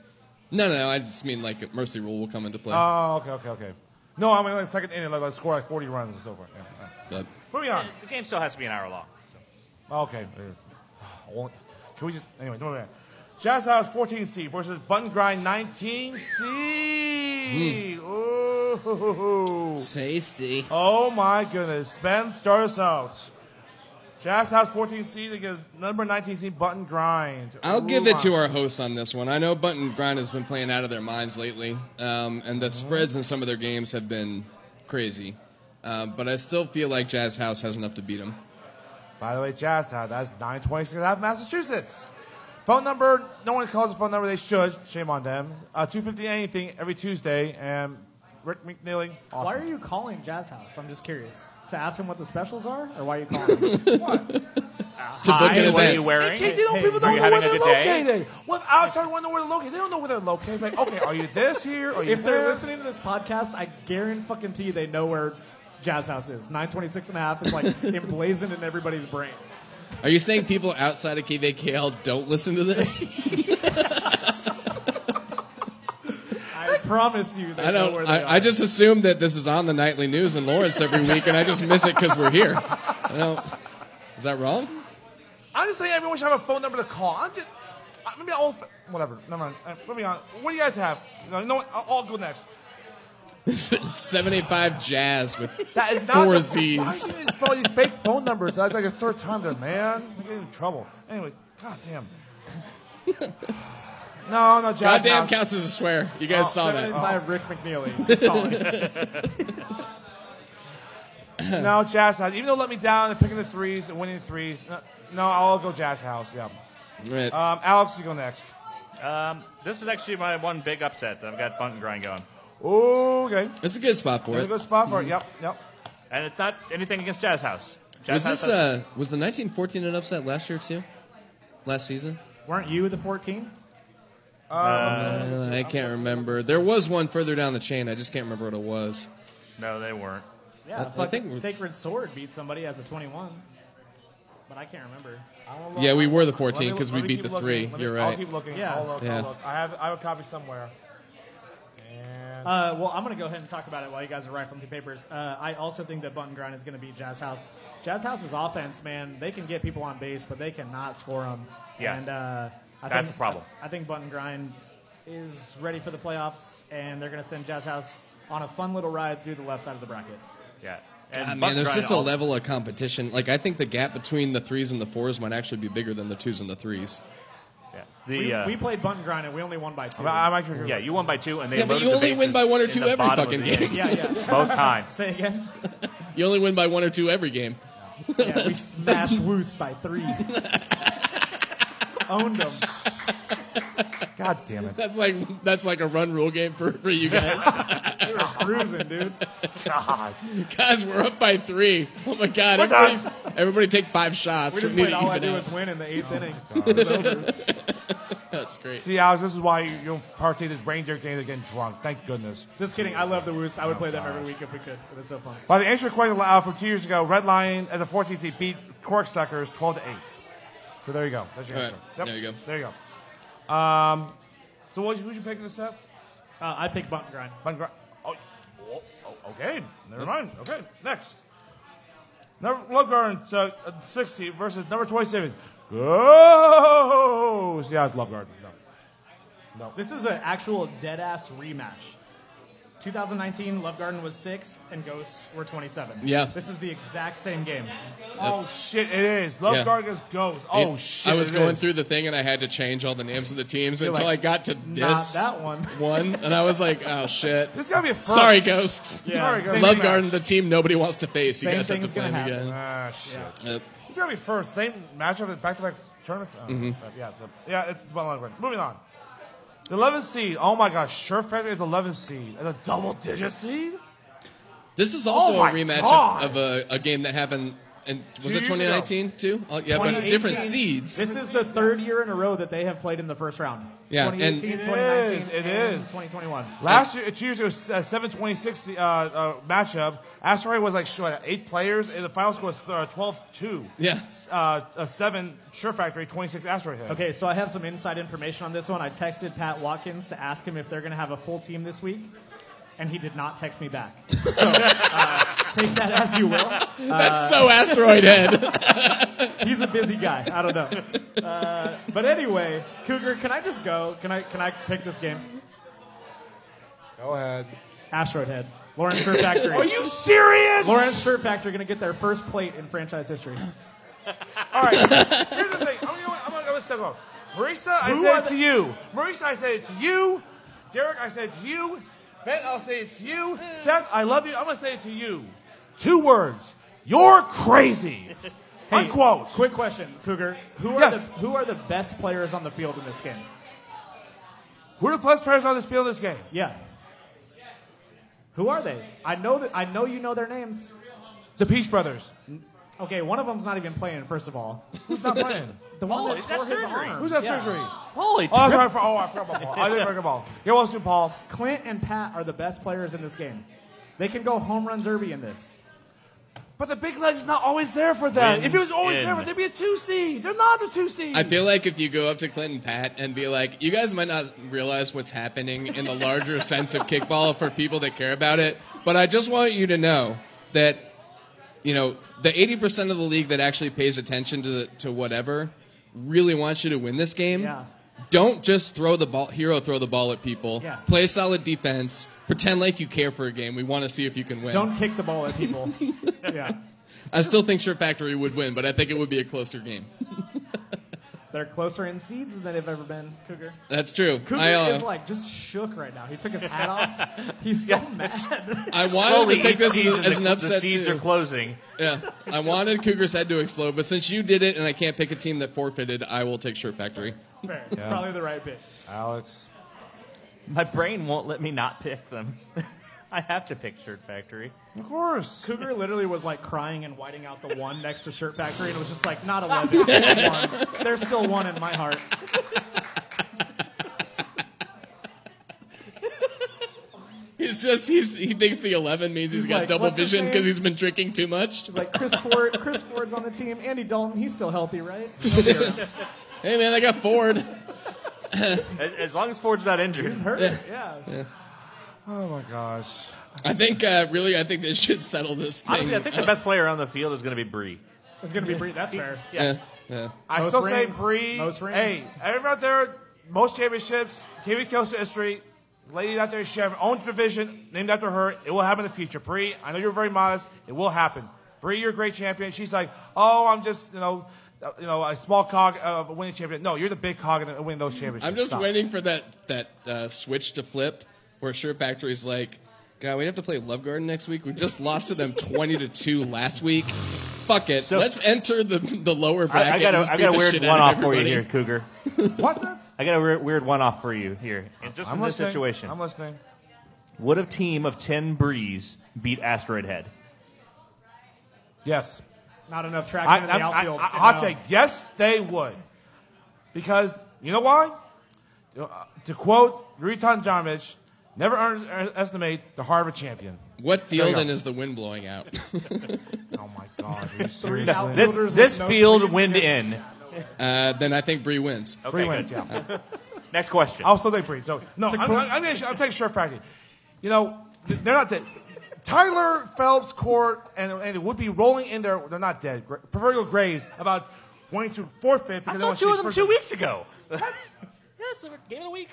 [SPEAKER 3] No, no, I just mean like a mercy rule will come into play.
[SPEAKER 2] Oh, okay, okay, okay. No, I mean, like second inning, like, like score like 40 runs and so forth. Yeah, yeah.
[SPEAKER 3] But-
[SPEAKER 2] Moving on.
[SPEAKER 1] The game still has to be an hour long.
[SPEAKER 2] Okay. it is. I won't- Can we just. Anyway, don't worry.
[SPEAKER 3] Hmm.
[SPEAKER 2] Jazz House 14 C versus Button Grind 19 C. Ooh. Ooh.
[SPEAKER 3] Tasty.
[SPEAKER 2] Oh my goodness. Ben, start us out. Jazz House 14 seed against number 19 seed Button Grind.
[SPEAKER 3] I'll give it to our hosts on this one. I know Button Grind has been playing out of their minds lately, um, and
[SPEAKER 4] Uh-huh.
[SPEAKER 3] the spreads in some of their games have been crazy. Uh, but I still feel like Jazz House has enough to beat them.
[SPEAKER 2] By the way, Jazz House, that's 926 Ave, Massachusetts. Phone number, no one calls the phone number. They should. Shame on them. Uh, 250 anything every Tuesday. And Rick McNeely, awesome.
[SPEAKER 4] Why are you calling Jazz House? I'm just curious. To ask him what the specials are, or why are you calling? him? what?
[SPEAKER 3] To book an event.
[SPEAKER 2] In case they don't,
[SPEAKER 4] Hey,
[SPEAKER 2] people don't
[SPEAKER 4] hey,
[SPEAKER 2] know
[SPEAKER 4] are
[SPEAKER 2] where
[SPEAKER 4] you having
[SPEAKER 2] they're
[SPEAKER 4] a good day?
[SPEAKER 2] located. Without trying to know where they're located, they don't know where they're located. Like, okay, are you this here? Are you
[SPEAKER 4] if they're
[SPEAKER 2] there?
[SPEAKER 4] listening to this podcast, I guarantee you they know where Jazz House is. 926 and a half is like emblazoned in everybody's brain.
[SPEAKER 3] Are you saying people outside of KVKL don't listen to this?
[SPEAKER 4] I promise you they
[SPEAKER 3] I
[SPEAKER 4] know
[SPEAKER 3] don't.
[SPEAKER 4] where they are.
[SPEAKER 3] I, I just assume that this is on the nightly news in Lawrence every week, and I just miss it because we're here. I don't- is that wrong?
[SPEAKER 2] I'm just saying everyone should have a phone number to call. I'm just I- maybe I'll whatever. Never mind. Uh, moving on. What do you guys have? No, you know what? I'll, I'll go next.
[SPEAKER 3] Seventy-five jazz with
[SPEAKER 2] That is not
[SPEAKER 3] four
[SPEAKER 2] the-
[SPEAKER 3] Z's.
[SPEAKER 2] Why do you guys put all these fake phone numbers? That's like the third time there, man. I'm getting in trouble. Anyway, goddamn. No, no, Jazz
[SPEAKER 3] Goddamn
[SPEAKER 2] House.
[SPEAKER 3] counts as a swear. You
[SPEAKER 4] Oh,
[SPEAKER 3] guys saw that.
[SPEAKER 4] by Rick McNeely. He's calling.
[SPEAKER 2] no, Jazz House. Even though it let me down and picking the threes and winning the threes. No, no, I'll go Jazz House. Yeah.
[SPEAKER 3] Right.
[SPEAKER 2] Um, Alex, you go next.
[SPEAKER 1] Um, this is actually my one big upset that I've got Bunt and Grind going.
[SPEAKER 2] Okay.
[SPEAKER 3] It's a good spot for
[SPEAKER 2] There's a
[SPEAKER 3] it.
[SPEAKER 2] good spot for it. Yep, yep.
[SPEAKER 1] And it's not anything against Jazz House. Jazz
[SPEAKER 3] Was
[SPEAKER 1] House
[SPEAKER 3] this
[SPEAKER 1] has-
[SPEAKER 3] uh, was the nineteen fourteen an upset last year too? Last season?
[SPEAKER 4] Weren't you the 14?
[SPEAKER 3] Uh, I can't remember. There was one further down the chain. I just can't remember what it was.
[SPEAKER 1] No, they weren't.
[SPEAKER 3] I-
[SPEAKER 4] Yeah,
[SPEAKER 3] I
[SPEAKER 4] fucking
[SPEAKER 3] think we're-
[SPEAKER 4] Sacred Sword beat somebody as a 21, but I can't remember.
[SPEAKER 3] Yeah, we were the
[SPEAKER 2] Let me-
[SPEAKER 3] 14 because
[SPEAKER 2] let
[SPEAKER 3] we
[SPEAKER 2] me
[SPEAKER 3] beat
[SPEAKER 2] keep
[SPEAKER 3] the
[SPEAKER 2] looking.
[SPEAKER 3] three.
[SPEAKER 2] Let me-
[SPEAKER 3] You're
[SPEAKER 2] I'll
[SPEAKER 3] right.
[SPEAKER 2] keep looking.
[SPEAKER 4] Yeah.
[SPEAKER 2] I'll look,
[SPEAKER 3] Yeah.
[SPEAKER 2] I'll look. I have, I have a copy somewhere. And
[SPEAKER 4] Uh, well, I'm going to go ahead and talk about it while you guys are rifling through papers. Uh, I also think that Button Grind is going to beat Jazz House. Jazz House's offense, man, they can get people on base, but they cannot score them.
[SPEAKER 1] Yeah.
[SPEAKER 4] And uh, I
[SPEAKER 1] That's
[SPEAKER 4] think,
[SPEAKER 1] a problem.
[SPEAKER 4] I, I think Button Grind is ready for the playoffs, and they're going to send Jazz House on a fun little ride through the left side of the bracket.
[SPEAKER 1] Yeah.
[SPEAKER 3] Ah,
[SPEAKER 1] Bunt
[SPEAKER 3] man,
[SPEAKER 1] and
[SPEAKER 3] there's
[SPEAKER 1] Grind
[SPEAKER 3] just a
[SPEAKER 1] also-
[SPEAKER 3] level of competition. Like I think the gap between the threes and the fours might actually be bigger than the twos and the threes.
[SPEAKER 1] Yeah. The,
[SPEAKER 4] we,
[SPEAKER 1] uh,
[SPEAKER 4] we played Button Grind, and we only won by two.
[SPEAKER 2] I'm, I'm actually
[SPEAKER 1] yeah, you won by two, and they
[SPEAKER 3] Yeah, but
[SPEAKER 1] loaded
[SPEAKER 3] you
[SPEAKER 1] the
[SPEAKER 3] only win
[SPEAKER 1] bases
[SPEAKER 3] by one or
[SPEAKER 1] in
[SPEAKER 3] two
[SPEAKER 1] the
[SPEAKER 3] every
[SPEAKER 1] bottom of
[SPEAKER 3] fucking
[SPEAKER 1] the
[SPEAKER 3] game.
[SPEAKER 1] eighth.
[SPEAKER 4] yeah, yeah.
[SPEAKER 1] Both times.
[SPEAKER 4] Say again?
[SPEAKER 3] You only win by one or two every game.
[SPEAKER 4] Yeah, we smashed Woos by three. Owned them.
[SPEAKER 2] God damn it.
[SPEAKER 3] That's like that's like a run rule game for, for you guys.
[SPEAKER 4] We were cruising, dude.
[SPEAKER 2] God.
[SPEAKER 3] guys, we're up by three. Oh my god!
[SPEAKER 2] We're done.
[SPEAKER 3] Everybody, everybody take five shots.
[SPEAKER 4] We just
[SPEAKER 3] need to
[SPEAKER 4] played all I
[SPEAKER 3] even
[SPEAKER 4] do
[SPEAKER 3] out.
[SPEAKER 4] is win in the
[SPEAKER 2] Oh,
[SPEAKER 4] eighth inning.
[SPEAKER 3] That's great.
[SPEAKER 2] See, Alex, this is why you, you partake this reindeer game to getting drunk. Thank goodness.
[SPEAKER 4] Just kidding. I love the Woos. I would play them every
[SPEAKER 2] gosh.
[SPEAKER 4] week if we could. It was so fun.
[SPEAKER 2] By the answer question uh, from two years ago, Red Lion as a 14th seed beat Corksuckers 12 to 8. So there you go. That's your
[SPEAKER 3] All
[SPEAKER 2] answer.
[SPEAKER 3] right. There you go.
[SPEAKER 2] There you go. Um, so what, who'd you pick in the set?
[SPEAKER 4] Uh, I pick Bunt and Grind.
[SPEAKER 2] Bun Gr- oh, oh, oh, okay. Never mind. Okay. Next. Number, Love Garden uh, uh, 60 versus number 27. Goes. Yeah, it's Love Garden. No.
[SPEAKER 4] This is an actual dead ass rematch. 2019, Love Garden was six, and Ghosts were 27.
[SPEAKER 3] Yeah.
[SPEAKER 4] This is the exact same game.
[SPEAKER 2] Oh, shit. It is. Love
[SPEAKER 3] Yeah.
[SPEAKER 2] Garden is Goes. Oh,
[SPEAKER 3] It-
[SPEAKER 2] shit.
[SPEAKER 3] I was
[SPEAKER 2] it
[SPEAKER 3] going
[SPEAKER 2] is.
[SPEAKER 3] through the thing and I had to change all the names of the teams until
[SPEAKER 4] like,
[SPEAKER 3] I got to
[SPEAKER 4] not
[SPEAKER 3] this
[SPEAKER 4] that one.
[SPEAKER 3] one, and I was like, oh shit.
[SPEAKER 2] This got to be a first.
[SPEAKER 3] Sorry, ghosts.
[SPEAKER 4] Yeah.
[SPEAKER 2] Sorry,
[SPEAKER 4] same
[SPEAKER 3] Love
[SPEAKER 4] rematch.
[SPEAKER 3] Garden, the team nobody wants to face.
[SPEAKER 4] Same
[SPEAKER 3] you guys have to
[SPEAKER 4] thing's
[SPEAKER 3] play
[SPEAKER 4] gonna
[SPEAKER 3] them
[SPEAKER 4] happen.
[SPEAKER 3] again.
[SPEAKER 2] Ah, shit.
[SPEAKER 3] Yep.
[SPEAKER 2] It's going to be first. Same matchup with back to back tournaments. Oh,
[SPEAKER 3] Mm-hmm.
[SPEAKER 2] crap. Yeah, so, yeah, it's Bun Love Garden. Moving on. The 11th seed. Oh, my gosh. Sure Factory is 11th seed. And a double digit seed?
[SPEAKER 3] This is also
[SPEAKER 2] Oh my
[SPEAKER 3] a rematch
[SPEAKER 2] God.
[SPEAKER 3] of, of a, a game that happened. And was
[SPEAKER 2] Two
[SPEAKER 3] it
[SPEAKER 2] years ago.
[SPEAKER 3] 2019 too? Oh, yeah, but
[SPEAKER 4] 2018.
[SPEAKER 3] different seeds.
[SPEAKER 4] This is the third year in a row that they have played in the first round.
[SPEAKER 3] Yeah, and-
[SPEAKER 4] 2018,
[SPEAKER 3] It
[SPEAKER 2] is,
[SPEAKER 4] 2019,
[SPEAKER 2] it
[SPEAKER 4] and
[SPEAKER 2] is.
[SPEAKER 4] 2021.
[SPEAKER 2] Last year, two years ago, s- uh, 726 uh, uh, matchup. Asteroid was like short at eight players, and the final score was uh, 12-2.
[SPEAKER 3] Yeah.
[SPEAKER 2] S- Uh, uh, seven Sure Factory, 26 Asteroid hit.
[SPEAKER 4] Okay, so I have some inside information on this one. I texted Pat Watkins to ask him if they're going to have a full team this week, and he did not text me back. So uh, take that as you will.
[SPEAKER 3] That's so asteroid head.
[SPEAKER 4] He's a busy guy. I don't know. Uh, but anyway, Cougar, can I just go? Can I can I pick this game?
[SPEAKER 2] Go ahead.
[SPEAKER 4] Asteroid Head. Lawrence Shirt Factory.
[SPEAKER 2] Are you serious?
[SPEAKER 4] Lawrence Shirt Factory going to get their first plate in franchise history.
[SPEAKER 2] All right. Here's the thing. I'm going to I'm gonna go a step up. Marisa, I
[SPEAKER 4] Who
[SPEAKER 2] said
[SPEAKER 4] are
[SPEAKER 2] it
[SPEAKER 4] the-
[SPEAKER 2] to you. Marisa, I said it to you. Derek, I said it to you. Ben, I'll say it to you. Seth, I love you. I'm going to say it to you. Two words. You're crazy. Unquote.
[SPEAKER 4] Quick question, Cougar. Who are
[SPEAKER 2] Yes.
[SPEAKER 4] the who are the best players on the field in this game?
[SPEAKER 2] Who are the plus players on this field in this game?
[SPEAKER 4] Yeah. Who are they? I know that I know you know their names.
[SPEAKER 2] The Peach Brothers.
[SPEAKER 4] Okay, one of them's not even playing. First of all,
[SPEAKER 2] Who's not playing?
[SPEAKER 4] the one
[SPEAKER 1] Oh,
[SPEAKER 4] that
[SPEAKER 1] he's
[SPEAKER 4] tore
[SPEAKER 1] got
[SPEAKER 4] his
[SPEAKER 1] surgery.
[SPEAKER 4] arm.
[SPEAKER 2] Who's that
[SPEAKER 4] Yeah.
[SPEAKER 2] surgery?
[SPEAKER 1] Holy
[SPEAKER 2] Oh, that's
[SPEAKER 1] trip.
[SPEAKER 2] right. For, oh, I forgot about Paul. I didn't forget about Paul. You're welcome, Paul.
[SPEAKER 4] Clint and Pat are the best players in this game. They can go home run derby in this.
[SPEAKER 2] But the big leg's not always there for them. if he was always
[SPEAKER 1] Wins
[SPEAKER 2] there,
[SPEAKER 1] in.
[SPEAKER 2] they'd be a two seed. They're not a two seed.
[SPEAKER 3] I feel like if you go up to Clinton Pat and be like, you guys might not realize what's happening in the larger sense of kickball for people that care about it, but I just want you to know that, you know, the 80% of the league that actually pays attention to, to whatever really wants you to win this game.
[SPEAKER 4] Yeah.
[SPEAKER 3] Don't just throw the ball, hero throw the ball at people.
[SPEAKER 4] Yeah.
[SPEAKER 3] Play solid defense. Pretend like you care for a game. We want to see if you can win.
[SPEAKER 4] Don't kick the ball at people. yeah,
[SPEAKER 3] I still think Shirt Factory would win, but I think it would be a closer game.
[SPEAKER 4] they're closer in seeds than they've ever been. Cougar.
[SPEAKER 3] That's true.
[SPEAKER 4] Cougar
[SPEAKER 3] I, uh,
[SPEAKER 4] is like just shook right now. He took his hat off. He's so mad.
[SPEAKER 3] I wanted
[SPEAKER 1] Slowly,
[SPEAKER 3] to
[SPEAKER 1] each
[SPEAKER 3] pick this as,
[SPEAKER 1] season,
[SPEAKER 3] as an
[SPEAKER 1] the, the
[SPEAKER 3] upset
[SPEAKER 1] seeds
[SPEAKER 3] too.
[SPEAKER 1] are closing.
[SPEAKER 3] Yeah, I wanted Cougar's head to explode, but since you did it and I can't pick a team that forfeited, I will take Shirt Factory.
[SPEAKER 4] Fair. Probably the right pick.
[SPEAKER 2] Alex.
[SPEAKER 1] My brain won't let me not pick them. I have to pick Shirt Factory.
[SPEAKER 2] Of course.
[SPEAKER 4] Cougar literally was like crying and whiting out the one next to Shirt Factory, and it was just like, not 11. it's one. There's still one in my heart.
[SPEAKER 3] He's just he's he thinks the eleven means he's
[SPEAKER 4] He's
[SPEAKER 3] got
[SPEAKER 4] like,
[SPEAKER 3] double
[SPEAKER 4] "What's his
[SPEAKER 3] vision
[SPEAKER 4] name?"
[SPEAKER 3] because he's been drinking too much.
[SPEAKER 4] It's like Chris Ford. Chris Ford's on the team. Andy Dalton, he's still healthy, right? He's
[SPEAKER 3] Hey man, I got Ford.
[SPEAKER 1] As, as long as Ford's not injured.
[SPEAKER 4] hurt. Yeah.
[SPEAKER 2] Oh my gosh.
[SPEAKER 3] I think uh, really, I think they should settle this thing.
[SPEAKER 1] Honestly, I think the best player on the field is going to be Bree.
[SPEAKER 4] It's gonna be Bree. That's fair.
[SPEAKER 3] yeah, yeah.
[SPEAKER 2] I
[SPEAKER 4] Most
[SPEAKER 2] still
[SPEAKER 4] rings.
[SPEAKER 2] say Bree.
[SPEAKER 4] Most rings.
[SPEAKER 2] Hey, everyone out there, most championships, Kimmy Kelsey history, lady out there, she has her own division named after her. It will happen in the future. Bree, I know you're very modest. It will happen. Bree, you're a great champion. She's like, oh, I'm just, you know, uh, you know, a small cog of a winning champion. No, you're the big cog in the- winning those championships.
[SPEAKER 3] I'm just
[SPEAKER 2] Stop.
[SPEAKER 3] waiting for that that uh, switch to flip where Shirt Factory's like, God, we have to play Love Garden next week. We just lost to them twenty to two last week. Fuck it.
[SPEAKER 1] So-
[SPEAKER 3] Let's enter the the lower bracket.
[SPEAKER 1] I, I got
[SPEAKER 3] and
[SPEAKER 1] a,
[SPEAKER 3] just
[SPEAKER 1] I
[SPEAKER 3] beat
[SPEAKER 1] got a
[SPEAKER 3] the
[SPEAKER 1] weird
[SPEAKER 3] shit
[SPEAKER 1] one
[SPEAKER 3] out of
[SPEAKER 1] off for you
[SPEAKER 3] everybody.
[SPEAKER 1] here, Cougar.
[SPEAKER 2] What? the-
[SPEAKER 1] I got a weird, weird one off for you here. And just
[SPEAKER 2] I'm
[SPEAKER 1] in this
[SPEAKER 2] listening.
[SPEAKER 1] situation,
[SPEAKER 2] I'm listening.
[SPEAKER 1] would a team of 10 Brees beat Asteroid Head?
[SPEAKER 2] Yes.
[SPEAKER 4] Not enough
[SPEAKER 2] I,
[SPEAKER 4] traction
[SPEAKER 2] I,
[SPEAKER 4] in the
[SPEAKER 2] I, I,
[SPEAKER 4] outfield. Um,
[SPEAKER 2] hot
[SPEAKER 4] No.
[SPEAKER 2] take. Yes, they would. Because, you know why? Uh, To quote Riton Jamich, never underestimate the heart of a champion.
[SPEAKER 3] What field
[SPEAKER 2] go.
[SPEAKER 3] and is the wind blowing out?
[SPEAKER 2] Oh my God, are you
[SPEAKER 4] Three
[SPEAKER 2] serious?
[SPEAKER 4] outfield-
[SPEAKER 1] This,
[SPEAKER 4] Builders
[SPEAKER 1] this
[SPEAKER 4] with no
[SPEAKER 1] field
[SPEAKER 4] cleats
[SPEAKER 1] wind
[SPEAKER 4] against-
[SPEAKER 1] in.
[SPEAKER 3] Uh, then I think Bree wins.
[SPEAKER 2] Bree
[SPEAKER 1] Okay,
[SPEAKER 2] wins,
[SPEAKER 1] good.
[SPEAKER 2] yeah.
[SPEAKER 1] Next question.
[SPEAKER 2] I'll still take Bree. So, no, I'm, I'm, I'm, gonna, I'm taking Sheriff Factory. You know, th- they're not dead. Tyler Phelps Court and, and it would be rolling in there. They're not dead. Gra- Proverbial graves about wanting to forfeit
[SPEAKER 1] I
[SPEAKER 2] because they
[SPEAKER 1] saw
[SPEAKER 2] want to
[SPEAKER 1] two
[SPEAKER 2] choose
[SPEAKER 1] of them
[SPEAKER 2] first-
[SPEAKER 1] two weeks ago. That's the game of the week.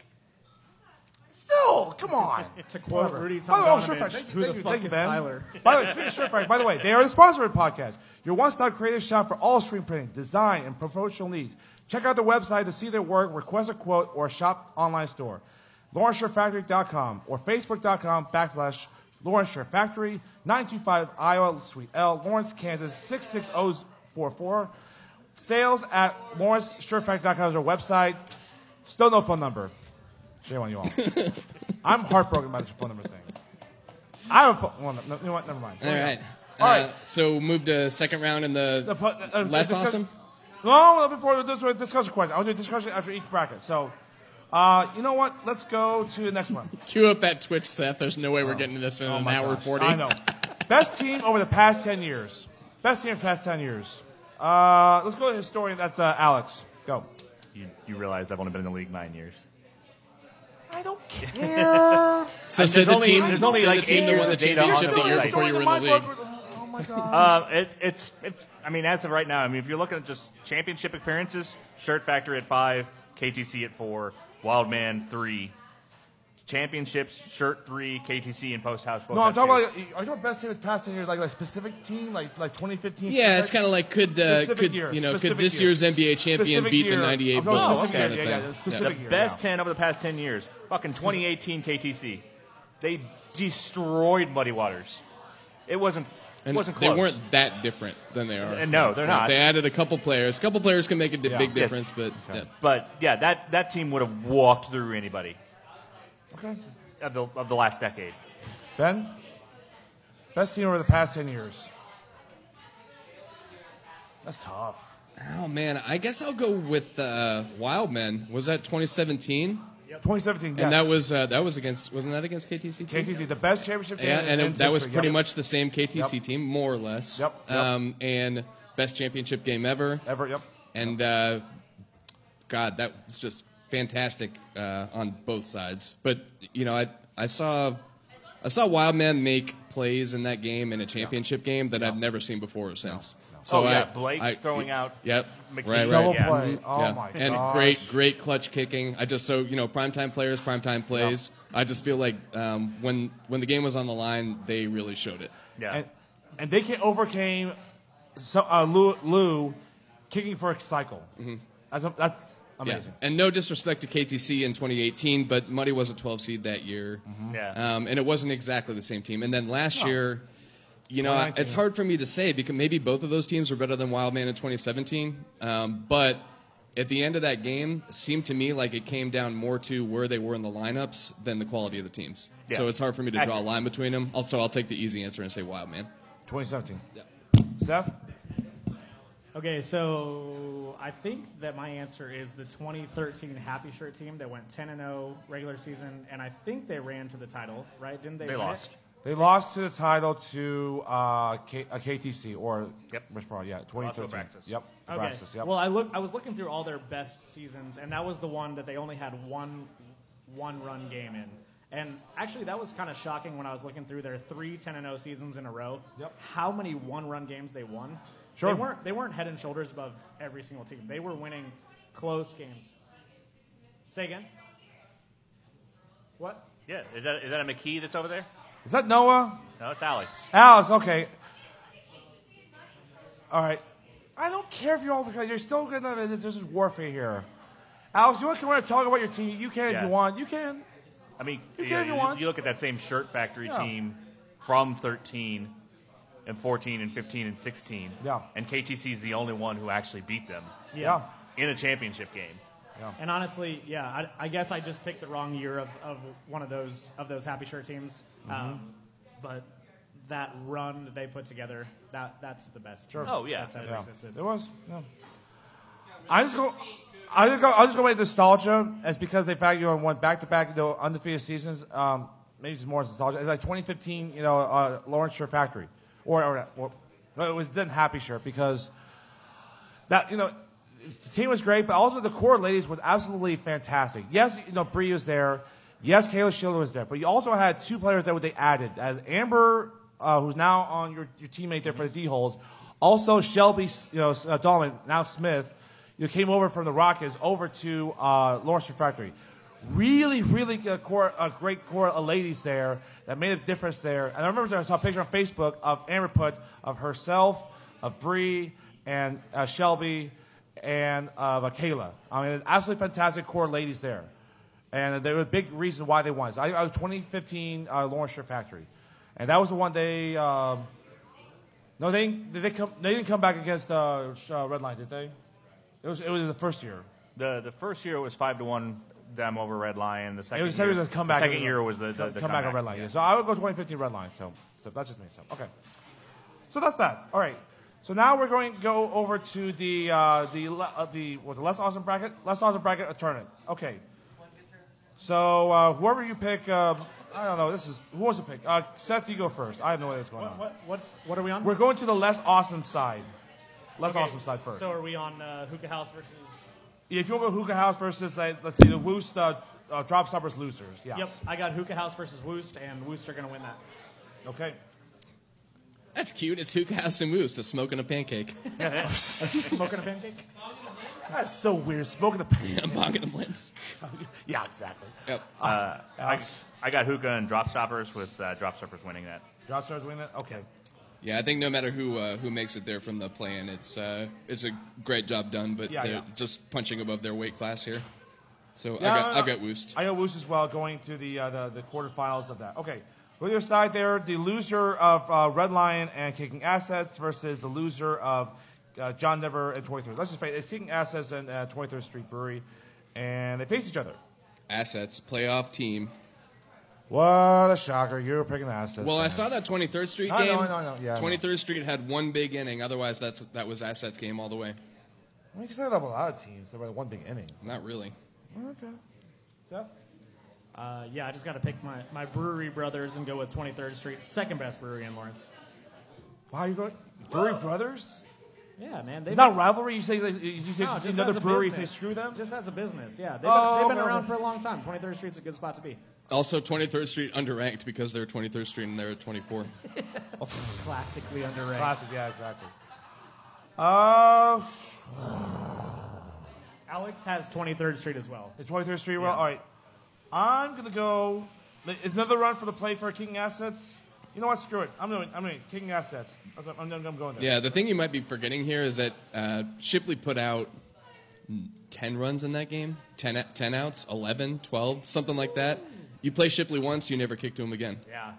[SPEAKER 2] Still, come on.
[SPEAKER 4] To quote Rudy
[SPEAKER 2] By the way, oh,
[SPEAKER 4] Tomjanovich,
[SPEAKER 2] Sure Fact. Thank you,
[SPEAKER 4] who
[SPEAKER 2] thank
[SPEAKER 4] the
[SPEAKER 2] you,
[SPEAKER 4] fuck
[SPEAKER 2] thank you,
[SPEAKER 4] is
[SPEAKER 2] Ben.
[SPEAKER 4] Tyler?
[SPEAKER 2] By the way, speaking of Sure Fact, by the way, they are the sponsor of the podcast. Your one-stop creative shop for all screen printing, design, and promotional needs. Check out their website to see their work, request a quote, or shop online store. LawrenceSureFactory.com or Facebook.com backslash Lawrence Sure Factory, 925 Iowa Suite L, Lawrence, Kansas, 66044. Sales at LawrenceSureFactory.com is our website. Still no phone number. Shame on you all. I'm heartbroken by this phone number thing. I have a phone. Well, no, you know what? Never mind.
[SPEAKER 3] All right.
[SPEAKER 2] All
[SPEAKER 3] Uh,
[SPEAKER 2] right.
[SPEAKER 3] So move to second round in the,
[SPEAKER 2] The po- uh, uh,
[SPEAKER 3] less
[SPEAKER 2] discuss-
[SPEAKER 3] awesome.
[SPEAKER 2] No, no, before we do a discussion question, I'll do a discussion after each bracket. So, uh, you know what? Let's go to the next one.
[SPEAKER 3] Cue up that Twitch, Seth. There's no way we're getting this in
[SPEAKER 2] Oh
[SPEAKER 3] an
[SPEAKER 2] my
[SPEAKER 3] hour
[SPEAKER 2] gosh.
[SPEAKER 3] forty.
[SPEAKER 2] I know. Best team over the past ten years. Best team of the past ten years. Uh, let's go to the historian. That's uh, Alex. Go.
[SPEAKER 1] You, you realize I've only been in the league nine years.
[SPEAKER 2] I don't care.
[SPEAKER 3] So
[SPEAKER 1] And
[SPEAKER 3] say
[SPEAKER 1] there's
[SPEAKER 3] the
[SPEAKER 1] only-
[SPEAKER 3] team.
[SPEAKER 1] there's only
[SPEAKER 3] say
[SPEAKER 1] like
[SPEAKER 3] the team
[SPEAKER 1] eight
[SPEAKER 3] that
[SPEAKER 1] years
[SPEAKER 3] won the
[SPEAKER 1] of data on
[SPEAKER 3] championship
[SPEAKER 1] the
[SPEAKER 3] the year
[SPEAKER 1] website.
[SPEAKER 3] before you were in the
[SPEAKER 2] My
[SPEAKER 3] league.
[SPEAKER 2] book- Oh my god.
[SPEAKER 1] Um, it's, it's, it's, I mean, as of right now, I mean, if you're looking at just championship appearances, Shirt Factory at five, KTC at four, Wildman three, championships, shirt three, KTC, and post house.
[SPEAKER 2] No, I'm talking about. Are you talking best team with past year, like like specific team, like like 2015?
[SPEAKER 3] Yeah, it's kind of like could uh,
[SPEAKER 2] Specific
[SPEAKER 3] could
[SPEAKER 2] year,
[SPEAKER 3] you know could
[SPEAKER 2] specific
[SPEAKER 3] this
[SPEAKER 2] year.
[SPEAKER 3] year's NBA champion
[SPEAKER 2] Specific
[SPEAKER 3] beat
[SPEAKER 2] year.
[SPEAKER 3] the '98
[SPEAKER 2] I'm talking about
[SPEAKER 3] Bulls
[SPEAKER 2] specific
[SPEAKER 3] kind of
[SPEAKER 2] year,
[SPEAKER 3] thing?
[SPEAKER 2] yeah, yeah,
[SPEAKER 1] the best ten over the past ten years. Fucking 2018 KTC, they destroyed Muddy Waters. It wasn't. It
[SPEAKER 3] And
[SPEAKER 1] wasn't
[SPEAKER 3] they
[SPEAKER 1] close.
[SPEAKER 3] weren't that different than they are.
[SPEAKER 1] And no, they're not.
[SPEAKER 3] They added a couple players. A couple players can make a di-
[SPEAKER 1] Yeah.
[SPEAKER 3] big
[SPEAKER 1] Yes.
[SPEAKER 3] difference, but yeah.
[SPEAKER 1] But yeah, that, that team would have walked through anybody
[SPEAKER 2] Okay.
[SPEAKER 1] of the of the last decade.
[SPEAKER 2] Ben, best team over the past 10 years. That's tough.
[SPEAKER 3] Oh man, I guess I'll go with uh, Wild Men. Was that 2017?
[SPEAKER 2] 2017.
[SPEAKER 3] And
[SPEAKER 2] yes.
[SPEAKER 3] that was uh, that was against wasn't that against KTC? Team?
[SPEAKER 2] KTC, the best championship team.
[SPEAKER 3] Yeah, and
[SPEAKER 2] in
[SPEAKER 3] it, that was
[SPEAKER 2] history,
[SPEAKER 3] pretty
[SPEAKER 2] yep.
[SPEAKER 3] much the same KTC
[SPEAKER 2] Yep.
[SPEAKER 3] team, more or less.
[SPEAKER 2] Yep, yep.
[SPEAKER 3] Um, and best championship game ever.
[SPEAKER 2] Ever. Yep.
[SPEAKER 3] And
[SPEAKER 1] Oh.
[SPEAKER 3] uh, God, that was just fantastic uh, on both sides. But you know, I I saw I saw Wildman make plays in that game in a championship game that I've never seen before or since.
[SPEAKER 1] Oh, yeah,
[SPEAKER 3] I-
[SPEAKER 1] Blake
[SPEAKER 3] I-
[SPEAKER 1] throwing out
[SPEAKER 3] Yep.
[SPEAKER 1] McKee.
[SPEAKER 3] Right, right.
[SPEAKER 1] Double play.
[SPEAKER 3] Mhm.
[SPEAKER 1] Oh, my
[SPEAKER 3] And
[SPEAKER 1] gosh.
[SPEAKER 3] great, great clutch kicking. I just so you know, primetime players, primetime plays. I just feel like um, when when the game was on the line, they really showed it.
[SPEAKER 1] Yeah.
[SPEAKER 2] And, and they can overcame so, uh, Lou, Lou kicking for a cycle. That's, that's amazing.
[SPEAKER 3] Mm-hmm. Yeah. And no disrespect to KTC in 2018, but Muddy was a 12 seed that year.
[SPEAKER 1] Yeah.
[SPEAKER 3] Um, and it wasn't exactly the same team. And then last year, you know, I-
[SPEAKER 1] 2019.
[SPEAKER 3] it's hard for me to say because maybe both of those teams were better than Wildman in 2017. Um, but at the end of that game, it seemed to me like it came down more to where they were in the lineups than the quality of the teams.
[SPEAKER 2] Yeah.
[SPEAKER 3] So it's hard for me to draw a
[SPEAKER 2] Accurate.
[SPEAKER 3] line between them. Also, I'll take the easy answer and say Wildman.
[SPEAKER 2] 2017. Seth?
[SPEAKER 4] Okay, so I think that my answer is the 2013 Happy Shirt team that went 10 and 0 regular season, and I think they ran to the title, right? Didn't they? win it?
[SPEAKER 2] They lost to the title to uh, K- uh, KTC or
[SPEAKER 1] yep.
[SPEAKER 2] Rich Brown. Yeah, 2013.
[SPEAKER 4] Abraxas.
[SPEAKER 2] Yep.
[SPEAKER 4] Okay.
[SPEAKER 2] Abraxas, yep.
[SPEAKER 4] Well, I look. I was looking through all their best seasons, and that was the one that they only had one one run game in. And actually, that was kind of shocking when I was looking through their three 10 and 0 seasons in a row. Yep. How many one run games they won?
[SPEAKER 2] Sure.
[SPEAKER 4] They weren't. They weren't head and shoulders above every single team. They were winning close games. Say again. What?
[SPEAKER 1] Yeah, is that is that a McKee that's over there?
[SPEAKER 2] Is that Noah?
[SPEAKER 1] No, it's Alex.
[SPEAKER 2] Alex, okay. All right. I don't care if you're all because you're still gonna. This is warfare here. Alex, you want to come around and talk about your team? You can if
[SPEAKER 1] Yeah.
[SPEAKER 2] you want. You can.
[SPEAKER 1] I mean,
[SPEAKER 2] You
[SPEAKER 1] you,
[SPEAKER 2] can if you
[SPEAKER 1] you,
[SPEAKER 2] want.
[SPEAKER 1] you look at that same shirt factory
[SPEAKER 2] Yeah.
[SPEAKER 1] team from 13 and 14 and 15 and 16.
[SPEAKER 2] Yeah.
[SPEAKER 1] And KTC is the only one who actually beat them
[SPEAKER 4] Yeah.
[SPEAKER 1] in a championship game.
[SPEAKER 4] And honestly, yeah, I, I guess I just picked the wrong year of, of one of those of those happy shirt teams.
[SPEAKER 12] Mm-hmm.
[SPEAKER 4] Um, but that run that they put together, that that's the best. team
[SPEAKER 1] Oh, yeah.
[SPEAKER 4] that's ever
[SPEAKER 1] Yeah.
[SPEAKER 4] existed.
[SPEAKER 2] It was. Yeah. I just go. I just go. I just go with nostalgia. It's because they fact you know went back to back you know, undefeated seasons. Um, maybe it's more nostalgia. It's like 2015. You know, uh, Lawrence Shirt Factory, or or, or no, it was then Happy Shirt because that you know the team was great, but also the core ladies was absolutely fantastic. Yes, you know Bree was there. Yes, Kayla Schiller was there, but you also had two players that they added as Amber, uh, who's now on your, your teammate there for the D holes, also Shelby, you know uh, Dahlman, now Smith, you came over from the Rockets over to uh, Lawrence Refractory. Really, really good core, a great core of ladies there that made a difference there. And I remember I saw a picture on Facebook of Amber put of herself, of Bree, and uh, Shelby and uh, Michaela. I mean, it's absolutely fantastic core ladies there. And they were a big reason why they won. So I, I was 2015 uh, Lawrence Shirt Factory. And that was the one they. Um, no, they didn't, did they, come, they didn't come back against uh, Sh- uh, Red Line, did they? It was, it was the first year.
[SPEAKER 1] The the first year it was five to one them over Red Lion. The second
[SPEAKER 2] it was,
[SPEAKER 1] year,
[SPEAKER 2] it was a comeback.
[SPEAKER 1] The second year was the, the, the
[SPEAKER 2] comeback on Red Line. Yeah. So I would go 2015 Red Line. So, so that's just me. So okay. So that's that. All right. So now we're going to go over to the uh, the le- uh, the what the less awesome bracket less awesome bracket uh, tournament. Okay. So uh, whoever you pick, um, I don't know. This is who wants to pick. Uh, Seth, you go first. I have no idea what's going on.
[SPEAKER 4] What what's what are we on?
[SPEAKER 2] We're going to the less awesome side. Less
[SPEAKER 4] Okay,
[SPEAKER 2] awesome side first.
[SPEAKER 4] So are we on uh, Hookah House versus?
[SPEAKER 2] Yeah, if you want to go hookah house versus like, let's say the Woost uh, uh, drop stoppers losers. Yeah.
[SPEAKER 4] Yep, I got Hookah House versus Woost, and Woost are gonna win that.
[SPEAKER 2] Okay.
[SPEAKER 3] That's cute. It's Hookah House and Moose to smoking a pancake.
[SPEAKER 4] Smoking a pancake.
[SPEAKER 2] That's so weird. Smoking a pen.
[SPEAKER 3] Bong and Blitz.
[SPEAKER 2] yeah, exactly.
[SPEAKER 3] Yep.
[SPEAKER 1] Uh, I, I got hookah and drop stoppers with uh, drop stoppers winning that.
[SPEAKER 2] Drop stars winning that? Okay.
[SPEAKER 3] Yeah, I think no matter who uh, who makes it there from the play-in, it's uh, it's a great job done. But
[SPEAKER 2] Yeah,
[SPEAKER 3] they're
[SPEAKER 2] yeah.
[SPEAKER 3] just punching above their weight class here.
[SPEAKER 2] Yeah,
[SPEAKER 3] So I got
[SPEAKER 2] no, no.
[SPEAKER 3] I got Woost.
[SPEAKER 2] I got Woost as well going to the, uh, the, the quarterfinals of that. Okay. On the other side there, the loser of uh, Red Lion and Kicking Assets versus the loser of uh, John Never and 23rd. Let's just face it, it's Kicking Assets and uh, 23rd Street Brewery, and they face each other.
[SPEAKER 3] Assets playoff team.
[SPEAKER 2] What a shocker. You're picking the Assets.
[SPEAKER 3] Well, I
[SPEAKER 2] man.
[SPEAKER 3] saw that 23rd Street
[SPEAKER 2] I know,
[SPEAKER 3] game.
[SPEAKER 2] I know, I know. Yeah, I know.
[SPEAKER 3] 23rd Street had one big inning. Otherwise, that's that was Assets game all the way.
[SPEAKER 2] I mean, 'cause they have a lot of teams. They're like one big inning.
[SPEAKER 3] Not really.
[SPEAKER 2] Okay.
[SPEAKER 12] Uh, yeah, I just got to pick my, my brewery brothers and go with 23rd Street, second best brewery in Lawrence.
[SPEAKER 2] Wow, you going Brewery Brothers?
[SPEAKER 12] Yeah, man. They've
[SPEAKER 2] Not rivalry? You say, like, you you say
[SPEAKER 12] No, just as
[SPEAKER 2] another
[SPEAKER 12] a
[SPEAKER 2] brewery,
[SPEAKER 12] business.
[SPEAKER 2] say screw them?
[SPEAKER 12] Just as a business, yeah. They've been,
[SPEAKER 2] Oh,
[SPEAKER 12] they've been
[SPEAKER 2] okay,
[SPEAKER 12] around
[SPEAKER 2] okay.
[SPEAKER 12] for a long time. 23rd Street's a good spot to be.
[SPEAKER 3] Also, 23rd Street underranked because they're 23rd Street and they're 24.
[SPEAKER 12] Classically underrated.
[SPEAKER 2] Classic, yeah, exactly. Uh,
[SPEAKER 12] Alex has 23rd Street as well.
[SPEAKER 2] The 23rd Street Roll. All right. I'm going to go. Is another run for the play for King Assets? You know what? Screw it. I'm doing. I'm doing King Assets. I'm, I'm, I'm going there.
[SPEAKER 3] Yeah, the thing you might be forgetting here is that uh, Shipley put out 10 runs in that game 10, 10 outs, 11, 12, something like that. You play Shipley once, you never kick to him again.
[SPEAKER 2] Yeah.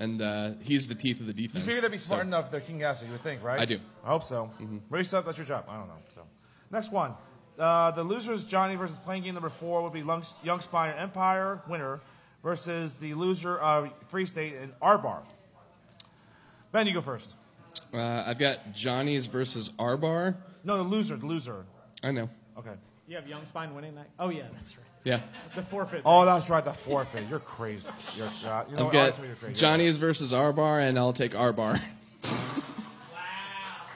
[SPEAKER 3] And uh, he's the teeth of the defense.
[SPEAKER 2] You figure they'd be smart
[SPEAKER 3] so-
[SPEAKER 2] enough. They're King Assets. You would think, right?
[SPEAKER 3] I do. Mm-hmm.
[SPEAKER 2] I hope so. Race up. That's your job. I don't know. So, next one. Uh, the losers Johnny versus playing game number four would be Lung, Young Spire Empire winner versus the loser of Free State and R Bar. Ben, you go first.
[SPEAKER 3] Uh, I've got Johnny's versus Arbar.
[SPEAKER 2] No, the loser. The loser.
[SPEAKER 3] I know.
[SPEAKER 2] Okay.
[SPEAKER 12] You have Young Spine winning that? Oh, yeah, that's right.
[SPEAKER 3] Yeah.
[SPEAKER 12] The forfeit.
[SPEAKER 2] Oh, that's right. The forfeit. You're crazy. You're, uh, you know
[SPEAKER 3] I've
[SPEAKER 2] what?
[SPEAKER 3] got
[SPEAKER 2] Actually, you're crazy.
[SPEAKER 3] Johnny's versus Arbar, and I'll take Arbar.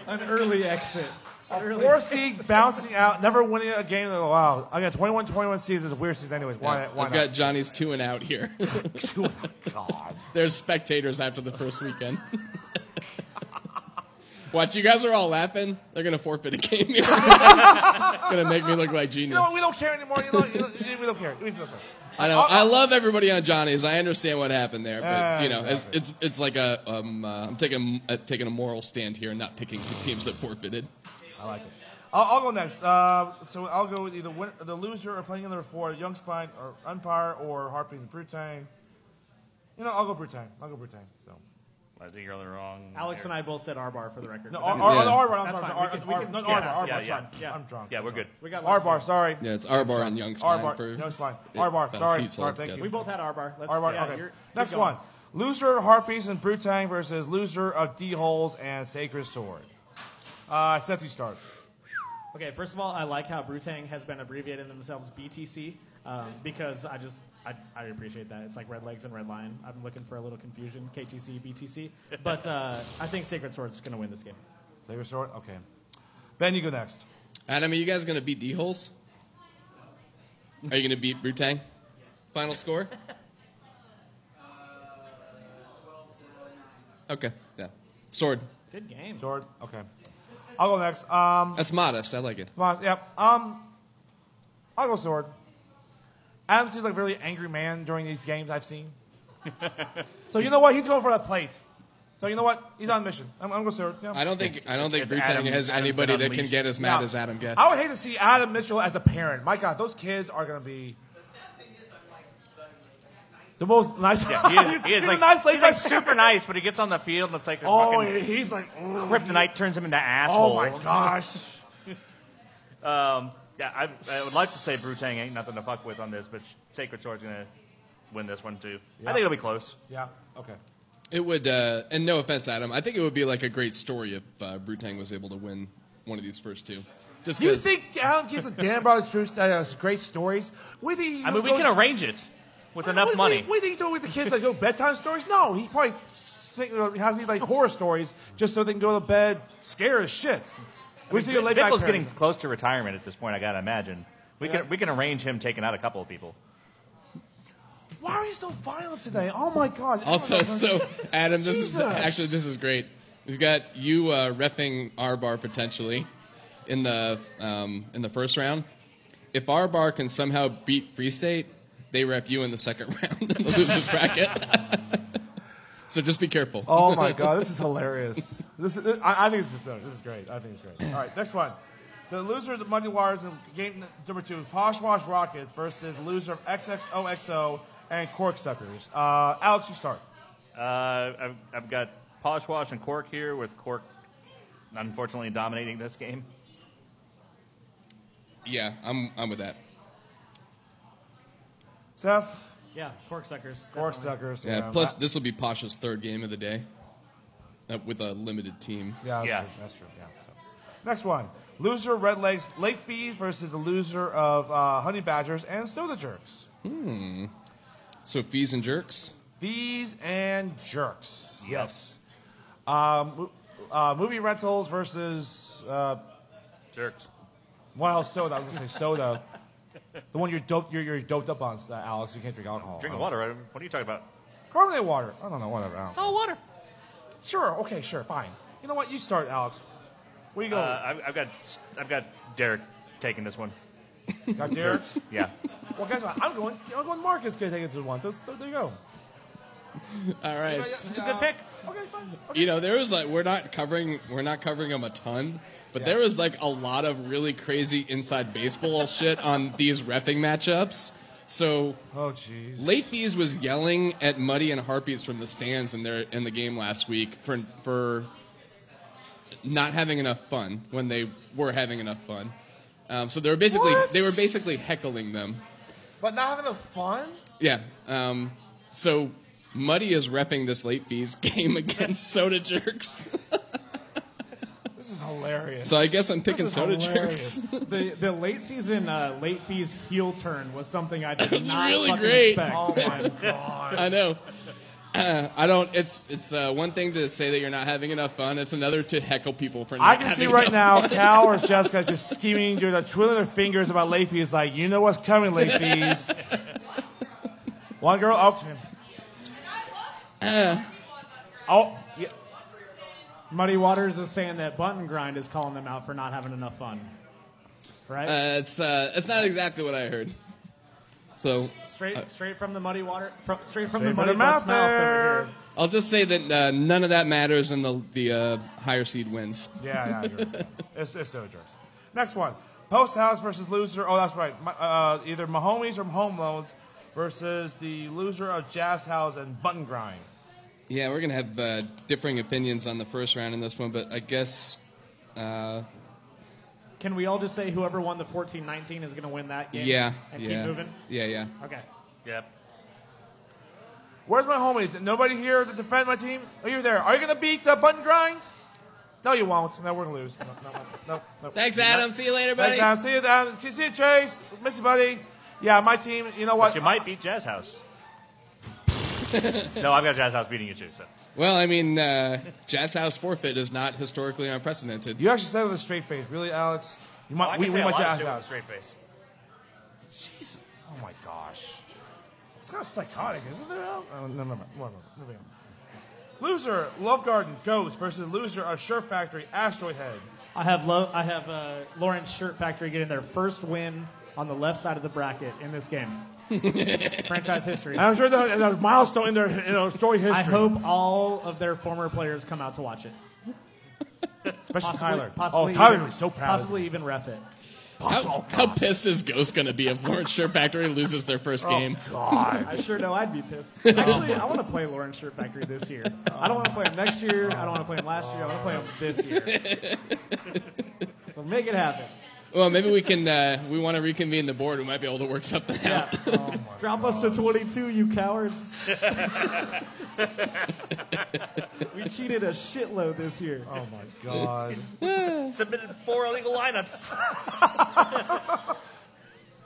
[SPEAKER 12] An early exit. An early
[SPEAKER 2] Four seed bouncing out, never winning a game in a while. I got 21 21 season is a weird season, anyways. Why,
[SPEAKER 3] Yeah,
[SPEAKER 2] why
[SPEAKER 3] I've
[SPEAKER 2] not? Oh,
[SPEAKER 3] got Johnny's two and out here.
[SPEAKER 2] God.
[SPEAKER 3] There's spectators after the first weekend. Watch, you guys are all laughing. They're gonna forfeit a game. here. gonna make me look like
[SPEAKER 2] You
[SPEAKER 3] genius.
[SPEAKER 2] know what? We don't care anymore. You know, you know, we don't care. We don't care.
[SPEAKER 3] I know. I love everybody on Johnny's. I understand what happened there, but
[SPEAKER 2] Yeah,
[SPEAKER 3] you know, it's, it's it's like a um, uh, I'm taking a, uh, taking a moral stand here and not picking the teams that forfeited.
[SPEAKER 2] I like it. I'll, I'll go next. Uh, so I'll go with either win, the loser or playing number four, Young Spine or Umpire or Harping the Brutang. You know, I'll go Brutang. I'll go Brutang. So.
[SPEAKER 1] I think you're on the wrong.
[SPEAKER 12] Alex and I both said Arbar for the record.
[SPEAKER 2] No,
[SPEAKER 12] but that's
[SPEAKER 2] R- R-
[SPEAKER 12] fine.
[SPEAKER 2] no, Arbar, I'm
[SPEAKER 12] That's
[SPEAKER 2] sorry,
[SPEAKER 12] fine.
[SPEAKER 2] R-
[SPEAKER 12] We can- we
[SPEAKER 2] R-
[SPEAKER 12] can
[SPEAKER 2] no,
[SPEAKER 12] skip
[SPEAKER 2] Arbar,
[SPEAKER 12] that.
[SPEAKER 2] Arbar,
[SPEAKER 12] Yeah,
[SPEAKER 2] it's
[SPEAKER 12] yeah.
[SPEAKER 2] fine. I'm drunk.
[SPEAKER 1] Yeah, we're good.
[SPEAKER 12] We got
[SPEAKER 2] R
[SPEAKER 12] lots of
[SPEAKER 2] bar,
[SPEAKER 12] games.
[SPEAKER 2] sorry.
[SPEAKER 3] Yeah, it's Arbar and Young Spine
[SPEAKER 2] Arbar,
[SPEAKER 3] for
[SPEAKER 2] Young Spine.
[SPEAKER 3] Yeah,
[SPEAKER 2] Arbar,
[SPEAKER 3] for
[SPEAKER 2] sorry.
[SPEAKER 3] seats
[SPEAKER 2] sorry
[SPEAKER 3] all
[SPEAKER 2] thank
[SPEAKER 3] together.
[SPEAKER 2] you.
[SPEAKER 12] We both had Arbar. Let's,
[SPEAKER 2] Arbar,
[SPEAKER 12] yeah,
[SPEAKER 2] okay.
[SPEAKER 12] you're-
[SPEAKER 2] Next
[SPEAKER 12] keep going.
[SPEAKER 2] one. Loser of Harpies and Brute Tang versus loser of D Holes and Sacred Sword. Uh, Seth, you start.
[SPEAKER 12] Okay, first of all, I like how Brutang has been abbreviating themselves BTC um, because I just I, I appreciate that. It's like Red Legs and Red Lion. I'm looking for a little confusion, KTC, BTC. But uh, I think Sacred Sword's going to win this game.
[SPEAKER 2] Sacred Sword? Okay. Ben, you go next.
[SPEAKER 3] Adam, are you guys gonna beat D holes? Are you gonna beat Brutang? Final score? Okay, yeah. Sword.
[SPEAKER 12] Good game.
[SPEAKER 2] Sword? Okay. I'll go next. Um,
[SPEAKER 3] That's modest. I like it.
[SPEAKER 2] Moss, yep. Um, I'll go Sword. Adam seems like a really angry man during these games I've seen. so you know what? He's going for that plate. So you know what? He's on a mission. I'm, I'm going to Sword. Yeah.
[SPEAKER 3] I don't think I don't think
[SPEAKER 1] It's
[SPEAKER 3] Brutang
[SPEAKER 1] Adam-
[SPEAKER 3] has
[SPEAKER 1] Adam's
[SPEAKER 3] anybody
[SPEAKER 1] been
[SPEAKER 3] that can
[SPEAKER 1] unleashed.
[SPEAKER 3] get as mad
[SPEAKER 2] Now,
[SPEAKER 3] as Adam gets.
[SPEAKER 2] I would hate to see Adam Mitchell as a parent. My God, those kids are going to be. The most nice.
[SPEAKER 1] Yeah, he is, he is
[SPEAKER 2] He's a
[SPEAKER 1] like,
[SPEAKER 2] nice
[SPEAKER 1] he's
[SPEAKER 2] lady.
[SPEAKER 1] like super nice, but he gets on the field and it's like a
[SPEAKER 2] Oh,
[SPEAKER 1] fucking
[SPEAKER 2] he's like. oh,
[SPEAKER 1] kryptonite turns him into
[SPEAKER 2] Oh
[SPEAKER 1] asshole.
[SPEAKER 2] my gosh.
[SPEAKER 1] Um, yeah, I, I would like to say Brutang ain't nothing to fuck with on this, but Sacred Sword's gonna win this one too. I think it'll be close.
[SPEAKER 2] Yeah. Okay.
[SPEAKER 3] It would, uh, and no offense, Adam. I think it would be like a great story if uh, Brutang was able to win one of these first two. Just
[SPEAKER 2] Do you
[SPEAKER 3] 'cause-
[SPEAKER 2] think Adam gives a damn about his true uh, great stories? What do you
[SPEAKER 1] I mean, we
[SPEAKER 2] go-
[SPEAKER 1] can arrange it with enough
[SPEAKER 2] what,
[SPEAKER 1] money.
[SPEAKER 2] What, what do you do with the kids that go bedtime stories? No, he probably sing, uh, has these like horror stories just so they can go to bed scared as shit. We see your late night
[SPEAKER 1] Bickle's getting
[SPEAKER 2] parents.
[SPEAKER 1] close to retirement at this point. I gotta imagine we
[SPEAKER 2] Yeah.
[SPEAKER 1] can we can arrange him taking out a couple of people.
[SPEAKER 2] Why are you so violent today? Oh my god!
[SPEAKER 3] Also, so Adam, this
[SPEAKER 2] Jesus.
[SPEAKER 3] is actually this is great. We've got you uh, refing our bar potentially. in the um, in the first round. If our bar can somehow beat Free State, they ref you in the second round in the losers bracket. so just be careful.
[SPEAKER 2] Oh my god, this is hilarious. This is, I, I think this is this is great. I think it's great. All right, next one. The loser of the Monday Wires in game number two, Poshwash Rockets versus loser of XXOXO and Corksuckers. Uh, Alex, you start.
[SPEAKER 1] Uh, I've, I've got Poshwash and Cork here, with Cork unfortunately dominating this game.
[SPEAKER 3] Yeah, I'm I'm with that.
[SPEAKER 2] Seth.
[SPEAKER 4] Yeah, Corksuckers.
[SPEAKER 2] Corksuckers. Um,
[SPEAKER 3] Yeah. plus, this will be Pasha's third game of the day uh, with a limited team.
[SPEAKER 2] Yeah, that's true. That's true. Yeah. so. Next one. Loser Red Legs Lake Bees versus the loser of uh, Honey Badgers and So the Jerks.
[SPEAKER 3] Hmm. So fees and jerks.
[SPEAKER 2] These and jerks. Yes. Um, mo- uh, movie rentals versus uh,
[SPEAKER 1] jerks.
[SPEAKER 2] Well, soda. I was gonna say soda. the one you're doped, you're, you're doped up on, uh, Alex. You can't drink alcohol.
[SPEAKER 1] Drinking
[SPEAKER 2] Um,
[SPEAKER 1] water. right? What are you talking about?
[SPEAKER 2] Carbonated water. I don't know. Whatever. I don't
[SPEAKER 1] Oh, water.
[SPEAKER 2] Sure. Okay. Sure. Fine. You know what? You start, Alex. Where you
[SPEAKER 1] Uh,
[SPEAKER 2] going?
[SPEAKER 1] I've, I've got I've got Derek taking this one.
[SPEAKER 2] Got Derek?
[SPEAKER 1] Jerks. Yeah.
[SPEAKER 2] well, guess what? I'm going. I'm going. Marcus gonna take it to the one. So, so there you go.
[SPEAKER 3] All right.
[SPEAKER 2] It's a good pick. Okay. Fine.
[SPEAKER 3] You know, there was like we're not covering we're not covering them a ton, but there was like a lot of really crazy inside baseball shit on these refing matchups. So,
[SPEAKER 2] oh jeez,
[SPEAKER 3] late fees was yelling at Muddy and Harpies from the stands in their in the game last week for for not having enough fun when they were having enough fun. Um, so they were basically
[SPEAKER 2] What?
[SPEAKER 3] they were basically heckling them.
[SPEAKER 2] But not having a fun.
[SPEAKER 3] Yeah. Um, so Muddy is refing this late fees game against Soda Jerks.
[SPEAKER 2] This is hilarious.
[SPEAKER 3] So I guess I'm picking
[SPEAKER 2] This is
[SPEAKER 3] soda
[SPEAKER 2] hilarious.
[SPEAKER 3] jerks.
[SPEAKER 4] the the late season uh, late fees heel turn was something I did
[SPEAKER 3] It's
[SPEAKER 4] not
[SPEAKER 3] really
[SPEAKER 4] fucking
[SPEAKER 3] great.
[SPEAKER 4] expect.
[SPEAKER 2] Oh,
[SPEAKER 3] I know. Uh, I don't. It's it's uh, one thing to say that you're not having enough fun. It's another to heckle people for. Not
[SPEAKER 2] I can see
[SPEAKER 3] having
[SPEAKER 2] right
[SPEAKER 3] enough
[SPEAKER 2] now
[SPEAKER 3] fun.
[SPEAKER 2] Cal or Jessica just scheming, doing that, twiddling their fingers about late fees, like, you know what's coming, late fees. One girl up to him.
[SPEAKER 3] Uh.
[SPEAKER 2] oh, yeah.
[SPEAKER 4] Muddy Waters is saying that Button Grind is calling them out for not having enough fun. Right?
[SPEAKER 3] Uh, it's uh, it's not exactly what I heard. So
[SPEAKER 4] straight
[SPEAKER 3] uh,
[SPEAKER 4] straight from the Muddy Water, from, straight from
[SPEAKER 2] Straight
[SPEAKER 4] the
[SPEAKER 2] from the
[SPEAKER 4] Muddy
[SPEAKER 2] mouth
[SPEAKER 4] Butt's mouth over
[SPEAKER 2] there.
[SPEAKER 4] here.
[SPEAKER 3] I'll just say that uh, none of that matters, and the the uh, higher seed wins.
[SPEAKER 2] Yeah, yeah, I agree. it's, it's soda jerks. Next one. Post House versus loser. Oh, that's right. My- Uh, either Mahomes or Home Loans versus the loser of Jazz House and Button Grind.
[SPEAKER 3] Yeah, we're gonna have uh, differing opinions on the first round in this one, but I guess uh,
[SPEAKER 4] Can we all just say whoever won the 14-19 is going to win that game?
[SPEAKER 3] yeah,
[SPEAKER 4] And
[SPEAKER 3] yeah,
[SPEAKER 4] keep moving?
[SPEAKER 3] yeah, yeah.
[SPEAKER 4] Okay.
[SPEAKER 1] Yep.
[SPEAKER 2] Where's my homies? Nobody here to defend my team? Oh, you're there. Are you going to beat the button grind? No, you won't. No, we're going to lose. No, no, no, no, no.
[SPEAKER 3] Thanks, Adam. See you later, buddy.
[SPEAKER 2] Thanks, Adam. See you, Adam. See you, Chase. Miss you, buddy. Yeah, my team, you know what?
[SPEAKER 1] But you might beat Jazz House. no, I've got Jazz House beating you too. So
[SPEAKER 3] Well, I mean, uh, Jazz House forfeit is not historically unprecedented.
[SPEAKER 2] You actually said it with a straight face. Really, Alex? You might,
[SPEAKER 1] I can
[SPEAKER 2] we,
[SPEAKER 1] say
[SPEAKER 2] we
[SPEAKER 1] a
[SPEAKER 2] might
[SPEAKER 1] lot of
[SPEAKER 2] jazz
[SPEAKER 1] shit with a
[SPEAKER 2] out.
[SPEAKER 1] straight face.
[SPEAKER 2] Jeez. Oh, my gosh. It's kind of psychotic, isn't it? Al? Oh, no, no, no. no, no, no. Loser, Love Garden, Ghost versus loser of Shirt Factory, Asteroid Head.
[SPEAKER 4] I have Lo- I have uh, Lawrence Shirt Factory getting their first win on the left side of the bracket in this game. Franchise history.
[SPEAKER 2] I'm sure that- that's a milestone in their, in their story history.
[SPEAKER 4] I hope all of their former players come out to watch it.
[SPEAKER 2] Especially Tyler.
[SPEAKER 4] Possibly
[SPEAKER 2] oh, Tyler
[SPEAKER 4] even,
[SPEAKER 2] was so proud.
[SPEAKER 4] Possibly even ref it. Oh,
[SPEAKER 3] How, how pissed is Ghost going to be if Lawrence Shirt Factory loses their
[SPEAKER 4] Oh.
[SPEAKER 3] first game?
[SPEAKER 4] I sure know I'd be pissed. Actually, I want to play Lawrence Shirt Factory this year. I don't want to play him next year. I don't want to play him last year. I want to play him this year. so make it happen.
[SPEAKER 3] Well, maybe we can. Uh, we want to reconvene the board. We might be able to work something out.
[SPEAKER 4] Yeah. Drop us to 22, you cowards. we cheated a shitload this year.
[SPEAKER 2] Oh my god.
[SPEAKER 1] Submitted four illegal lineups.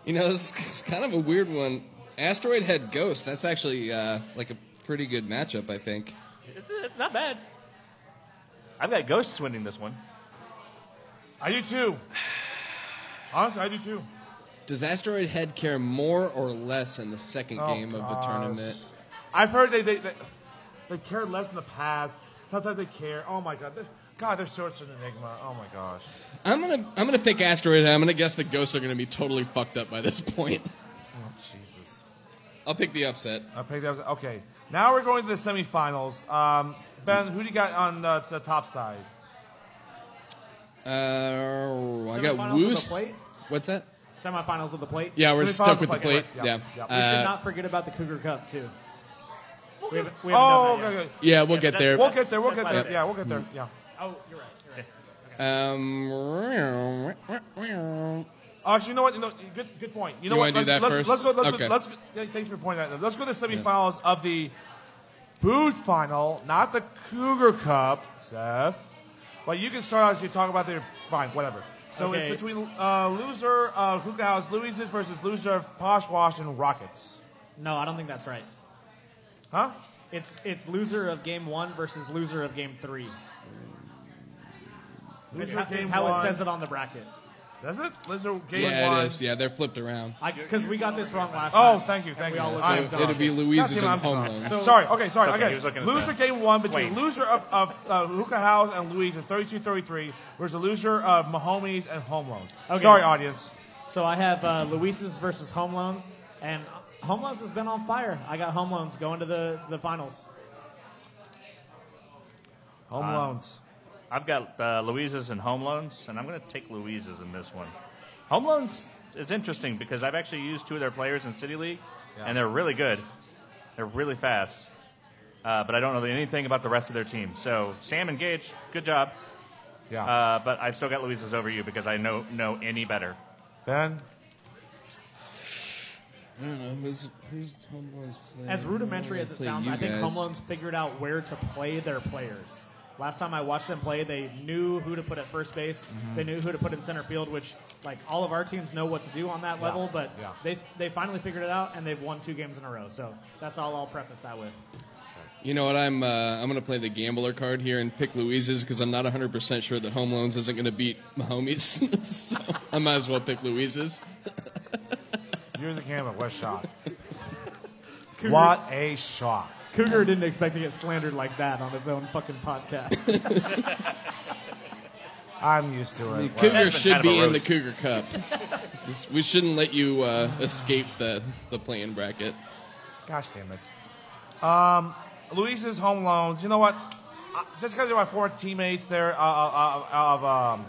[SPEAKER 3] You know, this is kind of a weird one. Asteroid Head Ghost. That's actually uh, like a pretty good matchup, I think.
[SPEAKER 1] It's, it's not bad. I've got Ghosts winning this one.
[SPEAKER 2] I do too. Honestly, I do too.
[SPEAKER 3] Does Asteroid Head care more or less in the second
[SPEAKER 2] Oh,
[SPEAKER 3] game of
[SPEAKER 2] gosh.
[SPEAKER 3] the tournament?
[SPEAKER 2] I've heard they they, they, they care less in the past. Sometimes they care. Oh my god. This- God, they're such an enigma. Oh my gosh.
[SPEAKER 3] I'm gonna I'm gonna pick asteroid. and I'm gonna guess the ghosts are gonna be totally fucked up by this point.
[SPEAKER 2] Oh Jesus.
[SPEAKER 3] I'll pick the upset.
[SPEAKER 2] I'll pick the upset. Okay. Now we're going to the semifinals. Um, ben, who do you got on the, the top side?
[SPEAKER 3] Uh, I got
[SPEAKER 4] Semifinals of the
[SPEAKER 3] Woos.
[SPEAKER 4] plate?
[SPEAKER 3] What's that?
[SPEAKER 4] Semifinals of the plate.
[SPEAKER 3] Yeah, we're stuck with the plate. Yeah.
[SPEAKER 4] We should
[SPEAKER 3] Uh,
[SPEAKER 4] not forget about the Cougar Cup too. We haven't- we haven't
[SPEAKER 2] Oh,
[SPEAKER 4] done that
[SPEAKER 2] okay,
[SPEAKER 4] yet.
[SPEAKER 2] okay.
[SPEAKER 3] Yeah, we'll get there.
[SPEAKER 2] We'll get there. We'll get
[SPEAKER 4] That's
[SPEAKER 2] there.
[SPEAKER 4] later.
[SPEAKER 2] Yeah, we'll get there.
[SPEAKER 3] Mm.
[SPEAKER 2] Yeah.
[SPEAKER 4] Oh, you're right.
[SPEAKER 3] Um,
[SPEAKER 2] Actually, you know what? You know, good, good point. You know
[SPEAKER 3] You
[SPEAKER 2] what?
[SPEAKER 3] wanna do
[SPEAKER 2] let's,
[SPEAKER 3] that
[SPEAKER 2] let's,
[SPEAKER 3] first?
[SPEAKER 2] let's go. Let's,
[SPEAKER 3] Okay.
[SPEAKER 2] go, let's go, yeah, thanks for pointing that. out. Let's go to the semifinals of the food final, not the Cougar Cup, Seth. But you can start out. as You talk about their fine, whatever. So
[SPEAKER 12] Okay.
[SPEAKER 2] it's between uh, loser uh, Cougar House Louises versus loser of Poshwash and Rockets.
[SPEAKER 4] No, I don't think that's right.
[SPEAKER 2] Huh?
[SPEAKER 4] It's it's loser of game one versus loser of game three. Is
[SPEAKER 2] Loser
[SPEAKER 4] how,
[SPEAKER 2] of
[SPEAKER 4] is
[SPEAKER 2] game
[SPEAKER 4] how it
[SPEAKER 2] one.
[SPEAKER 4] says it on the bracket.
[SPEAKER 2] Does it? Loser of game
[SPEAKER 3] yeah,
[SPEAKER 2] one.
[SPEAKER 3] it is. Yeah, they're flipped around.
[SPEAKER 4] Because we got this wrong last
[SPEAKER 2] Oh,
[SPEAKER 4] time.
[SPEAKER 2] thank you,
[SPEAKER 4] And
[SPEAKER 2] thank
[SPEAKER 4] we
[SPEAKER 2] you.
[SPEAKER 4] all looked
[SPEAKER 3] So
[SPEAKER 4] at it.
[SPEAKER 3] it'll be Louise's
[SPEAKER 2] Goddamn,
[SPEAKER 3] and
[SPEAKER 2] I'm
[SPEAKER 3] Homeland.
[SPEAKER 2] sorry. sorry. Okay, sorry.
[SPEAKER 1] Okay, he was
[SPEAKER 2] okay.
[SPEAKER 1] looking at
[SPEAKER 2] Loser
[SPEAKER 1] that.
[SPEAKER 2] game one between
[SPEAKER 1] Wait.
[SPEAKER 2] loser of, of uh, Hookah House and Louise is 32-33 versus loser of Mahomes and Home Loans.
[SPEAKER 4] Okay.
[SPEAKER 2] Sorry, audience.
[SPEAKER 4] So I have uh, Luis's versus Home Loans, and Home Loans has been on fire. I got Home Loans going to the, the finals.
[SPEAKER 2] Home
[SPEAKER 1] Uh,
[SPEAKER 2] Loans.
[SPEAKER 1] I've got uh, Louise's and Home Loans, and I'm going to take Louise's in this one. Home Loans is interesting because I've actually used two of their players in City League, and they're really good. They're really fast. Uh, but I don't know anything about the rest of their team. So, Sam and Gage, good job.
[SPEAKER 2] Yeah.
[SPEAKER 1] Uh, but I still got Louise's over you because I know, know any better.
[SPEAKER 2] Ben?
[SPEAKER 3] I don't know who's who's Homeland's playing.
[SPEAKER 4] As rudimentary as it
[SPEAKER 3] Play
[SPEAKER 4] sounds,
[SPEAKER 3] you
[SPEAKER 4] I think
[SPEAKER 3] guys.
[SPEAKER 4] Home Loans figured out where to play their players. Last time I watched them play, they knew who to put at first base. They knew who to put in center field, which like all of our teams know what to do on that level. But
[SPEAKER 2] yeah.
[SPEAKER 4] they they finally figured it out, and they've won two games in a row. So that's all I'll preface that with.
[SPEAKER 3] You know what? I'm uh, I'm gonna play the gambler card here and pick Louise's because I'm not 100 percent sure that Home Loans isn't gonna beat Mahomes. so I might as well pick Louise's.
[SPEAKER 2] You're the camera. What a shot. what a shot.
[SPEAKER 4] Cougar didn't expect to get slandered like that on his own fucking podcast.
[SPEAKER 2] I'm used to it.
[SPEAKER 3] Cougar
[SPEAKER 2] Whatever.
[SPEAKER 3] should be in the Cougar Cup. Just- we shouldn't let you uh, escape the the playing bracket.
[SPEAKER 2] Gosh damn it. Um, Luis's home loans. You know what? Uh, just because they're my four teammates there uh, uh, uh, of um,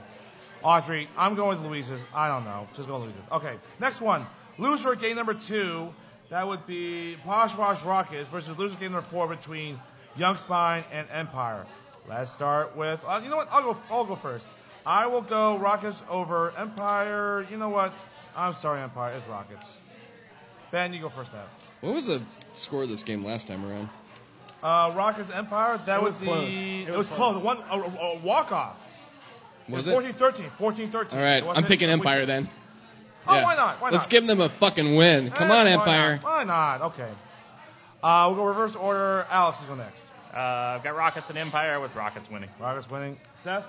[SPEAKER 2] Audrey, I'm going with Luis's. I don't know. Just go with Luis's. Okay. Next one. Loser game number two. That would be Poshwash Rockets versus loser game number four between Young Spine and Empire. Let's start with. Uh, you know what? I'll go. I'll go first. I will go Rockets over Empire. You know what? I'm sorry, Empire. It's Rockets. Ben, you go first now.
[SPEAKER 3] What was the score of this game last time around?
[SPEAKER 2] Uh, Rockets Empire. That
[SPEAKER 4] It
[SPEAKER 2] was,
[SPEAKER 4] was
[SPEAKER 2] the.
[SPEAKER 4] close.
[SPEAKER 2] It, was close. One a, a- a walk off.
[SPEAKER 3] Was it?
[SPEAKER 2] 14 13. 14 13.
[SPEAKER 3] All right, I'm picking Empire then.
[SPEAKER 2] Oh, why not? Why
[SPEAKER 3] Let's
[SPEAKER 2] not?
[SPEAKER 3] give them a fucking win. Come on,
[SPEAKER 2] Eh,
[SPEAKER 3] Empire.
[SPEAKER 2] Why not? Why not? Okay. Uh, we'll go reverse order. Alex is going next.
[SPEAKER 1] Uh, I've got Rockets and Empire with Rockets winning.
[SPEAKER 2] Rockets winning. Seth?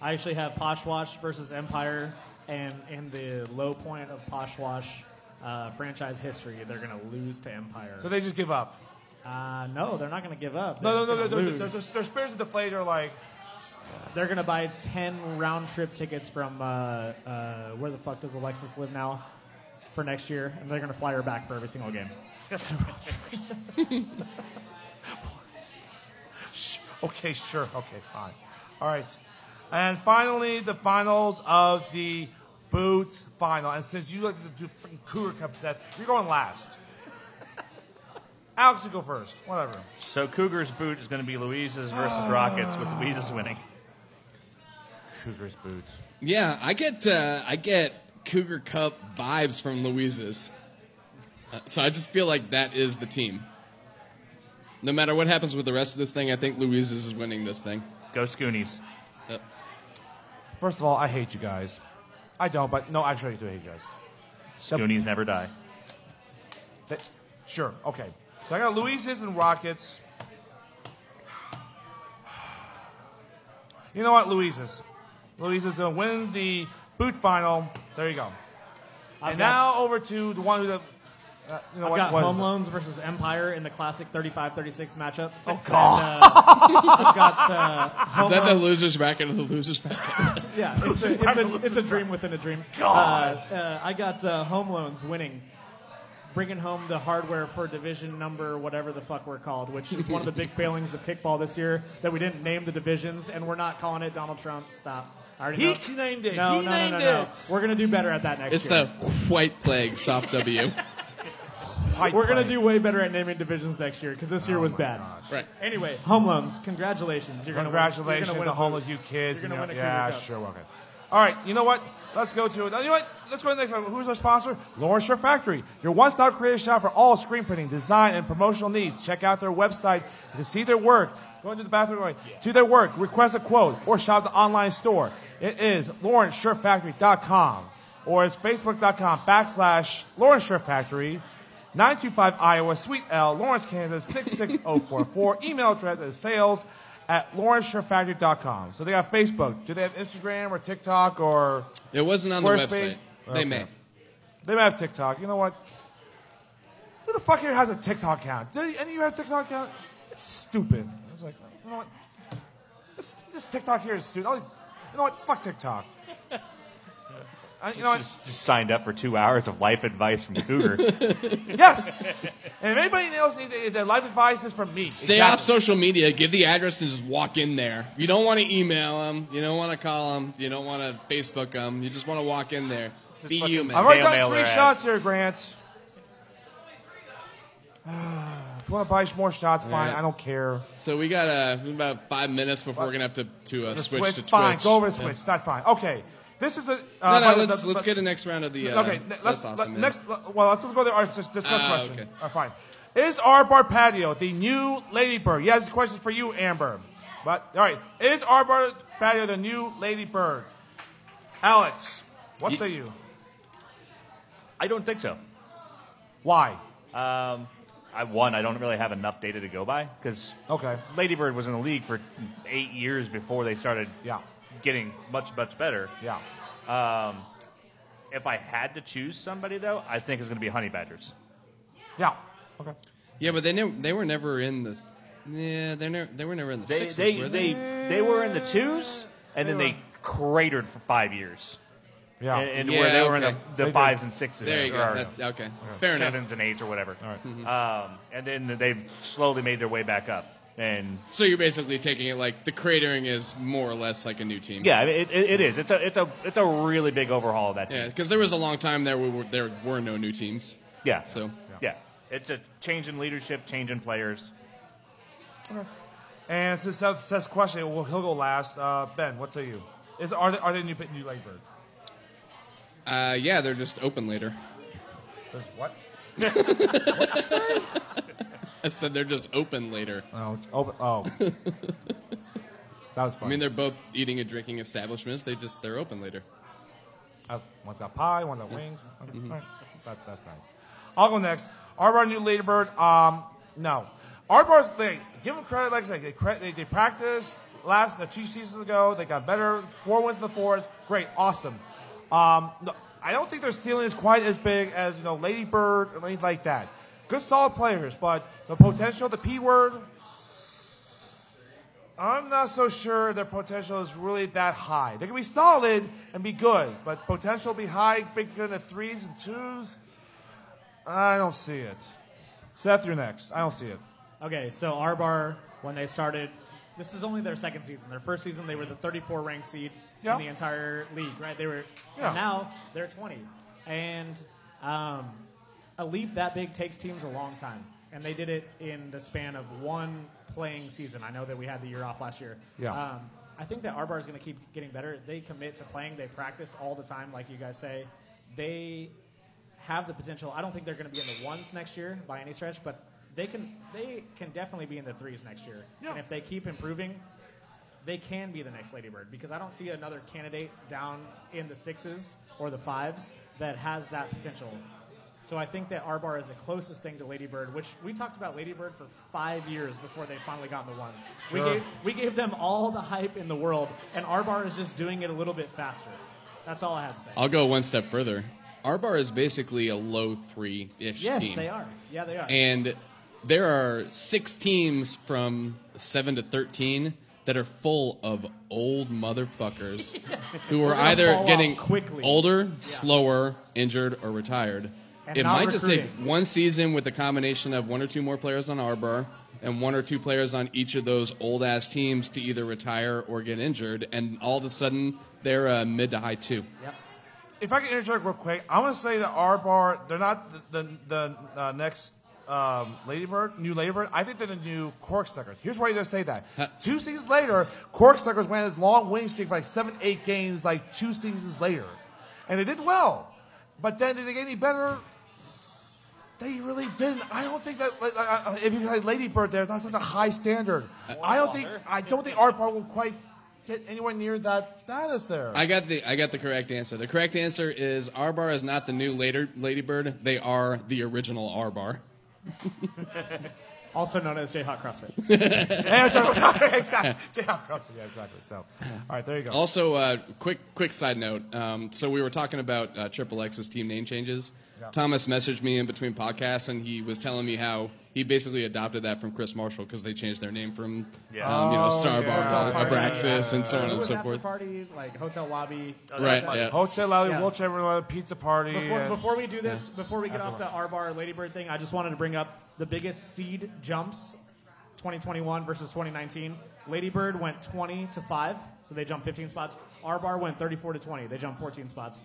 [SPEAKER 4] I actually have Poshwash versus Empire, and in the low point of Poshwash uh, franchise history, they're going to lose to Empire.
[SPEAKER 2] So they just give up.
[SPEAKER 4] uh, no, they're not going to give up. They're
[SPEAKER 2] No, no,
[SPEAKER 4] just
[SPEAKER 2] no.
[SPEAKER 4] gonna
[SPEAKER 2] Their,
[SPEAKER 4] lose.
[SPEAKER 2] their, their, their spirits are deflated. They're like,
[SPEAKER 4] They're gonna buy ten round trip tickets from uh, uh, where the fuck does Alexis live now for next year, and they're gonna fly her back for every single game.
[SPEAKER 2] Shh. Okay, sure. Okay, fine. All right. And finally, the finals of the Boots final. And since you like to do freaking Cougar Cup set, you're going last. Alex, you go first. Whatever.
[SPEAKER 1] So, Cougar's boot is going to be Louise's versus Rockets with Louise's winning.
[SPEAKER 2] Cougar's Boots.
[SPEAKER 3] Yeah, I get uh, I get Cougar Cup vibes from Louise's. Uh, so I just feel like that is the team. No matter what happens with the rest of this thing, I think Louise's is winning this thing.
[SPEAKER 1] Go Scoonies.
[SPEAKER 3] Uh,
[SPEAKER 2] First of all, I hate you guys. I don't, but no, actually, I do hate you guys.
[SPEAKER 1] Scoonies never die.
[SPEAKER 2] That- sure. Okay. So I got Louise's and Rockets. You know what, Louise's. Louise's gonna win the boot final. There you go.
[SPEAKER 4] I've
[SPEAKER 2] and now
[SPEAKER 4] got-
[SPEAKER 2] over to the one who the Uh, you know
[SPEAKER 4] I've
[SPEAKER 2] what-
[SPEAKER 4] got
[SPEAKER 2] what is
[SPEAKER 4] Home
[SPEAKER 2] it?
[SPEAKER 4] Loans versus Empire in the classic 35-36 matchup. Oh
[SPEAKER 2] God.
[SPEAKER 4] I've got. Uh,
[SPEAKER 3] Is
[SPEAKER 4] Home
[SPEAKER 3] that the
[SPEAKER 4] Loans-
[SPEAKER 3] losers bracket of the losers bracket?
[SPEAKER 4] Yeah, it's a, it's, a, it's a dream within a dream.
[SPEAKER 3] God.
[SPEAKER 4] Uh, uh, I got uh, Home Loans winning, bringing home the hardware for division number whatever the fuck we're called, which is one of the big failings of kickball this year that we didn't name the divisions and we're not calling it Donald Trump. Stop. I already
[SPEAKER 2] He
[SPEAKER 4] know.
[SPEAKER 2] named it.
[SPEAKER 4] No,
[SPEAKER 2] He
[SPEAKER 4] no, no, no,
[SPEAKER 2] named
[SPEAKER 4] no.
[SPEAKER 2] it.
[SPEAKER 4] We're gonna do better at that next
[SPEAKER 3] It's
[SPEAKER 4] year.
[SPEAKER 3] the white plague soft W.
[SPEAKER 4] We're gonna do way better at naming divisions next year because this
[SPEAKER 2] Oh
[SPEAKER 4] year was bad.
[SPEAKER 3] Right.
[SPEAKER 4] Anyway, home loans. Congratulations. You're
[SPEAKER 2] Congratulations,
[SPEAKER 4] gonna win, you're gonna win
[SPEAKER 2] the
[SPEAKER 4] a
[SPEAKER 2] homeless
[SPEAKER 4] boot.
[SPEAKER 2] you kids.
[SPEAKER 4] You're gonna
[SPEAKER 2] and
[SPEAKER 4] win a
[SPEAKER 2] your- yeah,
[SPEAKER 4] Cougar Cup.
[SPEAKER 2] sure, okay. All right, you know what? Let's go to it. You know what? Let's go to the next one. Who's our sponsor? Laura Shore Factory, your one-stop creative shop for all screen printing, design, and promotional needs. Check out their website to see their work. Go into the bathroom, right? do their work, request a quote, or shop the online store. It is lawrenceshirtfactory.com or it's facebook.com backslash Lawrence Shirt Factory. 925 Iowa, Suite L, Lawrence, Kansas, 66044. Email address is sales at lawrenceshirtfactory.com. So they got Facebook. Do they have Instagram or TikTok or.
[SPEAKER 3] It wasn't on the
[SPEAKER 2] Squarespace?
[SPEAKER 3] website. They may.
[SPEAKER 2] They may have TikTok. You know what? Who the fuck here has a TikTok account? Do any of you have a TikTok account? It's stupid. I was like, you know what? This, this TikTok here is stupid. All these, you know what? Fuck TikTok. I, you know what?
[SPEAKER 1] Just signed up for two hours of life advice from Cougar.
[SPEAKER 2] Yes. and if anybody else needs their- their life advice, is from me.
[SPEAKER 3] Stay off social media. Give the address and just walk in there. You don't want to email them. You don't want to call them. You don't want to Facebook them. You just want to walk in there. Be human.
[SPEAKER 2] I've already done three shots here, Grant. if you want to buy some more shots, fine.
[SPEAKER 3] Yeah.
[SPEAKER 2] I don't care.
[SPEAKER 3] So we got uh, about five minutes before we're gonna have to to uh,
[SPEAKER 2] The
[SPEAKER 3] switch, to Twitch.
[SPEAKER 2] Fine, go over to
[SPEAKER 3] Yeah.
[SPEAKER 2] Switch. That's fine. Okay. This is a. Uh,
[SPEAKER 3] No, no,
[SPEAKER 2] but-
[SPEAKER 3] let's-
[SPEAKER 2] but-
[SPEAKER 3] let's
[SPEAKER 2] but-
[SPEAKER 3] get the next round of the, uh,
[SPEAKER 2] okay, ne-
[SPEAKER 3] that's
[SPEAKER 2] let's,
[SPEAKER 3] awesome,
[SPEAKER 2] let-
[SPEAKER 3] man.
[SPEAKER 2] next. let- Well, let's go to our dis- discuss
[SPEAKER 3] Ah,
[SPEAKER 2] question.
[SPEAKER 3] okay.
[SPEAKER 2] All right, fine. Is Arbor Patio the new Ladybird? Yes, this question for you, Amber. But all right, is Arbor Patio the new Ladybird? Alex, what say you?
[SPEAKER 1] I don't think so.
[SPEAKER 2] Why?
[SPEAKER 1] Um, I one, I don't really have enough data to go by because
[SPEAKER 2] Okay.
[SPEAKER 1] Ladybird was in the league for eight years before they started
[SPEAKER 2] Yeah.
[SPEAKER 1] getting much much better.
[SPEAKER 2] Yeah.
[SPEAKER 1] Um, if I had to choose somebody though, I think it's going to be Honey Badgers.
[SPEAKER 2] Yeah. Okay.
[SPEAKER 3] Yeah, but they never they were never in the. Yeah, they never they were never in the
[SPEAKER 1] They
[SPEAKER 3] sixes.
[SPEAKER 1] they,
[SPEAKER 3] were
[SPEAKER 1] they
[SPEAKER 3] they?
[SPEAKER 1] they were in the twos and then they cratered for five years.
[SPEAKER 2] Yeah.
[SPEAKER 1] and, and
[SPEAKER 3] Oh. Yeah,
[SPEAKER 1] where they were in
[SPEAKER 3] okay.
[SPEAKER 1] the,
[SPEAKER 3] They
[SPEAKER 1] the
[SPEAKER 3] did.
[SPEAKER 1] fives and sixes.
[SPEAKER 3] There you go.
[SPEAKER 1] or-
[SPEAKER 3] That- okay. Fair enough. Mm-hmm.
[SPEAKER 1] sevens and eights or whatever. Um, and then they've slowly made their way back up. And
[SPEAKER 3] so you're basically taking it like the cratering is more or less like a new team.
[SPEAKER 1] yeah, I mean, it, it, it is. It's a it's a it's a really big overhaul of that team.
[SPEAKER 3] Yeah, because there was a long time there were there were no new teams.
[SPEAKER 1] Yeah.
[SPEAKER 3] So
[SPEAKER 1] Yeah. It's a change in leadership, change in players.
[SPEAKER 2] And since that's Seth's question, well, he'll go last. Uh, ben, what say you? Is are they, are they new new Ladybird?
[SPEAKER 3] uh, yeah, they're just open later.
[SPEAKER 2] There's what?
[SPEAKER 3] I said they're just open later.
[SPEAKER 2] Oh, oh, oh. that was
[SPEAKER 3] I
[SPEAKER 2] funny.
[SPEAKER 3] mean, they're both eating and drinking establishments. They just they're open later.
[SPEAKER 2] Uh, one's got pie, one's got wings. Okay, all right. That, that's nice. I'll go next. Arbor New Ladybird. Um, no. Arbor's, they give them credit, like I said, they, cre- they, they practiced last the two seasons ago. They got better, four wins in the fours. Great, awesome. Um, no, I don't think their ceiling is quite as big as, you know, Ladybird or anything like that. Good, solid players, but the potential, the P word, I'm not so sure their potential is really that high. They can be solid and be good, but potential be high, bigger than threes and twos. I don't see it. Seth, you're next. I don't see it.
[SPEAKER 4] Okay, so Arbar, when they started, this is only their second season. Their first season, they were the 34 ranked seed
[SPEAKER 2] Yeah.
[SPEAKER 4] in the entire league, right? They were,
[SPEAKER 2] Yeah.
[SPEAKER 4] and now they're 20. And um, a leap that big takes teams a long time. And they did it in the span of one playing season. I know that we had the year off last year.
[SPEAKER 2] Yeah.
[SPEAKER 4] Um, I think that Arbar is going to keep getting better. They commit to playing, they practice all the time, like you guys say. They have the potential. I don't think they're going to be in the ones next year by any stretch, but they can they can definitely be in the threes next year. And if they keep improving, they can be the next Ladybird because I don't see another candidate down in the sixes or the fives that has that potential. So I think that Arbar is the closest thing to Ladybird, which we talked about Ladybird for five years before they finally got in the ones. We,
[SPEAKER 2] Sure.
[SPEAKER 4] gave, we gave them all the hype in the world, and Arbar is just doing it a little bit faster. That's all I have to say.
[SPEAKER 3] I'll go one step further. our bar is basically a low three ish
[SPEAKER 4] Yes,
[SPEAKER 3] team.
[SPEAKER 4] they are. Yeah, they are.
[SPEAKER 3] And there are six teams from seven to thirteen that are full of old motherfuckers who
[SPEAKER 4] We're
[SPEAKER 3] are
[SPEAKER 4] gonna fall
[SPEAKER 3] either
[SPEAKER 4] off
[SPEAKER 3] getting
[SPEAKER 4] quickly.
[SPEAKER 3] older, slower, injured, or retired.
[SPEAKER 4] And
[SPEAKER 3] it
[SPEAKER 4] not
[SPEAKER 3] might just take
[SPEAKER 4] recruiting.
[SPEAKER 3] one season with the combination of one or two more players on our bar and one or two players on each of those old ass teams to either retire or get injured, and all of a sudden they're uh, mid to high two.
[SPEAKER 2] If I can interject real quick, I want to say that our bar, they're not the, the, the uh, next um, Ladybird, new Ladybird. I think they're the new Corksuckers. Here's why you going to say that. two seasons later, Corksuckers ran this long winning streak for like seven, eight games, like two seasons later. And they did well. But then, did they get any better? They really didn't. I don't think that like, like, uh, if you had Ladybird there, that's not a high standard. I don't think I don't think our bar will quite get anywhere near that status there.
[SPEAKER 3] I got the I got the correct answer. The correct answer is R bar is not the new later Ladybird. They are the original R bar.
[SPEAKER 4] also known as J Hot CrossFit.
[SPEAKER 2] Yeah, that's right. exactly. Yeah, CrossFit, yeah, exactly. So, all right, there you go.
[SPEAKER 3] Also, uh, quick quick side note. Um, so we were talking about uh, Triple X's team name changes.
[SPEAKER 2] Yeah.
[SPEAKER 3] Thomas messaged me in between podcasts, and he was telling me how he basically adopted that from Chris Marshall because they changed their name from
[SPEAKER 4] Yeah.
[SPEAKER 3] um, you know
[SPEAKER 4] Oh,
[SPEAKER 3] Star
[SPEAKER 4] yeah.
[SPEAKER 3] Bar, Abraxas, and so on
[SPEAKER 4] Who
[SPEAKER 3] and
[SPEAKER 4] was
[SPEAKER 3] so
[SPEAKER 4] after
[SPEAKER 3] forth.
[SPEAKER 4] Uh, Party like hotel lobby.
[SPEAKER 3] Right, yeah.
[SPEAKER 4] oh.
[SPEAKER 2] Hotel Lally,
[SPEAKER 4] Yeah.
[SPEAKER 2] wheelchair roulette, pizza party.
[SPEAKER 4] Before,
[SPEAKER 2] and-
[SPEAKER 4] before we do this, before we get
[SPEAKER 2] After
[SPEAKER 4] off the
[SPEAKER 2] lunch.
[SPEAKER 4] R bar Ladybird thing, I just wanted to bring up the biggest seed jumps 2021 versus 2019. Ladybird went 20 to 5, so they jumped 15 spots. R bar went 34 to 20, they jumped 14 spots.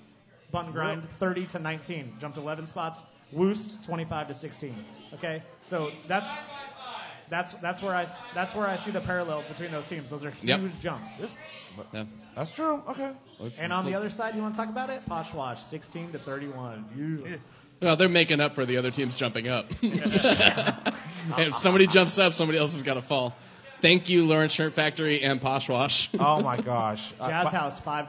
[SPEAKER 4] Bun Grind 30 to 19, jumped 11 spots. Woost 25 to 16. Okay, so that's that's that's where I that's where I see the parallels between those teams. Those are huge
[SPEAKER 3] Yep.
[SPEAKER 4] jumps.
[SPEAKER 3] Yeah.
[SPEAKER 2] That's true. Okay.
[SPEAKER 4] and on the other side, you want to talk about it? Poshwash 16 to 31. Yeah.
[SPEAKER 3] Well, they're making up for the other teams jumping up. if somebody jumps up, somebody else has got to fall. Fall. Thank you, Lawrence Shirt Factory and Poshwash.
[SPEAKER 2] Oh my gosh,
[SPEAKER 4] Jazz House five